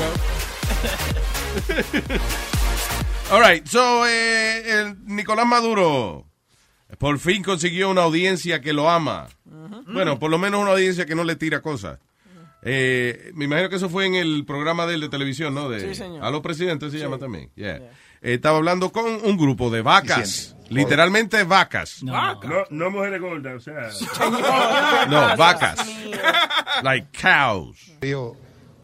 All right, so eh, el Nicolás Maduro por fin consiguió una audiencia que lo ama. Bueno, por lo menos una audiencia que no le tira cosas. Eh, me imagino que eso fue en el programa de él de televisión, ¿no? De, Sí, señor. A los presidentes se Sí. llama también. Yeah. Eh, estaba hablando con un grupo de vacas. Literalmente vacas. No, no, mujeres gordas, o sea. No, vacas. Like cows. Dijo,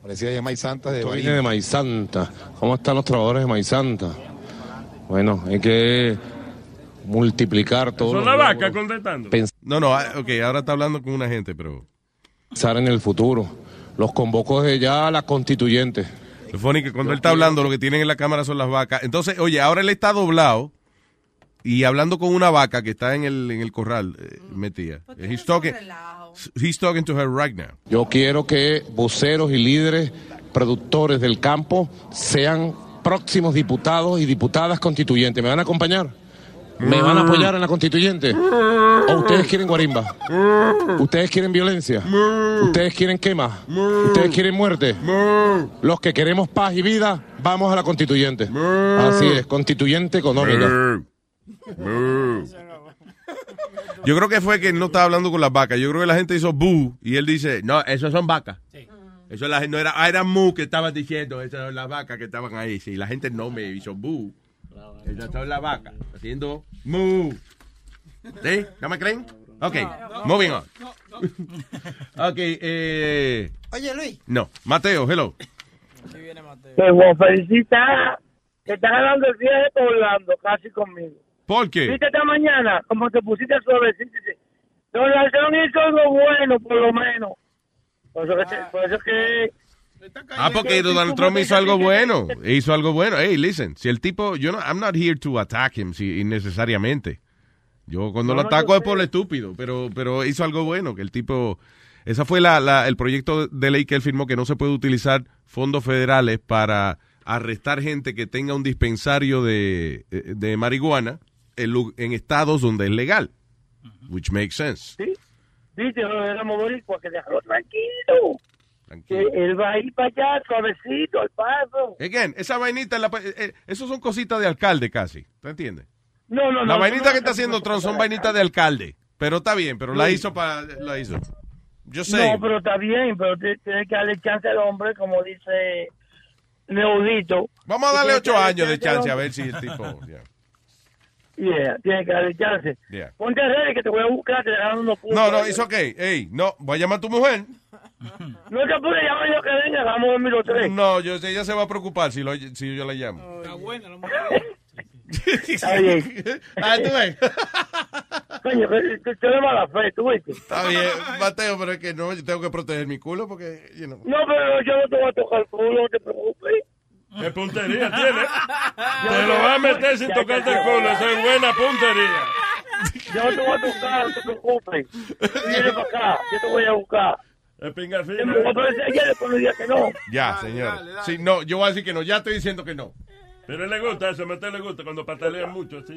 parecía de Maíz Santa de Esto Bahía. viene de Maizanta. ¿Cómo están los trabajadores de Maizanta? Bueno, hay que multiplicar todo. Son la vaca contestando. No, no, ah, ok, ahora está hablando con una gente, pero. Pensar en el futuro. Los convocó de ya a las constituyentes. Lo funny que cuando él está hablando, lo que tienen en la cámara son las vacas. Entonces, oye, ahora él está doblado y hablando con una vaca que está en el, en el corral, eh, metida. He's talking, he's talking to her right now. Yo quiero que voceros y líderes productores del campo sean próximos diputados y diputadas constituyentes. ¿Me van a acompañar? ¿Me van a Mm. apoyar en la constituyente? ¿O Oh, ustedes quieren guarimba? ¿Ustedes quieren violencia? ¿Ustedes quieren quema? ¿Ustedes quieren muerte? Los que queremos paz y vida, vamos a la constituyente. Mm. Así Ah, es, constituyente económica. Mm. Yo creo que fue que él no estaba hablando con las vacas. Yo creo que la gente hizo bu y él dice, no, esas son vacas. Eso la, no era, ah, era mu que estabas diciendo, esas son las vacas que estaban ahí. Sí, la gente no me hizo bu. Esas son las vacas, haciendo mu. ¿Sí? ¿No me creen? Ok, moving on. Ok, eh... Oye, Luis. No, Mateo, hello. Te voy a felicitar. Te estás ganando el 10 de todo Orlando, casi conmigo. ¿Por qué? ¿Viste esta mañana? Como te pusiste suavecito. dice, Don Lanzón hizo algo bueno, por lo menos. Por eso que, se- por eso que Ah, porque Donald Trump hizo algo bueno. Hizo algo bueno. Hey, listen, si el tipo, yo no, I'm not here to attack him si, innecesariamente. Yo cuando No, lo no, ataco yo es por lo estúpido, pero, pero hizo algo bueno, que el tipo, esa fue la, la- el proyecto de ley que él firmó que no se puede utilizar fondos federales para arrestar gente que tenga un dispensario de, eh, de marihuana en, lu- en estados donde es legal, which makes sense. Viste, no éramos boricuas, que dejó tranquilo. Que él va a ir para allá, suavecito, al paso. Again, esa vainita, la, eh, eh, eso son cositas de alcalde casi, ¿te entiendes? No, no, no. La vainita no, que está no, haciendo no, Trump son no, vainitas de alcalde. Pero está bien, pero la Sí. hizo para... La hizo. Yo sé. No, pero está bien, pero ti- tiene que darle chance al hombre, como dice Neudito. Vamos a darle Tiene que ocho años de al chance a hombre. ver si el tipo... yeah, Yeah, tiene que darle chance. yeah. Ponte a redes que te voy a buscar, te dejaron unos puntos. No, no, it's okay. Ey, no, voy a llamar a tu mujer. No te apures, llama yo que venga, vamos a dormir los tres. No, yo sé, ella se va a preocupar si, lo- si yo la llamo. Está buena la Está bien. Ah, tú ves. Coño, que- que usted es mala fe, tú viste. Está bien, Mateo, pero es que no, yo tengo que proteger mi culo porque... you know. No, pero yo no te voy a tocar el culo, no te preocupes. ¿Qué puntería tiene? Te lo va a meter sin tocarte el culo. Eso es buena puntería. Yo no te voy a tocar, no te preocupes. Viene para acá, yo te voy a buscar. Es pinga fina. Te me voy a aparecer ayer, después no digas que no. Ya, señor. Sí, no, yo voy a decir que no, ya estoy diciendo que no. Pero a él le gusta eso, a Mateo le gusta cuando patalea mucho así.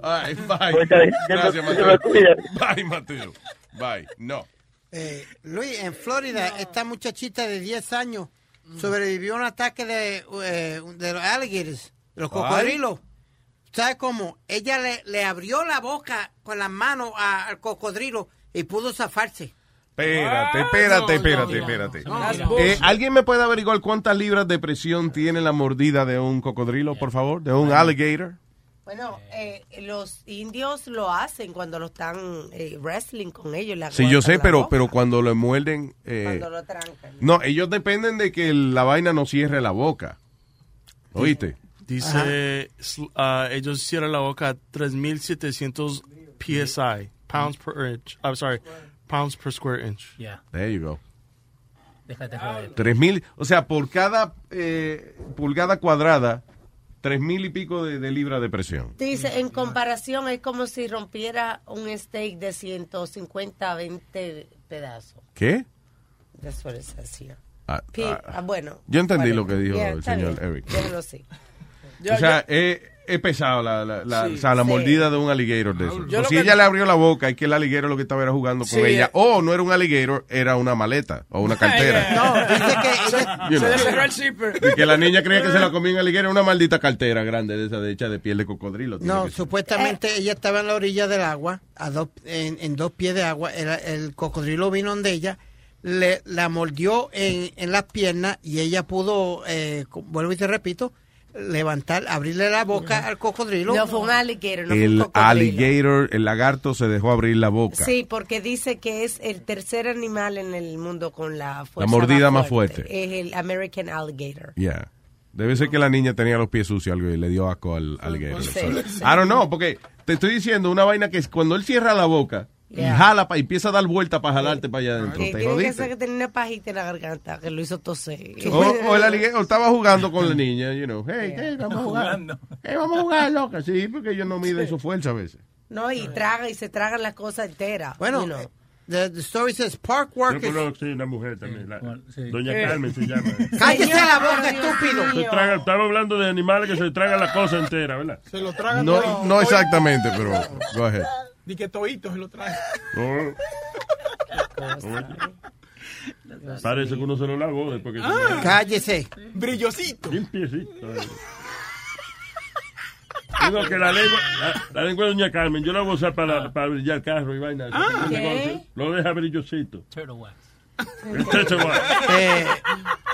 All right, bye. Pues está bien, ya Gracias, no- Mateo. ya Bye, Mateo. Bye. No. Eh, Luis, en Florida, esta muchachita de 10 años sobrevivió a un ataque de, eh, de los alligators, de los Ay. cocodrilos. ¿Sabes cómo? Ella le, le abrió la boca con las manos a- al cocodrilo y pudo zafarse. Espérate, espérate, espérate, espérate. no. Eh, ¿Alguien me puede averiguar cuántas libras de presión tiene la mordida de un cocodrilo, por favor? ¿De un alligator? Bueno, eh, los indios lo hacen cuando lo están eh, wrestling con ellos. le Sí, yo aguantan sé, la pero, boca pero cuando lo muerden... eh, cuando lo trancan. no, ellos dependen de que la vaina no cierre la boca. ¿Oíste? Dice, sl- ah, ellos cierran la boca a 3,700 PSI, pounds per inch. I'm sorry, pounds per square inch. Yeah. There you go. Déjate joder. 3000, o sea, por cada eh, pulgada cuadrada, 3000 y pico de, de libras de presión. Dice, en comparación, es como si rompiera un steak de 150 a 20 pedazos. ¿Qué? That's what it says here. Ah, Pi- ah. ah, bueno. Yo entendí Bueno, lo que dijo yeah, el está señor bien. Eric. Déjalo así. o sea, es, es pesado la, la, la- Sí. o sea, la Sí. mordida de un alligator de eso. Pues Yo lo si que- ella le abrió la boca, es que el alligator lo que estaba era jugando con Sí, ella. eh. O no era un alligator, era una maleta o una cartera. Se You know. le cerró el zipper. Y que la niña creía que se la comía un alligator, una maldita cartera grande de esa de hecha de piel de cocodrilo. tiene No, que ser. supuestamente Eh. ella estaba en la orilla del agua, a dos- en, en dos pies de agua. El, el cocodrilo vino donde ella, le, la mordió en, en las piernas y ella pudo, eh, co- vuelvo y te repito, levantar, abrirle la boca al cocodrilo. No Mm. fue un alligator, no fue un El cocodrilo. alligator, el lagarto se dejó abrir la boca. Sí, porque dice que es el tercer animal en el mundo con la fuerza mordida más fuerte. Es el American alligator. Yeah. Debe ser que la niña tenía los pies sucios algo y le dio asco al, al guerrero. Sí, sí. I don't know, porque te estoy diciendo una vaina que es cuando él cierra la boca Yeah. y jala pa- y empieza a dar vuelta para jalarte para allá adentro. Que Te tiene que jodiste. ser que tenía una pajita en la garganta que lo hizo toser. O, o el alligator estaba jugando con la niña, you know. Oh, Hey, hey, vamos a jugar. Hey, vamos a jugar, loca. Sí, porque ellos no miden su fuerza a veces. No, y traga y se tragan las cosas enteras. Bueno, you know. eh, the, the story says park Yo workers. conozco una mujer también. la- Doña Carmen se llama. Cállese la boca, Se estúpido. traga- estaba hablando de animales que se tragan la cosa entera, ¿verdad? Se lo tragan No, no exactamente, pero go ahead. Ni que todito se lo tragan. No. Parece que uno se lo lavó después que se Ah. lo- Cállese. Brillosito. Limpiecito. eh. Digo que la lengua, la, la lengua de Doña Carmen, yo la voy a usar para, para brillar carro y vaina. Ah. ¿Qué? Lo deja brillosito. El techo guay. Eh,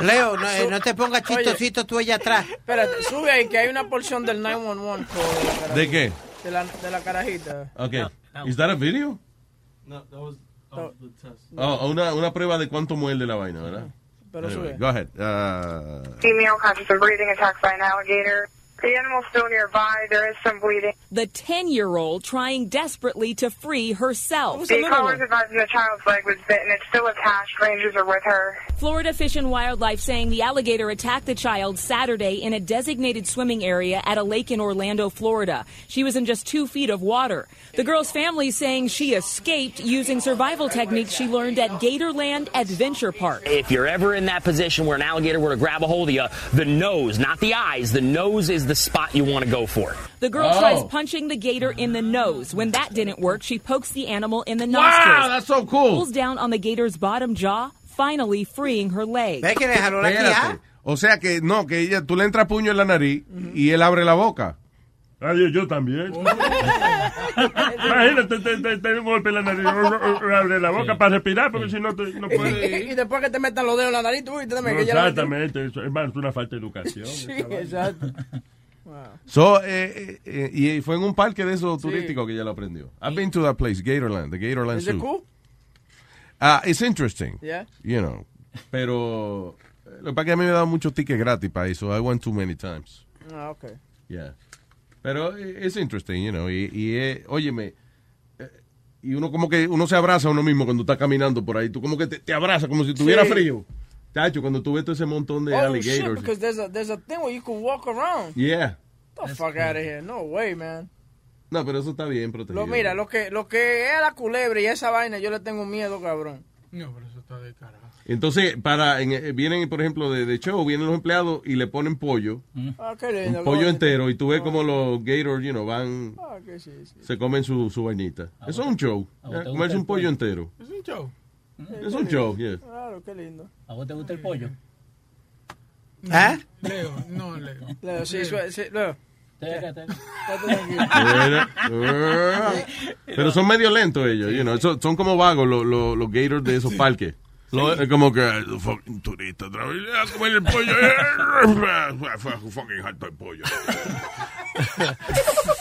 Leo, no, eh, no te pongas chistosito tú allá atrás. Espérate, sube ahí que hay una porción del 911 con- ¿De qué? de la, de la carajita. Okay. Is that a video? No, that was, Oh, una, una prueba de cuánto muerde la vaina, ¿verdad? Pero Anyway, sube. go ahead. Uh, Female conscious of breathing attacked by an alligator. The animal's still nearby. There is some bleeding. The 10 year old trying desperately to free herself. The callers advising the child's leg was bitten. It's still attached. Rangers are with her. Florida Fish and Wildlife saying the alligator attacked the child Saturday in a designated swimming area at a lake in Orlando, Florida. She was in just two feet of water. The girl's family saying she escaped using survival techniques she learned at Gatorland Adventure Park. If you're ever in that position where an alligator were to grab a hold of you, the nose, not the eyes, the nose is the spot you want to go for. The girl Oh. tries punching the gator in the nose. When that didn't work, she pokes the animal in the nostrils. that's so cool. Pulls down on the gator's bottom jaw, finally freeing her leg. ah? Espérate. O sea que no, que ella, tú le entras puño en la nariz y él abre la boca. Adiós, Ah, yo también. Imagínate, te, te, te da un golpe en la nariz, abre la boca para respirar, porque si no, te- no puedes. Y después que te metan los dedos en la nariz, tú viste también No, que ya la- exactamente, eso es más una falta de educación. Sí, exacto. So, eh, eh, eh, y fue en un parque de esos turísticos que ella lo aprendió. I've been to that place, Gatorland, the Gatorland ¿Es Zoo. de cool? Ah, it's interesting. Yeah. You know. Pero eh, lo que pasa es que a mí me dan muchos tickets gratis para eso. I went too many times. Ah, ok. Yeah. Pero eh, it's interesting, you know. Y, y eh, óyeme, eh, y uno como que uno se abraza a uno mismo cuando está caminando por ahí. Tú como que te, te abrazas como si tuviera Sí. frío. Tacho, cuando tú ves todo ese montón de Oh, shit, alligators. because there's a, there's a thing where you can walk around. Yeah. Get the fuck out of here. No way, man. No, pero eso está bien protegido. Lo, mira, lo que, lo que es la culebra y esa vaina, yo le tengo miedo, cabrón. No, pero eso está de carajo. Entonces, para en- eh, vienen, por ejemplo, de, de show, vienen los empleados y le ponen pollo, Mm. Ah, qué un lindo. pollo coño. entero, y tú Oh. ves como los gators, you know, van, Ah, que sí, sí. se comen su, su vainita. Ah, Eso es un show, ¿A vos te eh, gusta comerse el un pollo pollo? entero. Es un show. Es un show, yeah. Claro, Ah, qué lindo. ¿A vos te gusta el pollo? ¿Ah? ¿Eh? Leo, no, Leo. Leo, sí, sue- sí, Leo. Estate Era- tranquilo. Pero son medio lentos ellos, you know, son, son como vagos los, los, los gators de esos parques. Lo- eh, como que, eh, fucking turista, otra vez, a Ah, comer el pollo. eh, Fucking harto de pollo.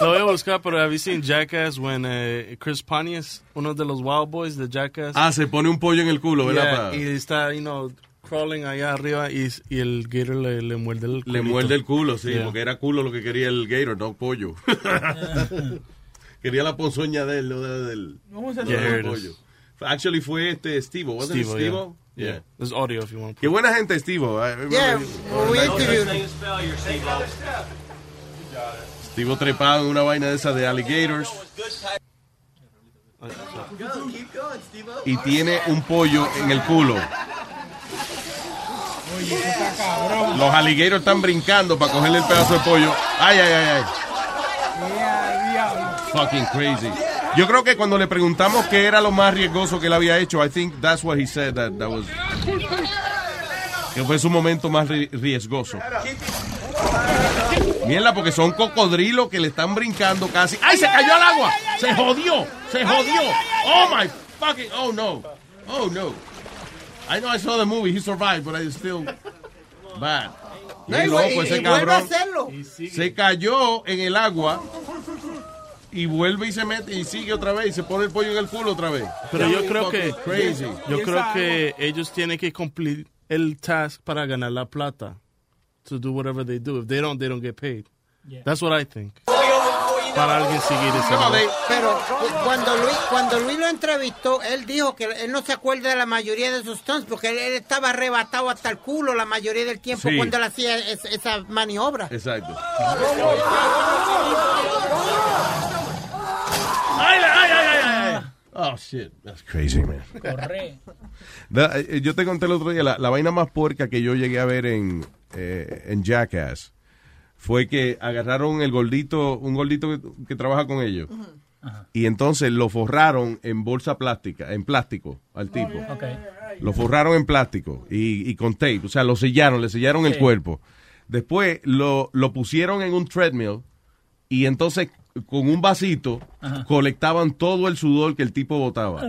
Lo voy a buscar, pero have you seen Jackass when eh, Chris Pontius, uno de los Wild Boys de Jackass? Ah, se pone un pollo en el culo, Yeah, ¿verdad? Pa- y está, you know, crawling allá arriba y, y el gator le, le muerde el culo. Le muerde el culo, sí, Yeah. porque era culo lo que quería el gator, no pollo. quería la ponzoña de él, no de- del, Vamos a no hacer del algo. pollo. Actually fue este Steve, ¿wasn't it Steve, yeah. Steve? Yeah. Yeah. There's audio if you want. Qué buena gente ¿eh? Steve. Yeah, we interviewed Steve trepado en una vaina de esa de alligators y tiene un pollo en el culo. Los alligators están brincando para cogerle el pedazo de pollo. Ay, ay, ay, ay. Fucking crazy. Yo creo que cuando le preguntamos qué era lo más riesgoso que él había hecho, I think that's what he said that, that was que fue su momento más ri- riesgoso. Mierda, porque son cocodrilos que le están brincando casi. ¡Ay, se cayó al agua! ¡Se jodió! ¡Se jodió! ¡Oh, my fucking! ¡Oh, no! ¡Oh, no! I know I saw the movie, he survived, but I still... Bad. No, Qué y- loco y- ese y vuelve a cabrón. hacerlo. Se cayó en el agua y vuelve y se mete y sigue otra vez y se pone el pollo en el culo otra vez. Pero yo creo Fucking que Crazy. yo creo que ellos tienen que cumplir el task para ganar la plata. to do whatever they do. If they don't, they don't get paid. Yeah. That's what I think. Para alguien seguir ese No, modelo. pero cu- cuando Luis, cuando Luis lo entrevistó, él dijo que él no se acuerda de la mayoría de sus stunts porque él, él estaba arrebatado hasta el culo la mayoría del tiempo Sí. cuando él hacía es- esa maniobra. Exacto. ¡Ay, ay, ay, ay! ay. Oh, shit. That's crazy, man. Corre. Da- eh, yo te conté el otro día, la, la vaina más puerca que yo llegué a ver en, eh, en Jackass fue que agarraron el gordito, un gordito que, que trabaja con ellos. Y entonces lo forraron en bolsa plástica, en plástico al tipo. eh. Lo forraron en plástico y, y con tape, o sea, lo sellaron, le sellaron el Sí. cuerpo. Después lo, lo pusieron en un treadmill y entonces con un vasito Ajá. Ah. colectaban todo el sudor que el tipo botaba.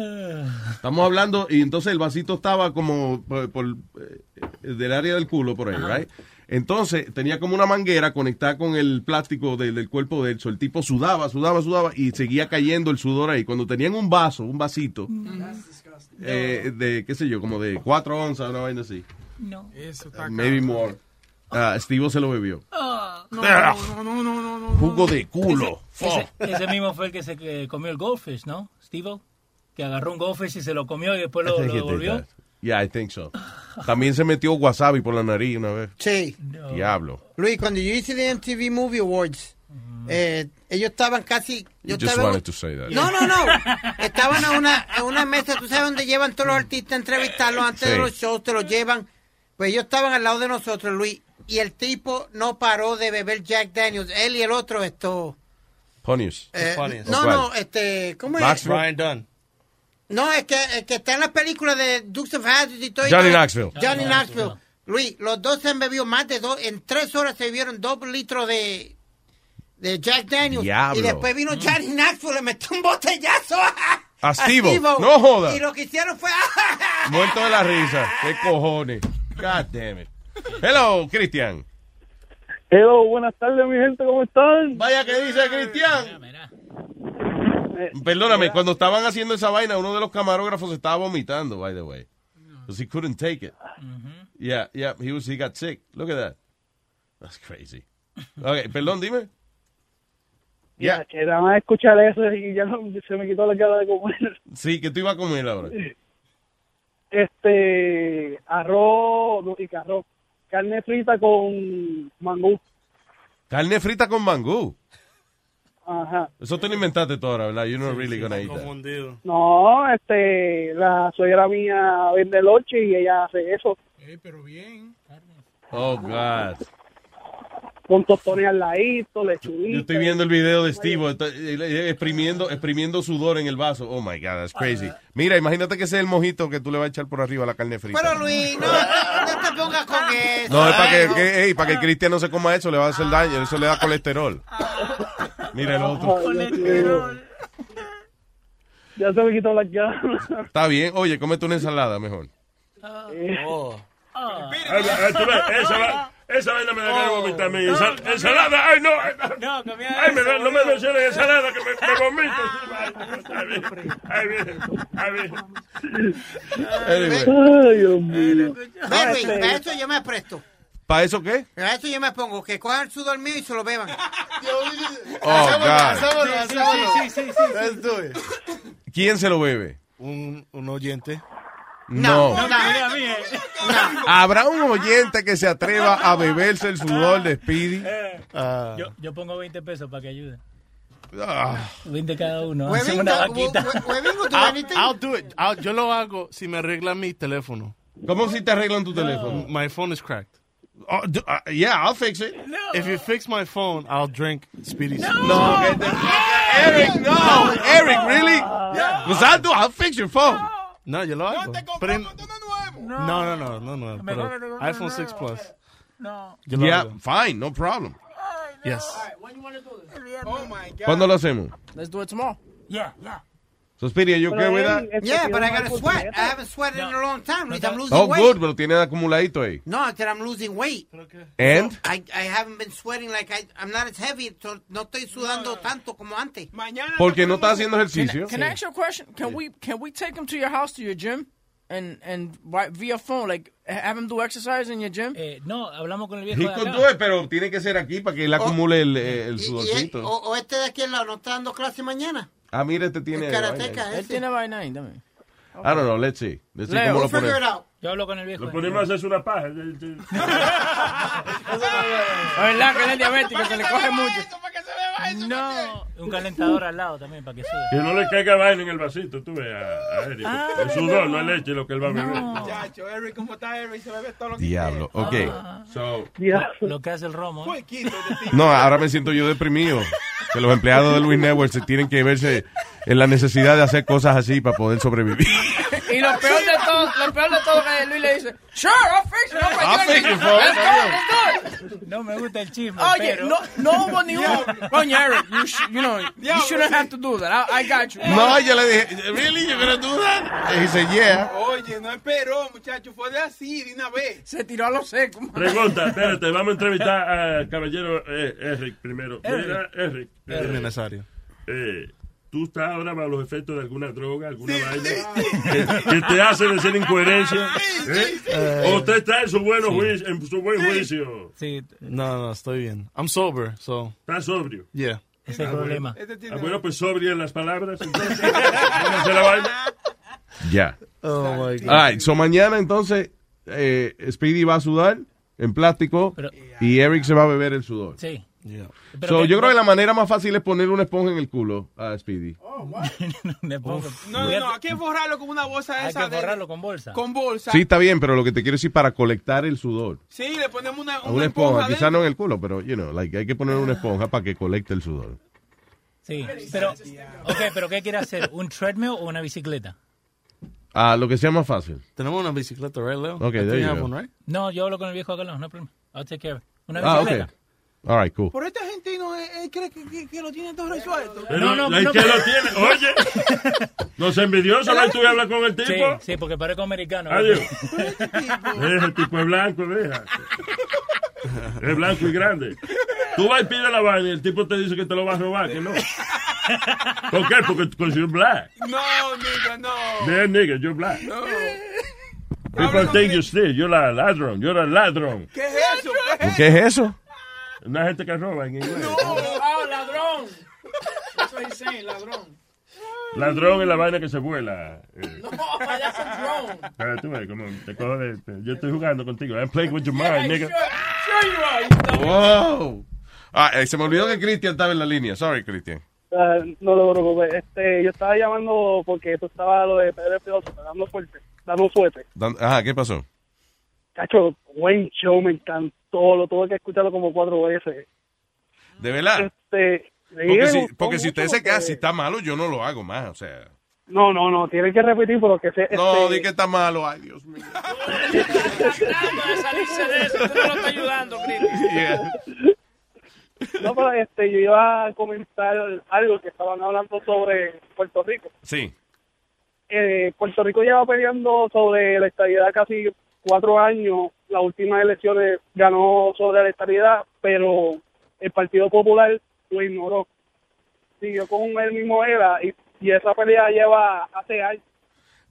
Estamos hablando, y entonces el vasito estaba como por, por, eh, del área del culo por ahí, Ajá. right? Entonces tenía como una manguera conectada con el plástico del, del cuerpo del El tipo sudaba, sudaba, sudaba y seguía cayendo el sudor ahí. Cuando tenían un vaso, un vasito, eh, de qué sé yo, como de cuatro onzas, una vaina así. No. Maybe more. Ah, Steve se lo bebió. Ah. Ah, no, no, no, no, Jugo de culo. Ese, ese mismo fue el que se eh, comió el goldfish, ¿no? Steve que agarró un goldfish y se lo comió y después I lo, think lo he did devolvió. that. Yeah, I think so. También se metió wasabi por la nariz una vez. Sí. Diablo. Luis, cuando yo hice el MTV Movie Awards, eh, ellos estaban casi... Yo You just estaba en- wanted to say that. No, no, no. Estaban a una, a una mesa, tú sabes dónde llevan todos los artistas a entrevistarlos antes de Sí. los shows, te los llevan. Pues ellos estaban al lado de nosotros, Luis, y el tipo no paró de beber Jack Daniels. Él y el otro, esto. Ponius. eh, no, no, este. ¿Cómo es? Knoxville. Ryan Dunn. No, es que, es que está en las películas de Dukes of Hazzard y todo. y Johnny todo. Knoxville. Johnny Knoxville. Luis, los dos se han bebido más de dos. En tres horas se bebieron dos litros de, de Jack Daniels. Diablo. Y después vino Mm. Johnny Knoxville, le metió un botellazo. A Steve-O. Steve-O. No joda. Y lo que hicieron fue. ah, Muerto de la risa. ¿Qué cojones? God damn it. Hello, Cristian. Hello, buenas tardes, mi gente, ¿cómo están? Vaya que dice Cristian. Eh, Perdóname, cuando estaban haciendo esa vaina, uno de los camarógrafos estaba vomitando, by the way. Because he couldn't take it. Yeah, yeah, he, was, he got sick. Look at that. That's crazy. Okay, perdón, dime. Ya, que nada más escuchar eso y ya no- se me quitó la cara de comer. Sí, que tú ibas a comer ahora. Este, arroz, no, y que arroz, carne frita con mangú. Carne frita con mangú. Ajá. Eso te lo inventaste tú ahora, ¿verdad? You're not really gonna eat that. No, este, la suegra mía vende loche y ella hace eso, Oh, God. con tostones al ladito, lechuguita. Yo estoy viendo el video de Steve está- él- él Ah. exprimiendo, exprimiendo sudor en el vaso. Oh my God, that's crazy. Mira, imagínate que ese es el mojito que tú le vas a echar por arriba a la carne frita. Pero Luis, no, no, no te pongas con eso. No, es para que, que- ey, Ah. para que Cristian no se coma eso, le va a hacer daño, eso le da colesterol. Ah. Mira el otro. Ya se me quitó la cara. Está bien, oye, cómete una ensalada mejor. Ay, ay, tú ves, esa, va- esa vaina me da ganas de vomitar a mí. Ensal- ensalada, ay, no. ay, No, Ay, me da- no me menciones ensalada, que me, me vomito. Ah. Ay, bien, ay, bien, ay, bien. Ay, Dios mío. Ve, Luis, este- a eso yo me apresto. ¿Para eso qué? A eso yo me pongo, que cojan el sudor mío y se lo beban. Oh, Sí, God. sí, sí, sí, sí, sí. ¿Quién se lo bebe? Un, un oyente. No. No, mira, mira. ¿Habrá un oyente que se atreva a beberse el sudor de Speedy? Ah. Eh. Yo, yo pongo 20 pesos para que ayude. Ah. 20 cada uno. Hacemos una vaquita. I'll, Ah, I'll do it. I'll- yo lo hago si me arreglan mi teléfono. ¿Cómo si te arreglan tu teléfono? My phone is cracked. Oh, do- uh, yeah, I'll fix it. If you fix my phone, I'll drink Speedy's. No, Eric, no. Eric, really? Pues I'll do, I'll fix your phone. No, yo lo hago. Pero en- No, no, no, no, no. pero iPhone 6 Plus. No. Yo lo Yeah, hago. fine, no problem. Yes. ¿Cuándo lo hacemos? Let's do it tomorrow. Yeah, yeah. So, Speedy, are you okay with that? Yeah, but I gotta sweat. I haven't sweated in a long time, Luis. I'm losing Oh, weight. good, pero tiene acumuladito ahí. No, that I'm losing weight. And? I, I haven't been sweating like I, I'm not as heavy, so no estoy sudando tanto como antes. Porque no está haciendo Can, ejercicio. can I ask you a question? Can we can we take him to your house to your gym? and and wi- via phone, like have him do exercise in your gym. Eh, no, hablamos con el He could do it, pero tiene que ser aquí para que él acumule el, eh, el sudorcito. O, o este de aquí al lado no está dando clase mañana. ah, mira, este tiene. El karateca, Él ese. tiene vaina ahí, dame. I don't know, let's see. Let's see Leo, cómo lo we'll figure ponemos. it out. Yo hablo con el viejo. Lo ponemos a hacerse una paja. Eso La verdad que él es diabético, se le coge mucho. No. Un calentador al lado también para que suba. Que no le caiga vaina en el vasito, tú ves, a, a Eric. Ah, el sudor, no no. es leche lo que él va a beber. Muchacho, Eric, ¿cómo está Eric? Se bebe todo lo que Diablo, ok. So, Lo, lo que hace el romo. ¿eh? No, ahora me siento yo deprimido. Que los empleados de Luis Network se tienen que verse en la necesidad de hacer cosas así para poder sobrevivir. Y lo peor de todo, lo peor de todo que Luis le dice, sure, I'll fix it, I'll I'll fix it. fix it, bro. Let's go, let's do it. No me gusta el chisme. Oye, pero... no, no hubo ni uno. Coño, Eric, you, sh you know, you shouldn't have to do that. I, I got you. No, yo le dije, really, you're gonna do that? He said, yeah. Oye, no esperó, muchacho, fue de así, de una vez. Se tiró a lo seco. Pregunta, espérate, vamos a entrevistar al caballero eh, Eric primero. Eric. Mira, Eric. Eric eh, Nazario. eh, ¿Tú estás ahora bajo los efectos de alguna droga, alguna vaina Que, que te hace decir incoherencia? ¿Eh? ¿O usted está en su, bueno juicio, en su buen juicio? Sí. No, no, estoy bien. I'm sober, so. ¿Está sobrio? Yeah. Ese Ah, bueno. problema. Este Ah, bueno, pues sobrio en las palabras, entonces. Vamos a hacer la vaina. Ya. Oh my God. All right, so mañana entonces eh, Speedy va a sudar en plástico y Eric se va a beber el sudor. Sí. Pero So, que- yo creo que la manera más fácil es poner una esponja en el culo a Speedy. Me pongo- No, no, no, hay que borrarlo con una bolsa Hay esa. que de- borrarlo con bolsa. Con bolsa. Sí, está bien, pero lo que te quiero decir para colectar el sudor. Sí, le ponemos una, A una esponja, de- quizás no en el culo, pero you know, like, hay que poner una esponja para que colecte el sudor. Sí, pero, ok, pero ¿qué quiere hacer? ¿Un treadmill o una bicicleta? Ah, lo que sea más fácil. Tenemos una bicicleta, right, Leo? Okay, I think there you I have go. one, right? No, yo hablo con el viejo acá, al lado, no hay problema. I'll take care of it. Una Ah, bicicleta. ok. All right, cool. Por este argentino, él, él cree que, que- que lo tiene todo resuelto. Pero, ¿y qué lo tiene? Oye, los envidiosos, ¿no? Tú hablas con el tipo. Sí, sí, porque parezco americano. Adiós. Deja, el tipo es blanco, deja. Es blanco y grande. Tú vas y pides la vaina y el tipo te dice que te lo va a robar, que no. ¿Por qué? Porque con you're black. No, nigga, no. Damn nigga, you're black. No. People think you're still, you're a ladrón, you're a ladrón. ¿Qué es eso? ¿Qué es ¿Qué es eso? Una gente que roba en inglés. Oh, ladrón. That's what he's saying, ladrón. Ladrón es la vaina que se vuela. Eh, No, that's a drone. pero tú ves, como te cojo de- yo estoy jugando contigo. I'm playing with your mind, nigga. Sure you are. you dumb. Wow. Ah, eh, se me olvidó que Cristian estaba en la línea. Sorry, Cristian. Ah, no lo preocupes. Este, yo estaba llamando porque tú estaba lo de Pedro el Piloto, dando fuerte, dando fuerte. Dan- Ajá, ¿qué pasó? Cacho, buen show, me encantó, lo tuve que escucharlo como cuatro veces. De verdad. Este, Porque sí, me si, gustó porque si mucho usted se queda, porque- si está malo, yo no lo hago más. O sea, No, no, no, tienes que repetir por lo que sé. no, este, di que está malo. Ay, Dios mío. Tratando de salirse de eso, tú no lo estás ayudando, Cristi. Yeah. No, pero este, yo iba a comentar algo que estaban hablando sobre Puerto Rico. Sí. Eh, Puerto Rico lleva peleando sobre la estabilidad casi cuatro años. Las últimas elecciones ganó sobre la estabilidad, pero el Partido Popular lo ignoró. Siguió con el mismo era y, y esa pelea lleva hace años.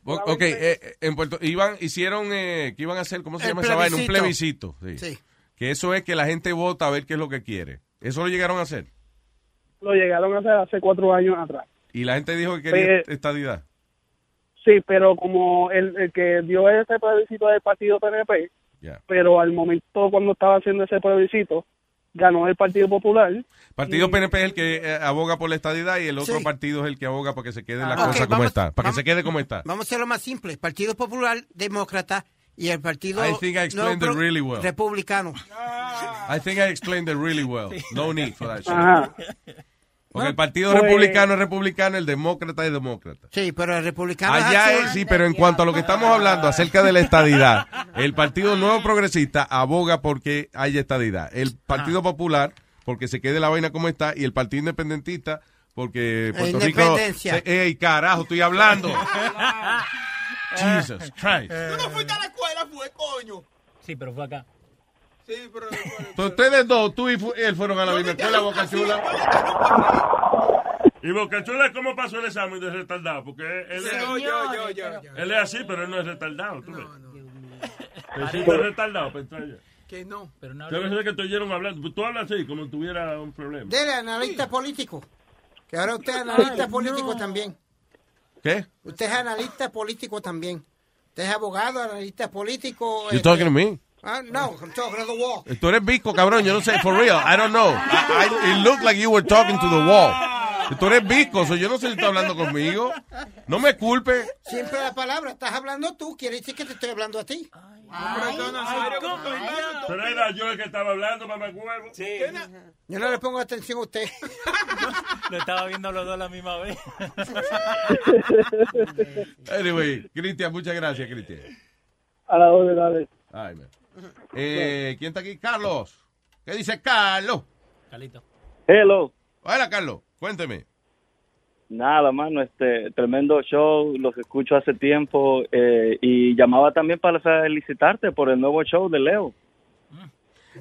O- Ok, eh, eh, en Puerto iban, hicieron, eh, ¿qué iban a hacer? ¿Cómo se El llama esa vaina? Un plebiscito. plebiscito. Sí. Sí. Que eso es que la gente vota a ver qué es lo que quiere. Eso lo llegaron a hacer. Lo llegaron a hacer hace cuatro años atrás. Y la gente dijo que quería Sí. estadidad. Sí, pero como el, el que dio ese plebiscito del partido PNP, Ya. pero al momento cuando estaba haciendo ese plebiscito, ganó el Partido Popular. Partido PNP es el que eh, aboga por la estadidad y el otro partido es el que aboga para que se quede la Ah. cosa Ok, como vamos- está. Para que se quede como está. Vamos a hacerlo más simple. Partido Popular Demócrata y el Partido I think I explained Nuevo it really well. Republicano. I think I explained it really well. No need for that shit. Ajá. Porque el partido Pues- republicano es republicano, el demócrata es demócrata. Sí, pero el Republicano es Allá azul. es, sí, pero en cuanto a lo que estamos hablando acerca de la estadidad, el Partido Nuevo Progresista aboga porque haya estadidad. El Ah. Partido Popular, porque se quede la vaina como está, y el Partido Independentista, porque Puerto Rico... independencia. Eh, ¡Ey, carajo, estoy hablando! Jesus Christ. Tú no fuiste a la escuela, fue coño. Eh, Sí, pero fue acá. Sí, pero. Entonces, ustedes dos, tú y fu- él, fueron a la misma escuela, Boca Chula. Y Y Bocachula, ¿cómo pasó el examen de retardado? Porque él, Yo, él, yo, yo, yo. yo. él es así, pero él no es retardado. ¿tú ves? Pero sí Pero- es retardado, pensó ella. Que no. Pero no Yo no sé que te oyeron hablando. Pues Tú hablas así, como tuviera un problema. Dele analista político. Que ahora usted es analista político también. ¿Qué? Usted es analista político también. Usted es abogado, analista político. You este- talking to me? Ah, no, I'm talking to the wall. Tú eres visco, cabrón. Yo no sé, for real. I don't know. I- I- it looked like you were talking to the wall. Tú eres visco, so yo no sé si está hablando conmigo. No me culpe. Siempre la palabra, estás hablando tú, quiere decir que te estoy hablando a ti. Pero era yo el que estaba hablando, mamá huevo. Sí. Yo no le pongo atención a usted. Lo estaba viendo los dos a la misma vez. Anyway, Cristian, muchas gracias, Cristian. A la orden, dale. Ay, man. Eh, ¿Quién está aquí? Carlos. ¿Qué dice Carlos? Carlito. Hello. Hola, Carlos. Cuénteme. Nada, mano, este tremendo show, los escucho hace tiempo eh, y llamaba también para felicitarte por el nuevo show de Leo.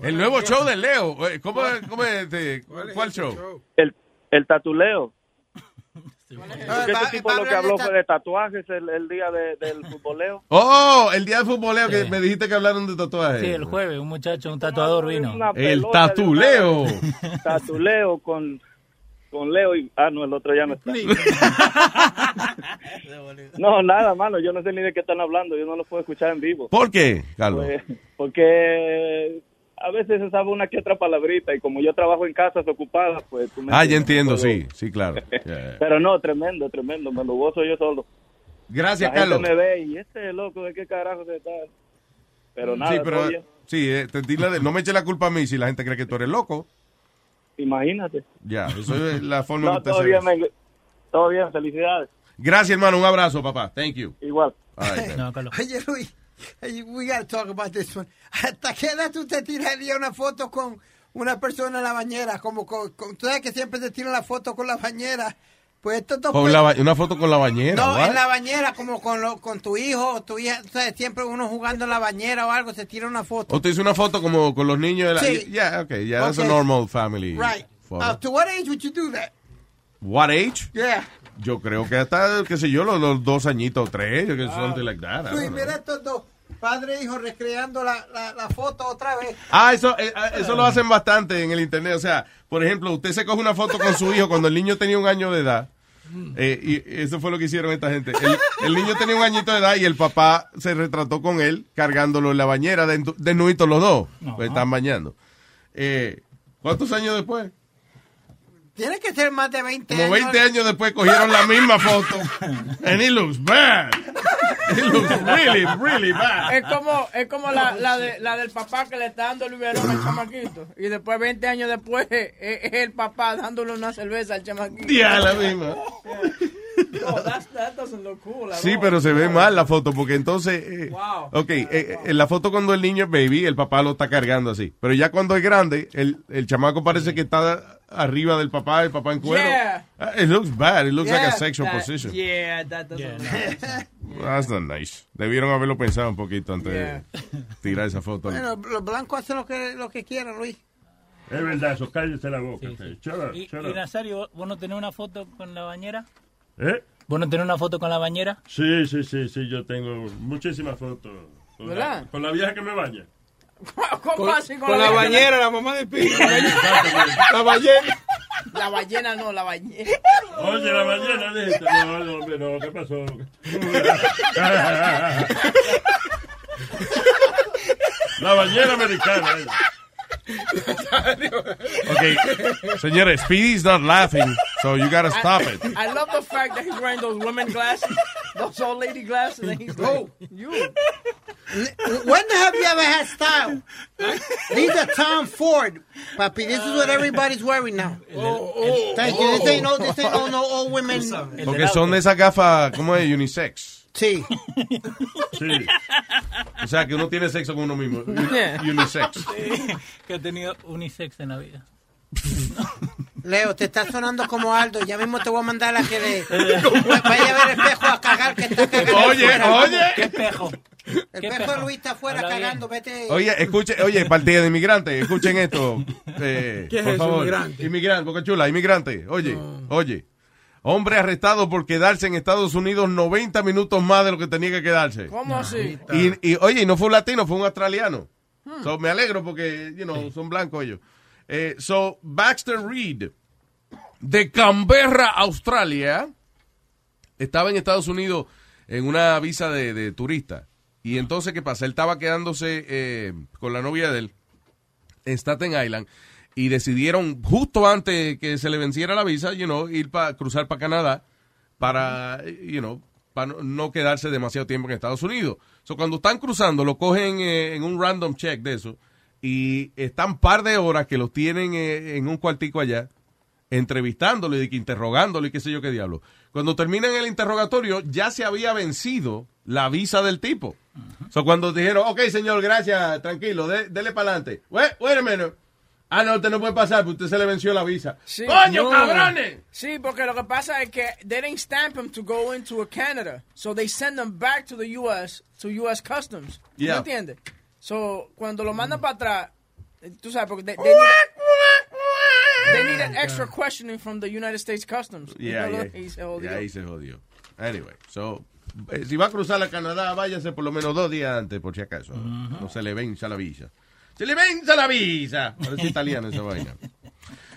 El nuevo show de Leo. Eh, ¿Cómo, cómo es este? ¿Cuál, show? El, el tatuleo. Ah, Porque este tipo lo que habló fue de tatuajes el, el día de- del futboleo. Oh, el día del futboleo que me dijiste que hablaron de tatuajes. Sí, el jueves un muchacho, un tatuador vino. Una El pelota de tatuleo. una- tatuleo con, con Leo y... Ah, no, el otro ya no está. no, nada, mano, yo no sé ni de qué están hablando, yo no lo puedo escuchar en vivo. ¿Por qué, Carlos? Pues, porque a veces se sabe una que otra palabrita y como yo trabajo en casas ocupadas, pues tú me Ah, ya entiendes. entiendo, sí, sí, claro. Yeah, yeah. Pero no, tremendo, tremendo, me lo gozo yo solo. Gracias, La gente Carlos. me ve y este loco, ¿de qué carajo se está? Pero nada, sí, pero, todo bien. sí, eh, te di la de- no me eche la culpa a mí si la gente cree que tú eres loco. imagínate. Ya, eso es la forma No, que usted todo se bien, ve. men. todo bien, felicidades. Gracias, hermano. Un abrazo, papá. Thank you. Igual. All right, man. Oye, Luis, oye, we gotta talk about this one. ¿Hasta qué edad tú te tiraría una foto con una persona en la bañera? Como con, con- tú sabes que siempre te tiran la foto con la bañera. Pues estos dos Con la ba- una foto con la bañera. No, what? en la bañera, como con, lo- con tu hijo o tu hija. tú sabes, siempre uno jugando en la bañera o algo, se tira una foto. O te hizo una foto como con los niños. de la- Sí. Yeah, okay, yeah, that's a Okay. normal family. Right. photo. Up to what age would you do that? What age? Yeah. Yo creo que hasta, qué sé yo, los, los dos añitos o tres, yo que something like that. I don't Luis, know. mira estos dos. Padre e hijo recreando la, la, la foto otra vez. Ah, eso, eh, ah, eso lo hacen bastante en el internet. O sea, por ejemplo, usted se coge una foto con su hijo cuando el niño tenía un año de edad. Eh, y eso fue lo que hicieron esta gente. El, el niño tenía un añito de edad y el papá se retrató con él cargándolo en la bañera, desnu- desnuditos los dos. Pues están bañando. Eh, ¿Cuántos años después? Tiene que ser más de 20 Como años. 20 años después cogieron la misma foto. And it looks bad. It looks really, really bad. Es como, es como la, la, de- la del papá que le está dando el biberón al chamaquito. Y después, 20 años después, es, es el papá dándole una cerveza al chamaquito. Ya, la misma. No, that's- that doesn't look cool at Sí, all. pero se ve mal la foto porque entonces... eh, Wow. Ok, eh, eh, en la foto cuando el niño es baby, el papá lo está cargando así. Pero ya cuando es grande, el, el chamaco parece que está arriba del papá, el papá en cuero. Yeah. Ah, It looks bad. It looks like a Yeah, sexual that- position. Yeah, that doesn't look nice. That's not nice. Debieron haberlo pensado un poquito antes de tirar esa foto. Bueno, los blancos hacen lo que, lo que quieran, Luis. Es verdad, eso cállese la boca. sí. Shut up, ¿Y, shut y up. Nazario, vos no tenés una foto con la bañera? ¿Eh? ¿Vos no tenés una foto con la bañera? Sí, sí, sí, sí, yo tengo muchísimas fotos. Con ¿Verdad? la- Con la vieja que me baña. ¿Cómo así Con la bañera, la mamá de Pino. La ballena. La ballena no, la ballena. Oye, la mañana dijiste, no, no, hombre, no, ¿qué pasó? la bañera americana. eh. Ok, señores, Speedy's not laughing, so you gotta stop I, it. I love the fact that he's wearing those women glasses, those old lady glasses, and he's like, oh, you. When have you ever had style? These are Tom Ford, papi. This is what everybody's wearing now. Oh, Thank you. This ain't no, this ain't no, no old women. Porque son de esas gafas, ¿cómo es? Unisex. Sí. Sí. O sea, que uno tiene sexo con uno mismo. Un- Yeah. Unisex. que ha tenido unisex en la vida. Leo, te está sonando como Aldo. Ya mismo te voy a mandar a que le vaya a ver el espejo a cagar que está cagando. Oye, afuera. oye. ¿Qué espejo? El espejo de Luis está afuera cagando. Vete. Oye, escuchen, oye, partida de inmigrantes, escuchen esto. Eh, ¿Qué es por eso, favor. inmigrante? Inmigrante, boca chula, inmigrante. Oye, oye. Hombre arrestado por quedarse en Estados Unidos 90 minutos más de lo que tenía que quedarse. ¿Cómo así? Hmm. Y, y, oye, y no fue un latino, fue un australiano. So, me alegro porque, you know, son blancos ellos. Eh, so, Baxter Reed, de Canberra, Australia, estaba en Estados Unidos en una visa de, de turista. Y entonces, ¿qué pasa? Él estaba quedándose eh, con la novia de él en Staten Island y decidieron justo antes que se le venciera la visa, you know, ir para cruzar para Canadá para, you know, para no- no quedarse demasiado tiempo en Estados Unidos. So, cuando están cruzando, lo cogen eh, en un random check de eso y están par de horas que los tienen eh, en un cuartico allá entrevistándolo y de que interrogándolo y qué sé yo qué diablo. Cuando terminan el interrogatorio, ya se había vencido la visa del tipo. So, cuando dijeron, ok, señor, gracias, tranquilo, de- dele para adelante. Wait, wait a minute. Ah, no, usted no puede pasar, porque usted se le venció la visa. Sí. ¡Coño, No. cabrones! Sí, porque lo que pasa es que they didn't stamp him to go into Canada. So they send them back to the U.S., to U.S. Customs. ¿Tú Yeah. Mm. ¿Me entiendes? So, cuando lo mandan para atrás, eh, tú sabes, porque they, they, need, they need an extra questioning from the United States Customs. Yeah, Entonces, yeah. y se jodió. Y ahí se jodió. Anyway, so, eh, si va a cruzar la Canadá, váyase por lo menos dos días antes, por si acaso. No se le venza la visa. ¡Se le venza la visa! A ver si es italiana esa vaina.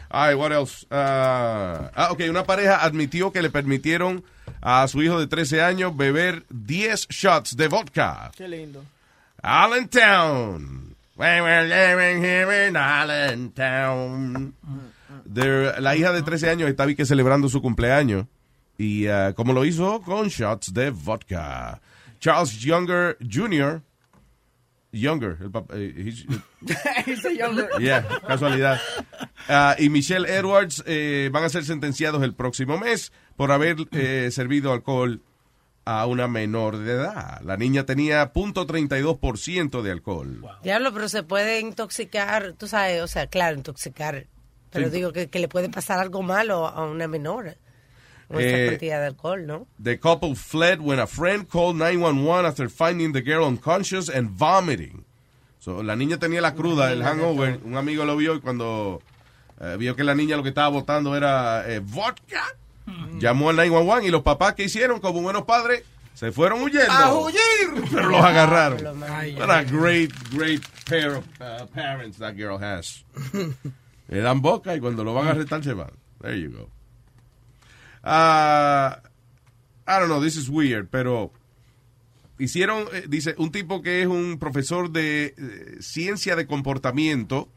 All right, what else? Ah, ah, ok, una pareja admitió que le permitieron a su hijo de 13 años beber 10 shots de vodka. Qué lindo. Allentown. We were living here in Allentown. There- la hija de 13 años está vi que celebrando su cumpleaños. Y ah, como lo hizo con shots de vodka. Charles Younger Jr. Younger, el pap- eh, he's- He's a younger. Yeah, casualidad. Ah, y Michelle Edwards eh, van a ser sentenciados el próximo mes por haber eh, servido alcohol a una menor de edad. La niña tenía 0.32% de alcohol. Eh, Diablo, pero se puede intoxicar, tú sabes, o sea, claro, intoxicar. Pero Sí. digo que, que le puede pasar algo malo a una menor con Eh, esa cantidad de alcohol, ¿no? The couple fled when a friend called 911 after finding the girl unconscious and vomiting. So, la niña tenía la cruda, el hangover. Un amigo lo vio y cuando eh, vio que la niña lo que estaba botando era eh, vodka, llamó al 911 y los papás que hicieron como buenos padres se fueron huyendo. ¡A huir! Pero los agarraron. Diablo, man. What a great, great pair of uh, parents that girl has. Le dan boca y cuando lo van a arrestar se van. There you go. Ah, I don't know, this is weird, pero hicieron, eh, dice, un tipo que es un profesor de eh, ciencia de comportamiento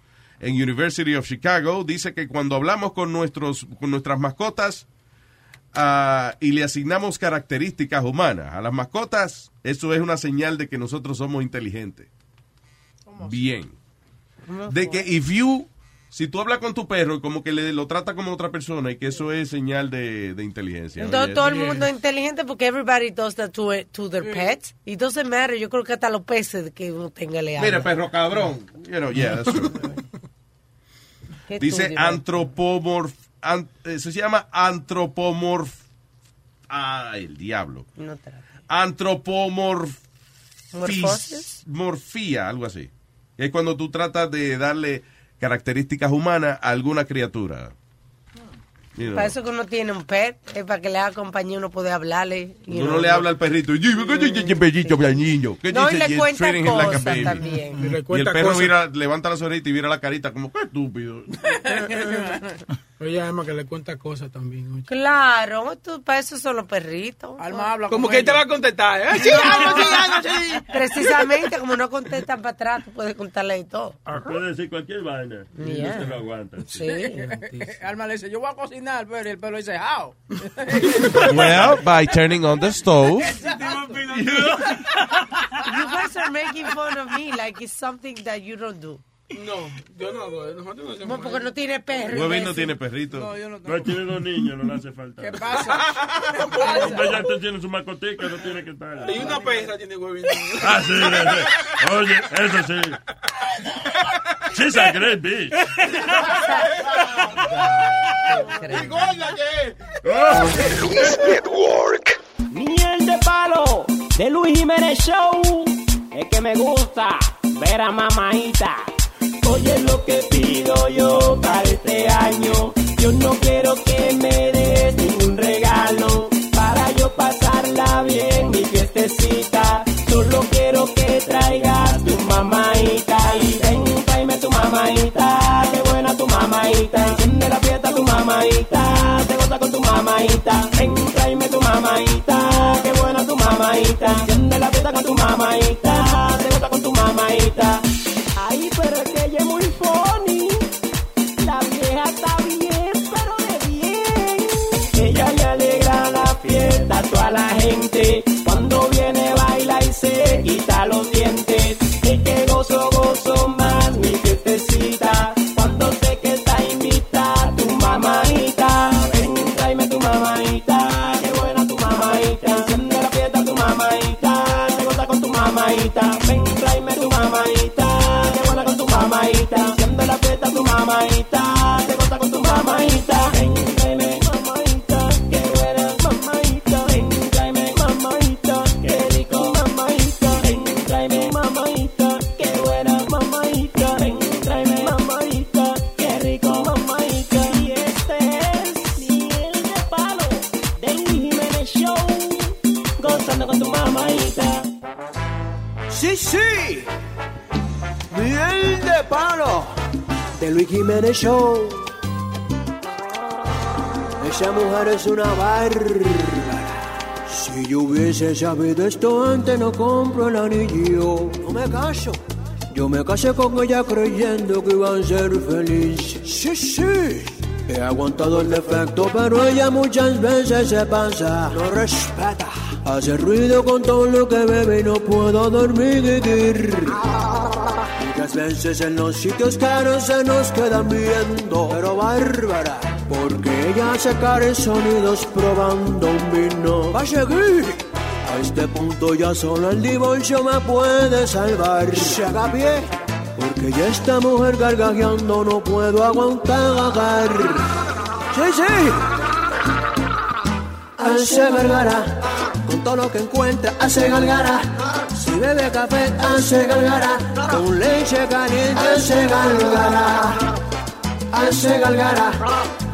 en University of Chicago, dice que cuando hablamos con, nuestros, con nuestras mascotas ah, y le asignamos características humanas a las mascotas, eso es una señal de que nosotros somos inteligentes. Bien. De que if you, si tú hablas con tu perro y como que le, lo trata como otra persona y que eso es señal de, de inteligencia. Entonces Oye, todo el eso- mundo es inteligente porque everybody does that to, to their pets. Y entonces, matter, yo creo que hasta los peces que uno tenga le Mira, hablan. perro cabrón. You know, yeah, that's true. Qué Dice turbio. antropomorf... an- eh, se llama antropomorf... Ah, el diablo. No te la- Antropomorf... ¿Morfosis? Morfía, algo así. Es cuando tú tratas de darle características humanas a alguna criatura. You know, Ah. Para eso que uno tiene un pet, es para que le haga compañía, uno puede hablarle. y Tú no le habla al perrito. "Oye, oye, oye, oye, bellito, niño. ¿Qué No, y dice? le You're cuenta treating him like a cosas baby". también. Y le Y el cuenta perro cosas. mira, levanta las orejas y mira la carita como, qué estúpido. Pero ella Emma que le cuenta cosas también. oye. Claro, tú, para eso son los perritos. Alma habla Como que él te va a contestar. ¿eh? Sí, algo, sí, algo, sí. Precisamente, como no contestan para atrás, tú puedes contarle y todo. Puede decir cualquier vaina. Y Yeah. no se lo aguanta. Alma le dice, yo voy a cocinar, pero el pelo dice, how? Well, by turning on the stove. You guys are making fun of me like it's something that you don't do. No, yo no hago eso. Nosotros no hacemos Bueno, porque eso. no tiene perro. Huevín no tiene perrito. No, yo no tengo. No tiene dos niños, no le hace falta. ¿Qué pasa? ¿Qué pasa? Ya te tiene su mascotica, no tiene que estar. Y una perra tiene huevito. Ah, sí, sí. Oye, eso sí. She's a great bitch. Y gorda que es. Luis Network. Miel de palo de Luis Jiménez Show. Es que me gusta ver a mamaita. Oye lo que este pido yo para este año. Yo no quiero que me des ningún regalo. mamaita, ven tráeme tu mamaita, qué buena tu mamaita, enciende la fiesta con tu mamaita, te gusta con tu mamaita. Ay, pero es que ella es muy funny, la vieja está bien, pero de bien. Ella le alegra la fiesta a toda la gente, cuando viene baila y se quita los dientes. Es que gozo, gozo más mi fiestecita, cuando sé que está invitada tu mamaita, ven tráeme tu mamaita, qué buena tu mamaita, enciende la fiesta tu mamaita, te gusta con tu mamaita, ven tráeme tu mamaita, qué buena con tu mamaita, enciende la fiesta tu mamaita, te gusta con tu mamaita, ven tráeme mamaita, qué buena mamaita, ven tráeme mamaita, qué rico mamaita, ven tráeme mamaita, qué buena mamaita, ven tráeme mamaita, qué rico mamaita, y este es miel de palo del Jiménez Show, gozando con tu mamaita. Sí, sí. Miel de palo. De Luis Jiménez Show. Esa mujer es una bárbara. Si yo hubiese sabido esto antes, no compro el anillo. No me caso. Yo me casé con ella creyendo que iban a ser felices. Sí, sí. He aguantado el defecto, pero ella muchas veces se pasa. No respeta. Hace ruido con todo lo que bebe y no puedo dormir. Muchas veces en los sitios caros se nos quedan viendo, pero bárbara. Porque ella hace caros sonidos probando un vino. ¡Va a seguir! A este punto ya solo el divorcio me puede salvar. ¡Se haga pie! Porque ya esta mujer gargajeando no puedo aguantar. ¡Sí, sí! Hace gargara, con todo lo que encuentra, hace gargara. Si bebe café, hace gargara. Con leche caliente, hace gargara. Hace gargara,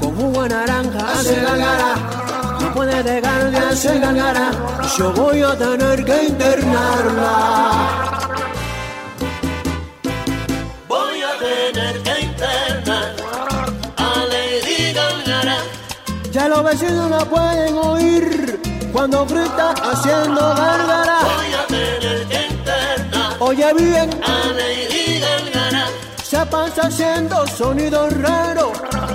con jugo de naranja, hace gargara. No puede dejar de hacer gargara. Yo voy a tener que internarla. Voy a tener que internar a Lady Gaga. Ya los vecinos la pueden oír cuando grita haciendo gárgara. Voy a tener que internar Oye bien, a Lady Gaga. se pasa haciendo sonido raro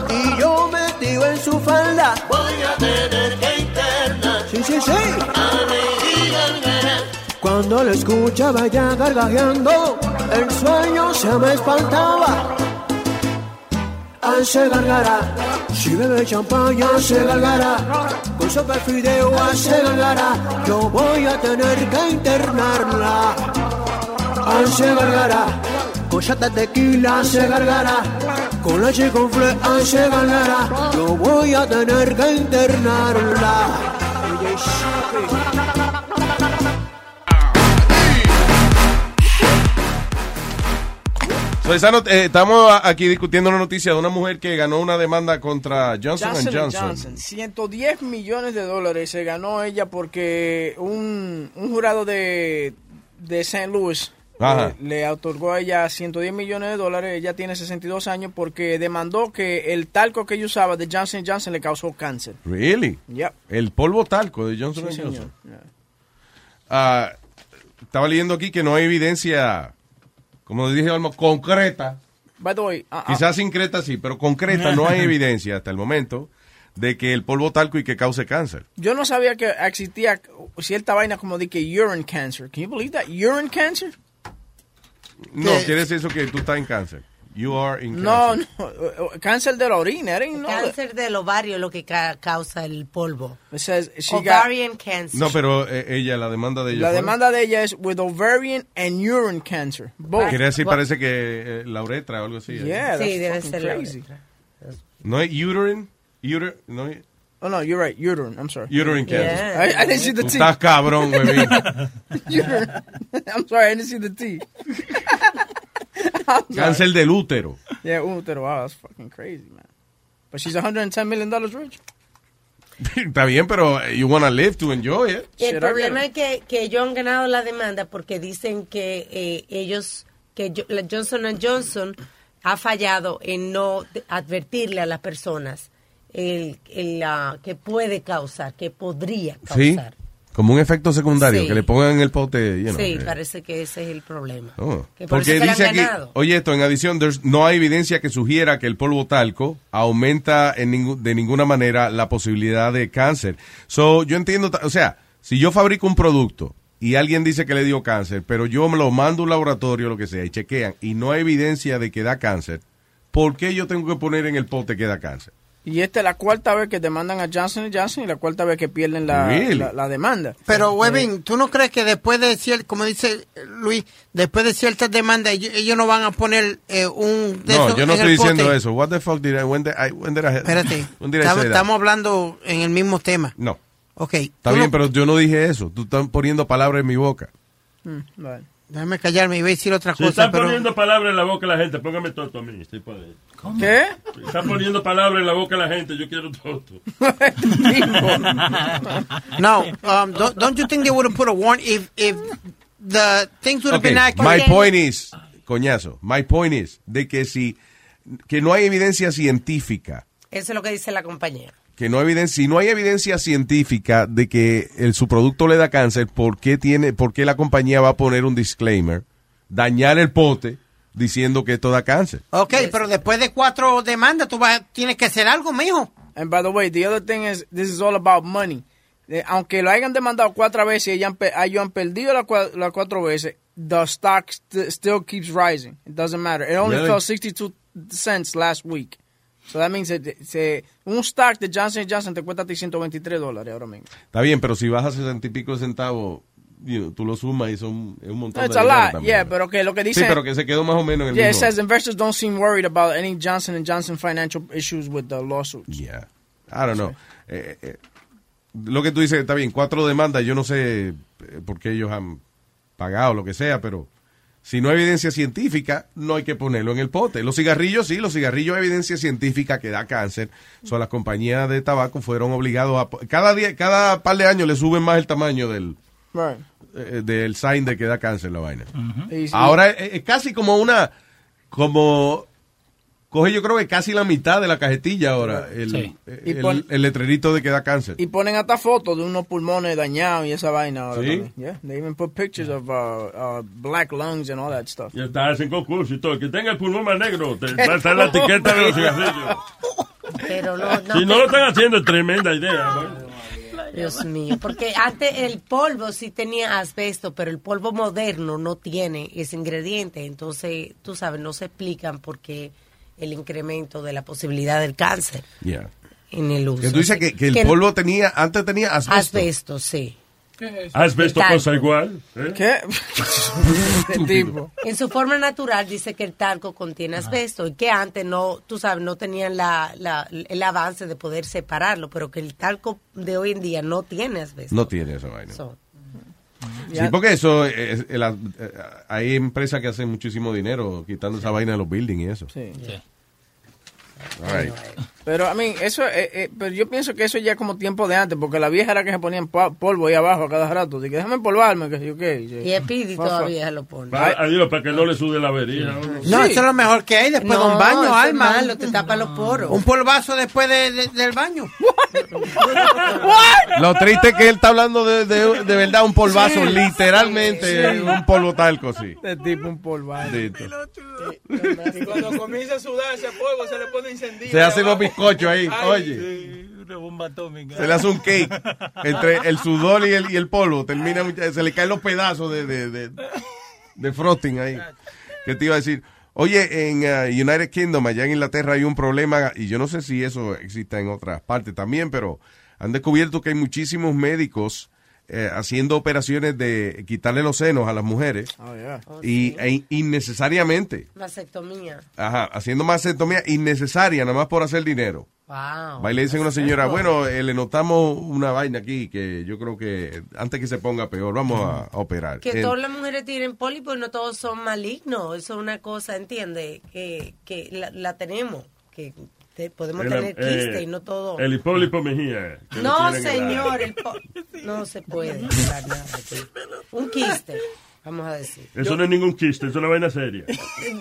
y yo metido en su falda. Voy a tener que internar Sí, sí, sí. a Lady Gaga. Cuando la escuchaba ya gargajeando, el sueño se me espantaba. Hace gargara, si bebe champaña, hace gargara. Con sopa de fideo, hace gargara. Yo voy a tener que internarla. Hace gargara, con chata de tequila, hace gargara. Con leche con fle, hace gargara. Yo voy a tener que internarla. Oye, So, esa not- eh, estamos a- aquí discutiendo una noticia de una mujer que ganó una demanda contra Johnson, Johnson and Johnson. Johnson. 110 millones de dólares se ganó ella porque un, un jurado de, de St. Louis Ajá. le, le otorgó a ella 110 millones de dólares. Ella tiene 62 años porque demandó que el talco que ella usaba de Johnson Johnson le causó cáncer. Really? Yep. El polvo talco de Johnson Sí, and Johnson. señor. Yeah. Ah, estaba leyendo aquí que no hay evidencia, como dije, Olmo, concreta. By the way, ah, ah, Quizás increta sí, pero concreta no hay evidencia hasta el momento de que el polvo talco y que cause cáncer. yo no sabía que existía cierta vaina como de que urine cancer. Can you believe that? Urine cancer? No, ¿Qué? quiere decir eso que tú estás en cáncer. You are in No, no, eh, eh, cáncer de la orina. I didn't know that. Cáncer del ovario es lo que ca- causa el polvo. It says she got- Ovarian cancer. No, pero eh, ella, la demanda de ella. La fue- demanda de ella es with ovarian and urine cancer. Both. Quiere decir, parece que eh, la uretra o algo así. ¿eh? Yeah, that's Sí, debe fucking ser la crazy. No hay uterine. uter- no hay Oh, no, you're right. Uterine. I'm sorry. uterine cancer. I, I didn't see the Tú T. estás cabrón, güey. Uterine. I'm sorry, I didn't see the T. I'm sorry. Cáncer del útero. Yeah, útero. Wow, that's fucking crazy, man. But she's 110 million dollars rich. Está bien, pero eh, you wanna live to enjoy it. El problema es que, que ellos han ganado la demanda porque dicen que eh, ellos, que yo- la Johnson Johnson ha fallado en no de- advertirle a las personas el, el, ah, que puede causar, que podría Sí, causar. como un efecto secundario, Sí. que le pongan en el pote. you know, Eh, sí, que- parece que ese es el problema. Oh. Que por Porque eso que la han dice aquí, ganado. oye esto, en adición, there's- no hay evidencia que sugiera que el polvo talco aumenta en ningú- de ninguna manera la posibilidad de cáncer. So, yo entiendo, ta- o sea, si yo fabrico un producto y alguien dice que le dio cáncer, pero yo me lo mando a un laboratorio, lo que sea, y chequean, y no hay evidencia de que da cáncer, ¿por qué yo tengo que poner en el pote que da cáncer? Y esta es la cuarta vez que demandan a Johnson Johnson y la cuarta vez que pierden la, Really? la, la demanda. Pero, Webin, ¿tú no crees que después de ciertas, como dice eh, Luis, después de ciertas demandas, ellos, ellos no van a poner eh, un... de No, esos yo no en estoy el pote? diciendo eso. What the fuck did I, when did I, when did I- Espérate, when did I say estamos, that? estamos hablando en el mismo tema. No. Ok. Está bien, pero yo no dije eso. Tú estás poniendo palabras en mi boca. Déjame callarme, iba a decir otra Se cosa, está pero- poniendo palabras en la boca de la gente. Póngame toto a mí. Estoy padre. ¿Qué? Se Está poniendo palabras en la boca de la gente. Yo quiero toto. No, um, don't, don't you think they would have put a warrant if, if the things would have Okay, been accurate? My point is, coñazo, my point is de que si que no hay evidencia científica, Eso es lo que dice la compañía. que no hay evidencia, si no hay evidencia científica de que el, su producto le da cáncer, ¿por qué tiene, por qué la compañía va a poner un disclaimer, dañar el pote diciendo que esto da cáncer? Ok, pero después de cuatro demandas, tú vas, tienes que hacer algo, mijo. And by the way, the other thing is, this is all about money. Eh, aunque lo hayan demandado cuatro veces y hayan, pe- hayan perdido las cua- las cuatro veces, the stock st- still keeps rising. It doesn't matter. It only Really? fell 62 cents last week. So that means that se- un stock de Johnson Johnson te cuesta 123 dólares ahora mismo. Está bien, pero si vas a sesenta y pico centavos, you know, tú lo sumas y son es un montón No, it's de a dinero lot, también. yeah, pero que lo que dice... Sí, pero que se quedó más o menos en el Yeah, it mismo. says investors don't seem worried about any Johnson and Johnson financial issues with the lawsuits. Yeah. I don't know. Eh, eh, lo que tú dices está bien, cuatro demandas, yo no sé eh, por qué ellos han pagado lo que sea, pero si no hay evidencia científica, no hay que ponerlo en el pote. Los cigarrillos sí, los cigarrillos hay evidencia científica que da cáncer. So, las compañías de tabaco fueron obligados a... po- Cada, día, cada par de años le suben más el tamaño del, Right. eh, del sign de que da cáncer la vaina. Y- y- Ahora eh, es casi como una... como Coge yo creo que casi la mitad de la cajetilla ahora, el, eh, Sí. el- Y pon- el letrerito de que da cáncer. Y ponen hasta fotos de unos pulmones dañados y esa vaina. ahora Sí. también. Yeah, they even put pictures of uh, uh, black lungs and all that stuff. Y hasta hacen concurso y todo. El Que tenga el pulmón más negro. Te, va a estar la etiqueta de los cigarrillos. Pero no, no Si no te- lo están haciendo, es tremenda idea. bueno. Dios mío, porque antes el polvo sí tenía asbesto, pero el polvo moderno no tiene ese ingrediente, entonces tú sabes, no se explican por qué el incremento de la posibilidad del cáncer Yeah. en el uso. Que tú dices que, que el Que- polvo tenía, antes tenía asbesto. Asbesto, sí. Asbesto Talco. cosa igual. ¿eh? ¿Qué? tipo. En su forma natural dice que el talco contiene asbesto y que antes no, tú sabes, no tenían la, la- el avance de poder separarlo, pero que el talco de hoy en día no tiene asbesto. No tiene esa vaina. So, Sí, porque eso, es- el as- eh, hay empresas que hacen muchísimo dinero quitando esa vaina de los buildings y eso. Sí. All right. Pero, I mean, eso, eh, eh, pero yo pienso que eso ya es como tiempo de antes, porque la vieja era que se ponía en pa- polvo ahí abajo a cada rato. Dije, déjame empolvarme, que sé yo qué. y Epidi Fa- fa- todavía lo pone. Para, adiós, para que no le sude la avería. No, eso es lo mejor que hay después de un baño, eso es Alma. malo, te tapa los poros. Un polvazo después de- de- del baño. Lo triste es que él está hablando de, de, de verdad un polvazo, Sí. literalmente Sí. un polvo talco, sí. Este tipo un polvazo. Listo. Y cuando comienza a sudar ese polvo, se le pone encendido. Se hacen los bizcochos ahí, Ay, oye. Se le hace un cake entre el sudor y el, y el polvo. Termina, mucha- se le caen los pedazos de, de, de, de frosting ahí. ¿Qué te iba a decir? Oye, en uh, United Kingdom, allá en Inglaterra, hay un problema, y yo no sé si eso exista en otras partes también, pero han descubierto que hay muchísimos médicos eh, haciendo operaciones de quitarle los senos a las mujeres Oh, yeah. Oh, y, e innecesariamente. Vasectomía. Ajá, haciendo mastectomía innecesaria, nada más por hacer dinero. Wow. Va y le dicen a una señora, bueno, eh, le notamos una vaina aquí que yo creo que antes que se ponga peor, vamos a, a operar. Que Eh, todas las mujeres tienen pólipos y no todos son malignos. Eso es una cosa, entiende Que, que la, la tenemos. Que te- podemos El, tener eh, quiste y no todo. El hipólipo Mejía. que no, le tienen en la- señor. el po- no se puede. hablar nada de quiste. Un quiste. Vamos a decir. Eso no es ningún chiste, eso es una vaina seria.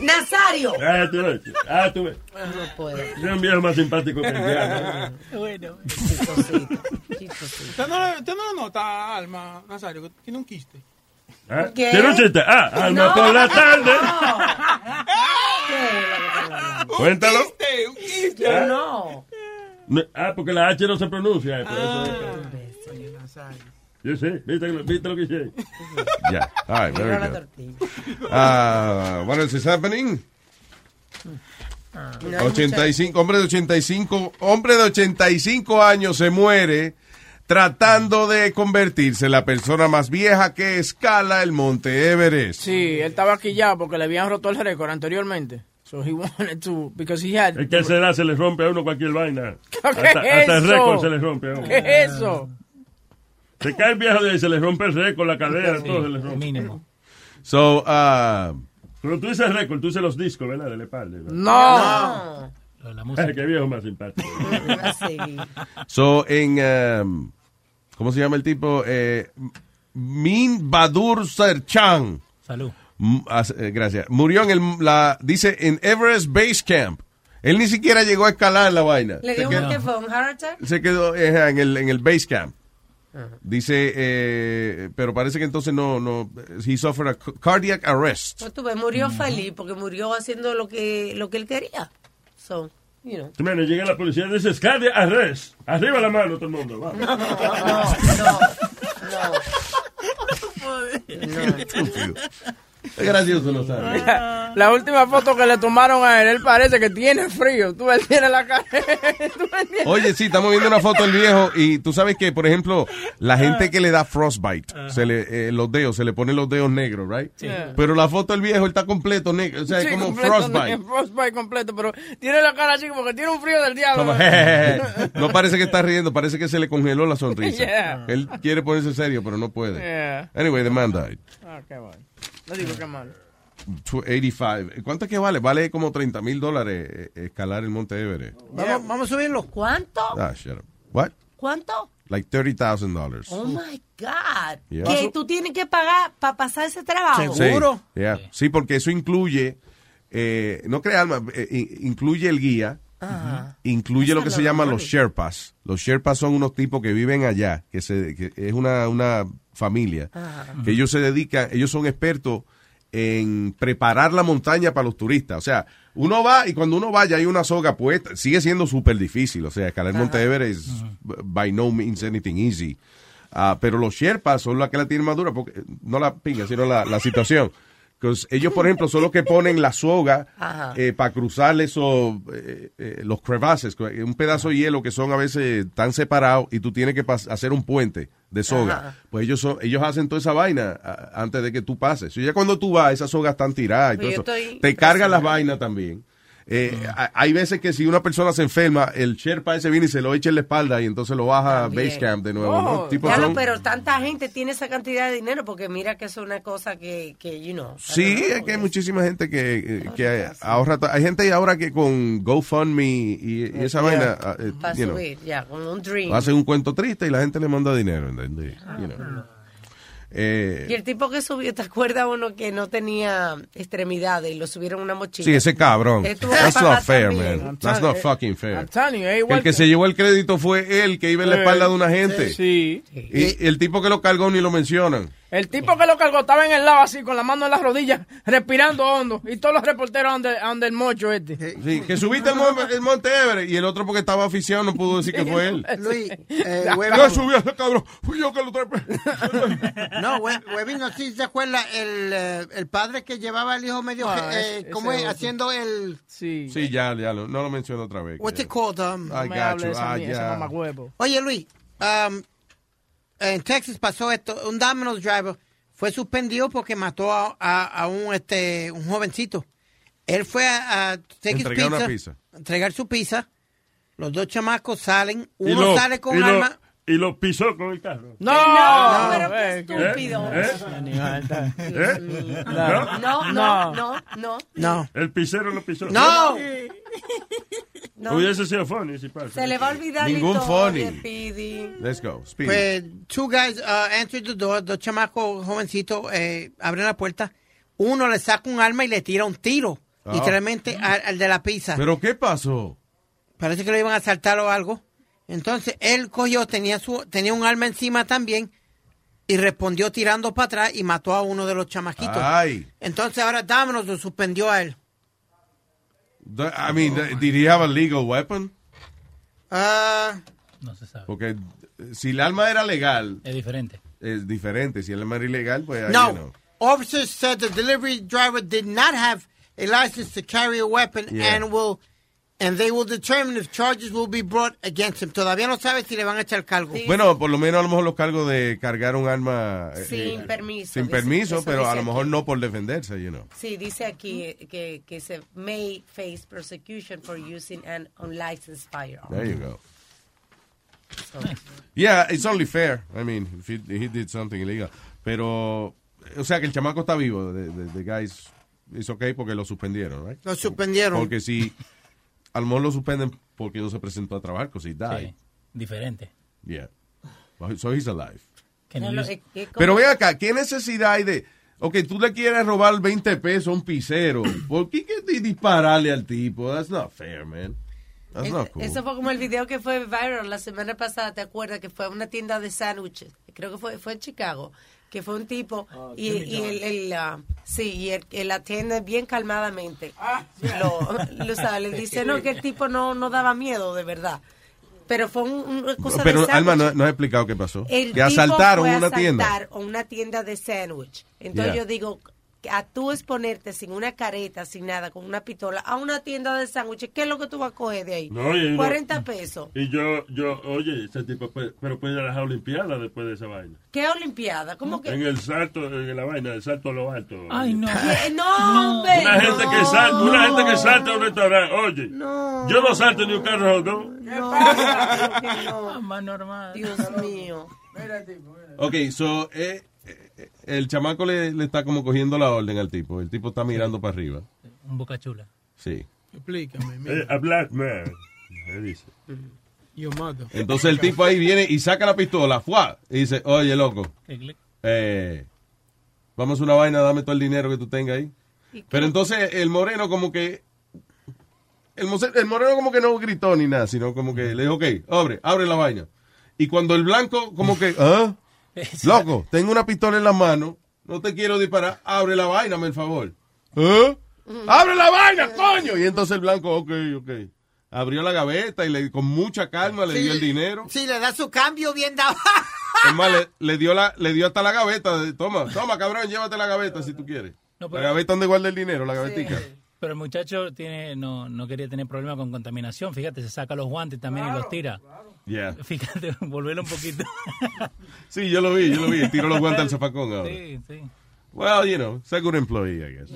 ¡Nazario! Ah, tú ves. Ah, tú ves. No puedo. Yo era un viejo más simpático que el diablo. Bueno. ¿Usted no, usted no lo nota, Alma, Nazario, que tiene un quiste. ¿Ah? ¿Qué? ¿Tiene un chiste? Ah, alma No. por la tarde. Cuéntalo. ¿Eh? Un ¡Eh! quiste. Yo no. Me- Ah, porque la H no se pronuncia. eh, por eso es que- Yo sé, ¿viste, lo- viste lo que hice? Ya. All right, Mira la very tortilla. good. Ah, what else is happening? No hay 85, hombre de 85, hombre de 85 años se muere tratando de convertirse en la persona más vieja que escala el Monte Everest. Sí, él estaba aquí ya porque le habían roto el récord anteriormente. So he wanted to, because he had... Es que a esa edad se les rompe a uno cualquier vaina. ¿Qué Hasta, hasta el eso? récord se les rompe a uno. ¿Qué es eso? Se cae el viejo de ahí, se les rompe el récord, la cadera, todo se les rompe. Mínimo. So, ah, Pero tú dices récord, tú dices los discos, ¿verdad? De Lepalde. ¿verdad? No. Ah, qué viejo más simpático. so en, um, ¿cómo se llama el tipo? Eh, Min Badur Serchan. Salud. Mm, as- eh, Gracias. Murió en el, la, dice, en Everest Base Camp. Él ni siquiera llegó a escalar la vaina. Le Se dio quedó- un tefón, un heart attack. se quedó eh, en el, en el base camp. Ajá. Dice, eh, pero parece que entonces no, no, he suffered a ca- cardiac arrest. Pues tú ves, Mm. murió feliz porque murió haciendo lo que, lo que él quería. So, you know. Bueno, llega la policía y dice, Scadia, arrest. Arriba la mano todo el mundo. Vamos. Estúpido. Es gracioso, lo sabe. Mira, La última foto que le tomaron a él, él parece que tiene frío. Tú ves, tiene la cara. Tú ves, tiene- Oye, sí, estamos viendo una foto del viejo y tú sabes que, por ejemplo, la gente que le da frostbite, se le, eh, los dedos, se le ponen los dedos negros, right? Sí. Pero la foto del viejo, él está completo negro, o sea, Sí, es como completo, frostbite. no, frostbite completo, pero tiene la cara así como que tiene un frío del diablo. Como, jejeje. No parece que está riendo, parece que se le congeló la sonrisa. Yeah. Él quiere ponerse serio, pero no puede. Yeah. Anyway, the man died. Ah, qué bueno. No digo que mal. 85. ¿Cuánto es que vale? Vale como 30 mil dólares eh, escalar el Monte Everest. Vamos, vamos a subirlo. ¿Cuánto? Ah, shut up. What? ¿Cuánto? Like 30,000 dollars. Oh my God. Yeah. Que tú tienes que pagar para pasar ese trabajo. Sí, yeah. Sí, porque eso incluye, eh, no creas, Alma, eh, in- incluye el guía, Ajá. incluye lo que se llama los Sherpas. Los Sherpas son unos tipos que viven allá, que, se, que es una, una familia, Ajá. que ellos se dedican, ellos son expertos en preparar la montaña para los turistas. O sea, uno va y cuando uno va ya hay una soga puesta. Sigue siendo súper difícil. O sea, escalar Ajá. Monte Everest is b- by no means anything easy. Ah, pero los Sherpas son los que la tienen más dura, porque, no la pinga, sino la, la situación. 'Cause ellos, por ejemplo, son los que ponen la soga Ajá. para eh, cruzar esos, eh, eh, los crevaces, un pedazo de hielo que son a veces tan separados y tú tienes que pas- hacer un puente de soga. Ajá. Pues ellos son, ellos hacen toda esa vaina ah, antes de que tú pases. Y ya cuando tú vas, esas sogas están tiradas y todo Pues Yo eso. estoy Te cargan las vainas también. Eh, a- Hay veces que si una persona se enferma, el Sherpa ese viene y se lo echa en la espalda y entonces lo baja a También. Base Camp de nuevo. Oh, ¿no? Tipo Claro, son- Oh, pero tanta gente tiene esa cantidad de dinero porque mira que eso es una cosa que, que you know. Sí, es pues. que hay muchísima gente que, eh, que ahorra. to- Hay gente ahora que con GoFundMe y, Pues y esa Yeah. vaina ah, eh, Para you know, subir, ya, con un dream. hacen un cuento triste y la gente le manda dinero. ¿entendés? You know. Eh, Y el tipo que subió, ¿te acuerdas uno que no tenía extremidades y lo subieron en una mochila? Sí, ese cabrón. Él tuvo que That's pagar not fair, también. man. That's not fucking fair. I'm telling you, es igual El que se llevó el crédito fue él, que iba en la Sí. espalda de una gente. Sí. Y el tipo que lo cargó ni lo mencionan. El tipo que lo cargó estaba en el lado así, con la mano en las rodillas, respirando hondo. Y todos los reporteros donde, donde el mocho este. Sí, que subiste el, mon- el Monte Everest y el otro porque estaba aficionado no pudo decir que fue él. Luis, eh, Yo huevo. subí a ese cabrón. Fui yo que lo trape. No, hue- Huevín, no sé si se acuerda, el, eh, el padre que llevaba al hijo medio, Ah, eh, ese- ¿cómo ese es? otro. Haciendo el... Sí. Sí, ya, ya, lo- no lo menciono otra vez. What's it called? Um, I me got hable you. de esa Ah, mía, esa ya. huevo. Oye, Luis, um, en Texas pasó esto, un Domino's driver fue suspendido porque mató a, a- a un este un jovencito. Él fue a, a take his Entregar una pizza. entregar su pizza. Los dos chamacos salen, Y uno lo- sale con y lo- arma. y lo pisó con el carro. No, No, pero qué ¿Eh? estúpido. ¿Eh? ¿Eh? No. No, no, no, no. No. El pisero lo pisó. No. No. Hubiese sido funny si pasa. Se le va a olvidar y Ningún todo, funny. le pide. Let's go. Speedy. Pues, two guys uh, entered the door, dos chamacos jovencitos eh, abren la puerta. Uno le saca un arma y le tira un tiro, Ah. literalmente al, al de la pizza. ¿Pero qué pasó? Parece que lo iban a asaltar o algo. Entonces, él cogió, tenía, su, tenía un arma encima también y respondió tirando para atrás y mató a uno de los chamaquitos. Ay. Entonces, ahora Dámonos lo suspendió a él. The- I mean, the- did he have a legal weapon? Ah, Porque eh, si el arma era legal... Es diferente. Es diferente. Si el arma era ilegal, pues... ahí No. you know. Officers said the delivery driver did not have a license to carry a weapon Yeah. and will and they will determine if charges will be brought against him. Todavía no sabe si le van a echar cargo. Bueno, por lo menos a lo mejor los cargos de cargar un arma... eh, Sin eh, permiso, Sin dice- permiso, eso pero a dice lo aquí. mejor no por defenderse, you know. Sí, dice aquí eh, que, que se may face persecution for using an unlicensed firearm. There you go. Yeah, it's only fair. I mean, if he, he did something illegal. Pero, o sea, que el chamaco está vivo. The, the, the guy's, it's okay porque lo suspendieron, right? Lo suspendieron. Porque si, a lo mejor lo suspenden porque no se presentó a trabajar, because he died. Sí, diferente. Yeah. Well, So he's alive. Que no No, use- eh, que como- Pero ve acá, ¿qué necesidad hay de... Ok, tú le quieres robar 20 pesos a un pisero. ¿Por qué que di- dispararle al tipo? That's not fair, man. That's Es- not cool. Eso fue como el video que fue viral la semana pasada, ¿te acuerdas? Que fue a una tienda de sándwiches, creo que fue, fue en Chicago, que fue un tipo y, Jimmy y el, John's. el, ah, sí, y el, el atiende bien calmadamente. Ah, Lo, lo sabe, le dice, no, que el tipo no, no daba miedo, de verdad. Pero fue un- un- una cosa Pero de sándwiches. Alma no, no ha explicado qué pasó. El que tipo asaltaron fue a una asaltar tienda. a una tienda de sándwich. Entonces Yeah. yo digo, a tú exponerte sin una careta, sin nada, con una pistola, a una tienda de sándwiches, ¿qué es lo que tú vas a coger de ahí? No, y no- 40 pesos. Y yo, yo, oye, ese tipo, puede- pero puede ir a las Olimpiadas después de esa vaina. ¿Qué olimpiada? ¿Cómo que? En el salto, en la vaina, el salto a lo alto. Ay, no. No, hombre. Una gente no. que salta, una gente que salta a un restaurante, oye, yo no salto ni un carro hot dog. Más normal. Dios mío. Ok, so eh, eh, el chamaco le, le está como cogiendo la orden al tipo. El tipo está mirando para arriba. Un boca chula. Sí. Explícame. mira. Mm-hmm. Eh, a black man, le dice. Yo mato. Entonces el tipo ahí viene y saca la pistola, ¡fua! Y dice, oye, loco, eh, vamos a una vaina, dame todo el dinero que tú tengas ahí. Pero entonces el moreno como que... El, mose- el moreno como que no gritó ni nada, sino como que le dijo, ok, abre, abre la vaina. Y cuando el blanco como que, ¿ah? Loco, tengo una pistola en la mano, no te quiero disparar, abre la vaina, me el favor. ¿Ah? ¡Abre la vaina, coño! Y entonces el blanco, ok, ok. Abrió la gaveta y le, con mucha calma le dio el dinero. Si le da su cambio bien dado. Es más, le, le dio la, le dio hasta la gaveta. de, Toma, toma, cabrón, llévate la gaveta si tú quieres. No, La pero- gaveta donde guarda el dinero, la gavetica. Pero el muchacho tiene, no, no quería tener problema con contaminación. Fíjate, se saca los guantes también y los tira. Yeah. Fíjate, volverlo un poquito. Sí, yo lo vi, yo lo vi. Tiró los guantes al zapacón ahora. Sí, sí. Well, you know, it's a good employee, I guess.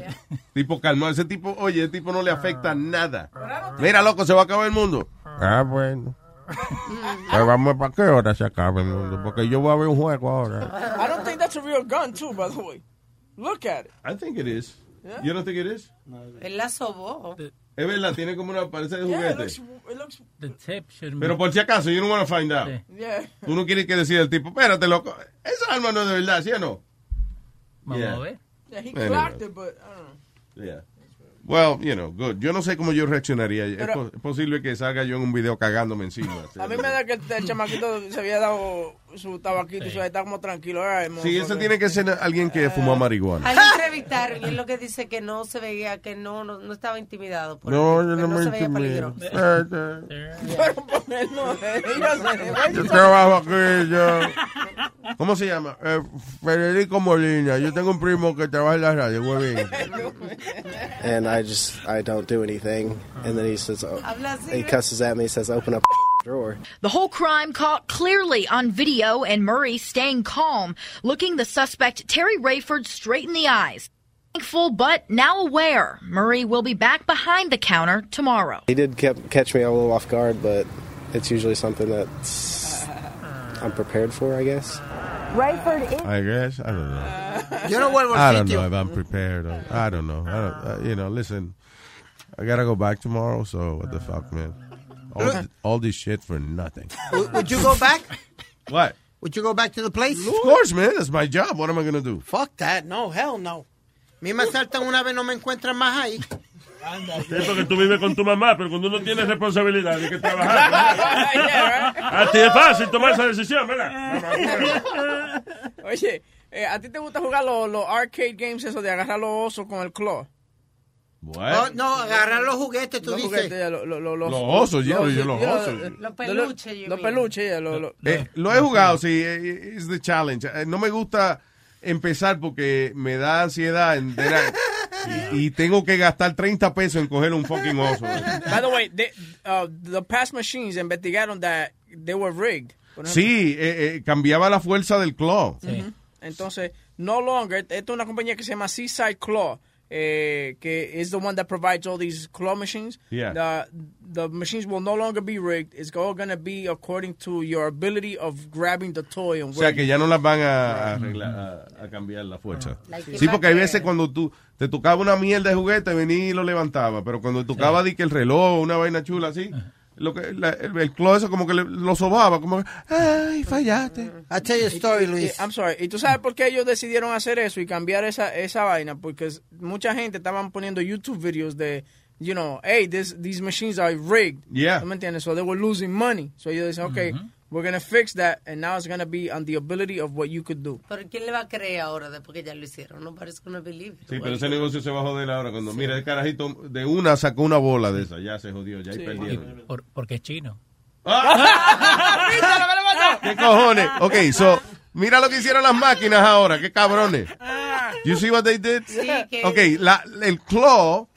Tipo calmado. Ese tipo, oye, ese tipo no le afecta nada. Mira, loco, se va a acabar el mundo. Ah, bueno. Pues vamos, ¿para qué hora se acaba el mundo? Porque yo voy a ver un juego ahora. I don't think that's a real gun, too, by the way. Look at it. I think it is. Yeah. You don't think it is? Él la sobó. Es verdad, tiene como una pareja de Yeah, it juguete. looks, it looks, The tip should Pero por si acaso, you don't want to find out. yeah. Tú no quieres que decida el tipo, espérate, loco, esa arma no es de verdad, ¿sí o no? Vamos Yeah. a ver. Yeah, he Anyway. clocked it, but I don't know. Yeah. Well, you know, good. Yo no sé cómo yo reaccionaría. es, Pero- po- es posible que salga yo en un video cagándome encima. A mí me da que el, el chamaquito se había dado su tabaquito y se está como tranquilo. Ay, mozo, Sí, eso que- tiene que ser alguien Eh, que fumó marihuana. Ahí lo entrevistaron y él lo que dice que no se veía, que no, no, no estaba intimidado. Por No, el tipo, yo que no me se veía intimido. peligroso. Pero ponerlo eh, de ellos, Yo trabajo aquí, yo. ¿Cómo se llama? Eh, Federico Molina. Yo tengo un primo que trabaja en la radio, huevín. and I just I don't do anything. And then he says, oh, he cusses at me, says, "Open up drawer." The whole crime caught clearly on video and Murray staying calm, looking the suspect Terry Rayford straight in the eyes. Thankful but now aware, Murray will be back behind the counter tomorrow. He did kept, catch me a little off guard, but it's usually something that's I'm prepared for, I guess. Rayford I guess. I don't know. Yo no vuelvo al I don't sitio. know if I'm prepared. Or, I don't know. I don't, uh, you know, listen, I got to go back tomorrow, so what the fuck, man. All, all this shit for nothing. Would, would you go back? What? Would you go back to the place? Of course, man. That's my job. What am I going to do? Fuck that. No, hell no. A mí me asaltan una vez, no me encuentran más ahí. Es porque tú vives con tu mamá, pero cuando uno tiene responsabilidad hay que trabajar. ¿verdad? A ti es fácil tomar esa decisión, ¿verdad? Eh. Oye, eh, ¿a ti te gusta jugar los los arcade games, eso de agarrar los osos con el claw? No, no, agarrar los juguetes, tú Los dices. juguetes, ya, lo- lo- lo- Los osos, ya, yo los osos. Los peluches, yo Los peluches, ya, lo- lo- Eh, lo he jugado, sí, es the challenge. Eh, No me gusta empezar porque me da ansiedad entera y, y tengo que gastar 30 pesos en coger un fucking oso. By the way, they, uh, the past machines investigaron that they were rigged. Por ejemplo, Sí, eh, eh, cambiaba la fuerza del claw. Ujú. Entonces, no longer, esta es una compañía que se llama Seaside Claw, eh, que is the one that provides all these claw machines. Yeah. The, the machines will no longer be rigged. It's all going to be according to your ability of grabbing the toy and O sea, where- que ya no las van a, a arreglar, a, a cambiar la fuerza. Like Sí, if porque I hay can. veces cuando tú te tocaba una mierda de juguete, venía y lo levantaba, pero cuando te tocaba di que el reloj, una vaina chula así, lo que, la- el, el claw eso como que le- lo sobaba, como que, Ay, fallaste. I tell you a story, Luis. I'm sorry. ¿Y tú sabes por qué ellos decidieron hacer eso y cambiar esa, esa vaina? Porque s- mucha gente estaban poniendo YouTube videos de, you know, hey, this, these machines are rigged. Yeah. ¿Tú me entiendes? So they were losing money. So ellos dicen, okay, we're going to fix that and now it's going to be on the ability of what you could do. Pero ¿quién le va a creer ahora después que ya lo hicieron? No parece que no believe. it. Sí, pero ese negocio se va a joder ahora cuando mira el carajito de una sacó una bola de esa, ya se jodió, ya ahí Sí. perdieron. Por- porque es chino. ¿Qué cojones? Ok, so, mira lo que hicieron las máquinas ahora, qué cabrones. You see what they did? Sí, que- Ok, la- el claw,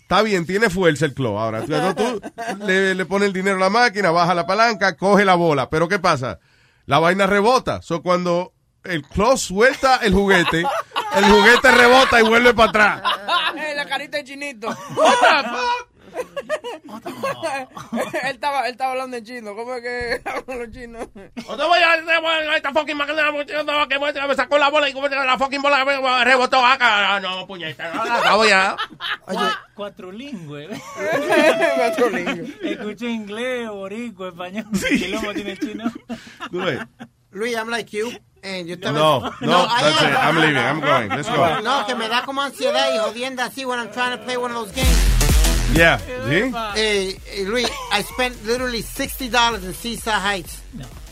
está bien, tiene fuerza el claw ahora. Cuando tú le, le pones el dinero a la máquina, baja la palanca, coge la bola, pero ¿qué pasa? La vaina rebota, so cuando el claw suelta el juguete, el juguete rebota y vuelve para atrás. Eh, la carita de chinito. él, estaba, él estaba hablando en chino. ¿Cómo es que hablan los chinos? No te voy a te voy a- esta fucking máquina no, que me sacó la bola y como la fucking bola me rebotó acá. Ah, No, puñeta, no, la acabo ya. Cuatrolingüe. Cuatrolingüe. Escuché inglés, boricua, español. ¿Qué lomo tiene chino? Tú ves. Luis, I'm like you. Eh, yo estaba- No, no, I that's am. it. I'm leaving. I'm going. Let's go. No, que me da como ansiedad y jodienda así when I'm trying to play one of those games. Yeah. ¿Sí? Eh, eh, Luis, I spent literally $60 en Seaside Heights.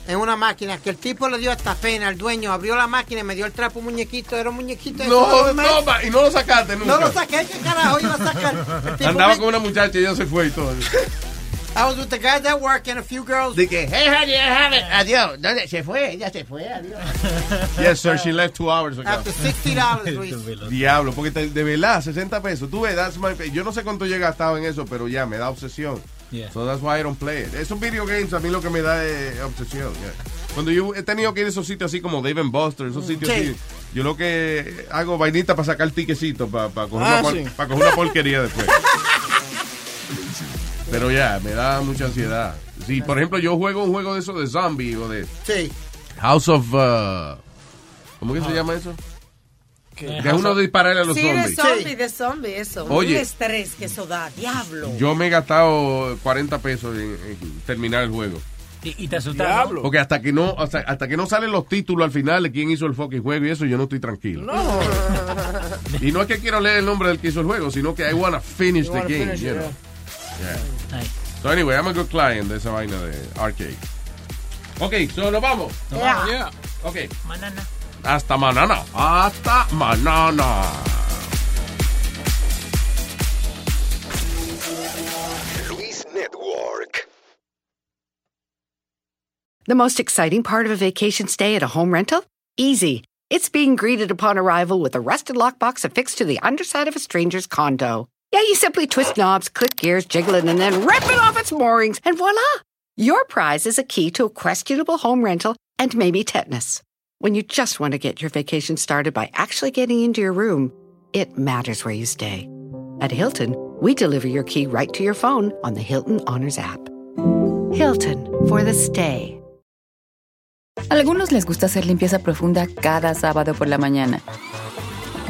En una máquina que el tipo le dio hasta pena al dueño. Abrió la máquina y me dio el trapo un muñequito. Era un muñequito. de No, color, man. toma, y no lo sacaste nunca. No lo saqué. ¿Qué carajo iba a sacar? El tipo Andaba me- con una muchacha y ella se fue y todo. I was with the guys at work and a few girls. De que, hey, honey, honey, Adiós. ¿Dónde se fue? Ella se fue, adiós. Yes, sir, she left two hours ago. After $60, Luis. Diablo, porque te- de verdad, 60 pesos. Tú ves, that's my- yo no sé cuánto yo he gastado en eso, pero ya me da obsesión. Yeah. So that's why I don't play it. Esos video games a mí lo que me da es obsesión. yeah. Cuando yo he tenido que ir a esos sitios así como Dave and Buster, esos sitios Sí. así, yo lo que hago vainita para sacar tiquecito, para coger, Ah, una, sí. por- para coger una porquería después. Pero ya, me da mucha ansiedad. Si, por ejemplo, yo juego un juego de esos de zombie o de Sí. House of... uh, ¿Cómo que se llama eso? Eh, Ah, Que es uno de dispararle a los sí, zombies. de zombie, de zombie, eso. Oye. Un estrés que eso da, diablo. Yo me he gastado 40 pesos en, en terminar el juego. Y, y te asustaron. Porque hasta que no hasta, hasta que no salen los títulos al final de quién hizo el fucking juego y eso, yo no estoy tranquilo. Y no es que quiero leer el nombre del que hizo el juego, sino que I wanna finish You the wanna game. finish you it, know. Yeah. So anyway, I'm a good client de esa vaina de arcade. Ok, so nos vamos. Nos vamos. Ok. Manana. Hasta mañana. Hasta mañana. Luis Network. The most exciting part of a vacation stay at a home rental? Easy. It's being greeted upon arrival with a rusted lockbox affixed to the underside of a stranger's condo. Yeah, you simply twist knobs, click gears, jiggle it, and then rip it off its moorings, and voila! Your prize is a key to a questionable home rental and maybe tetanus. When you just want to get your vacation started by actually getting into your room, it matters where you stay. At Hilton, we deliver your key right to your phone on the Hilton Honors app. Hilton for the stay. Algunos les gusta hacer limpieza profunda cada sábado por la mañana.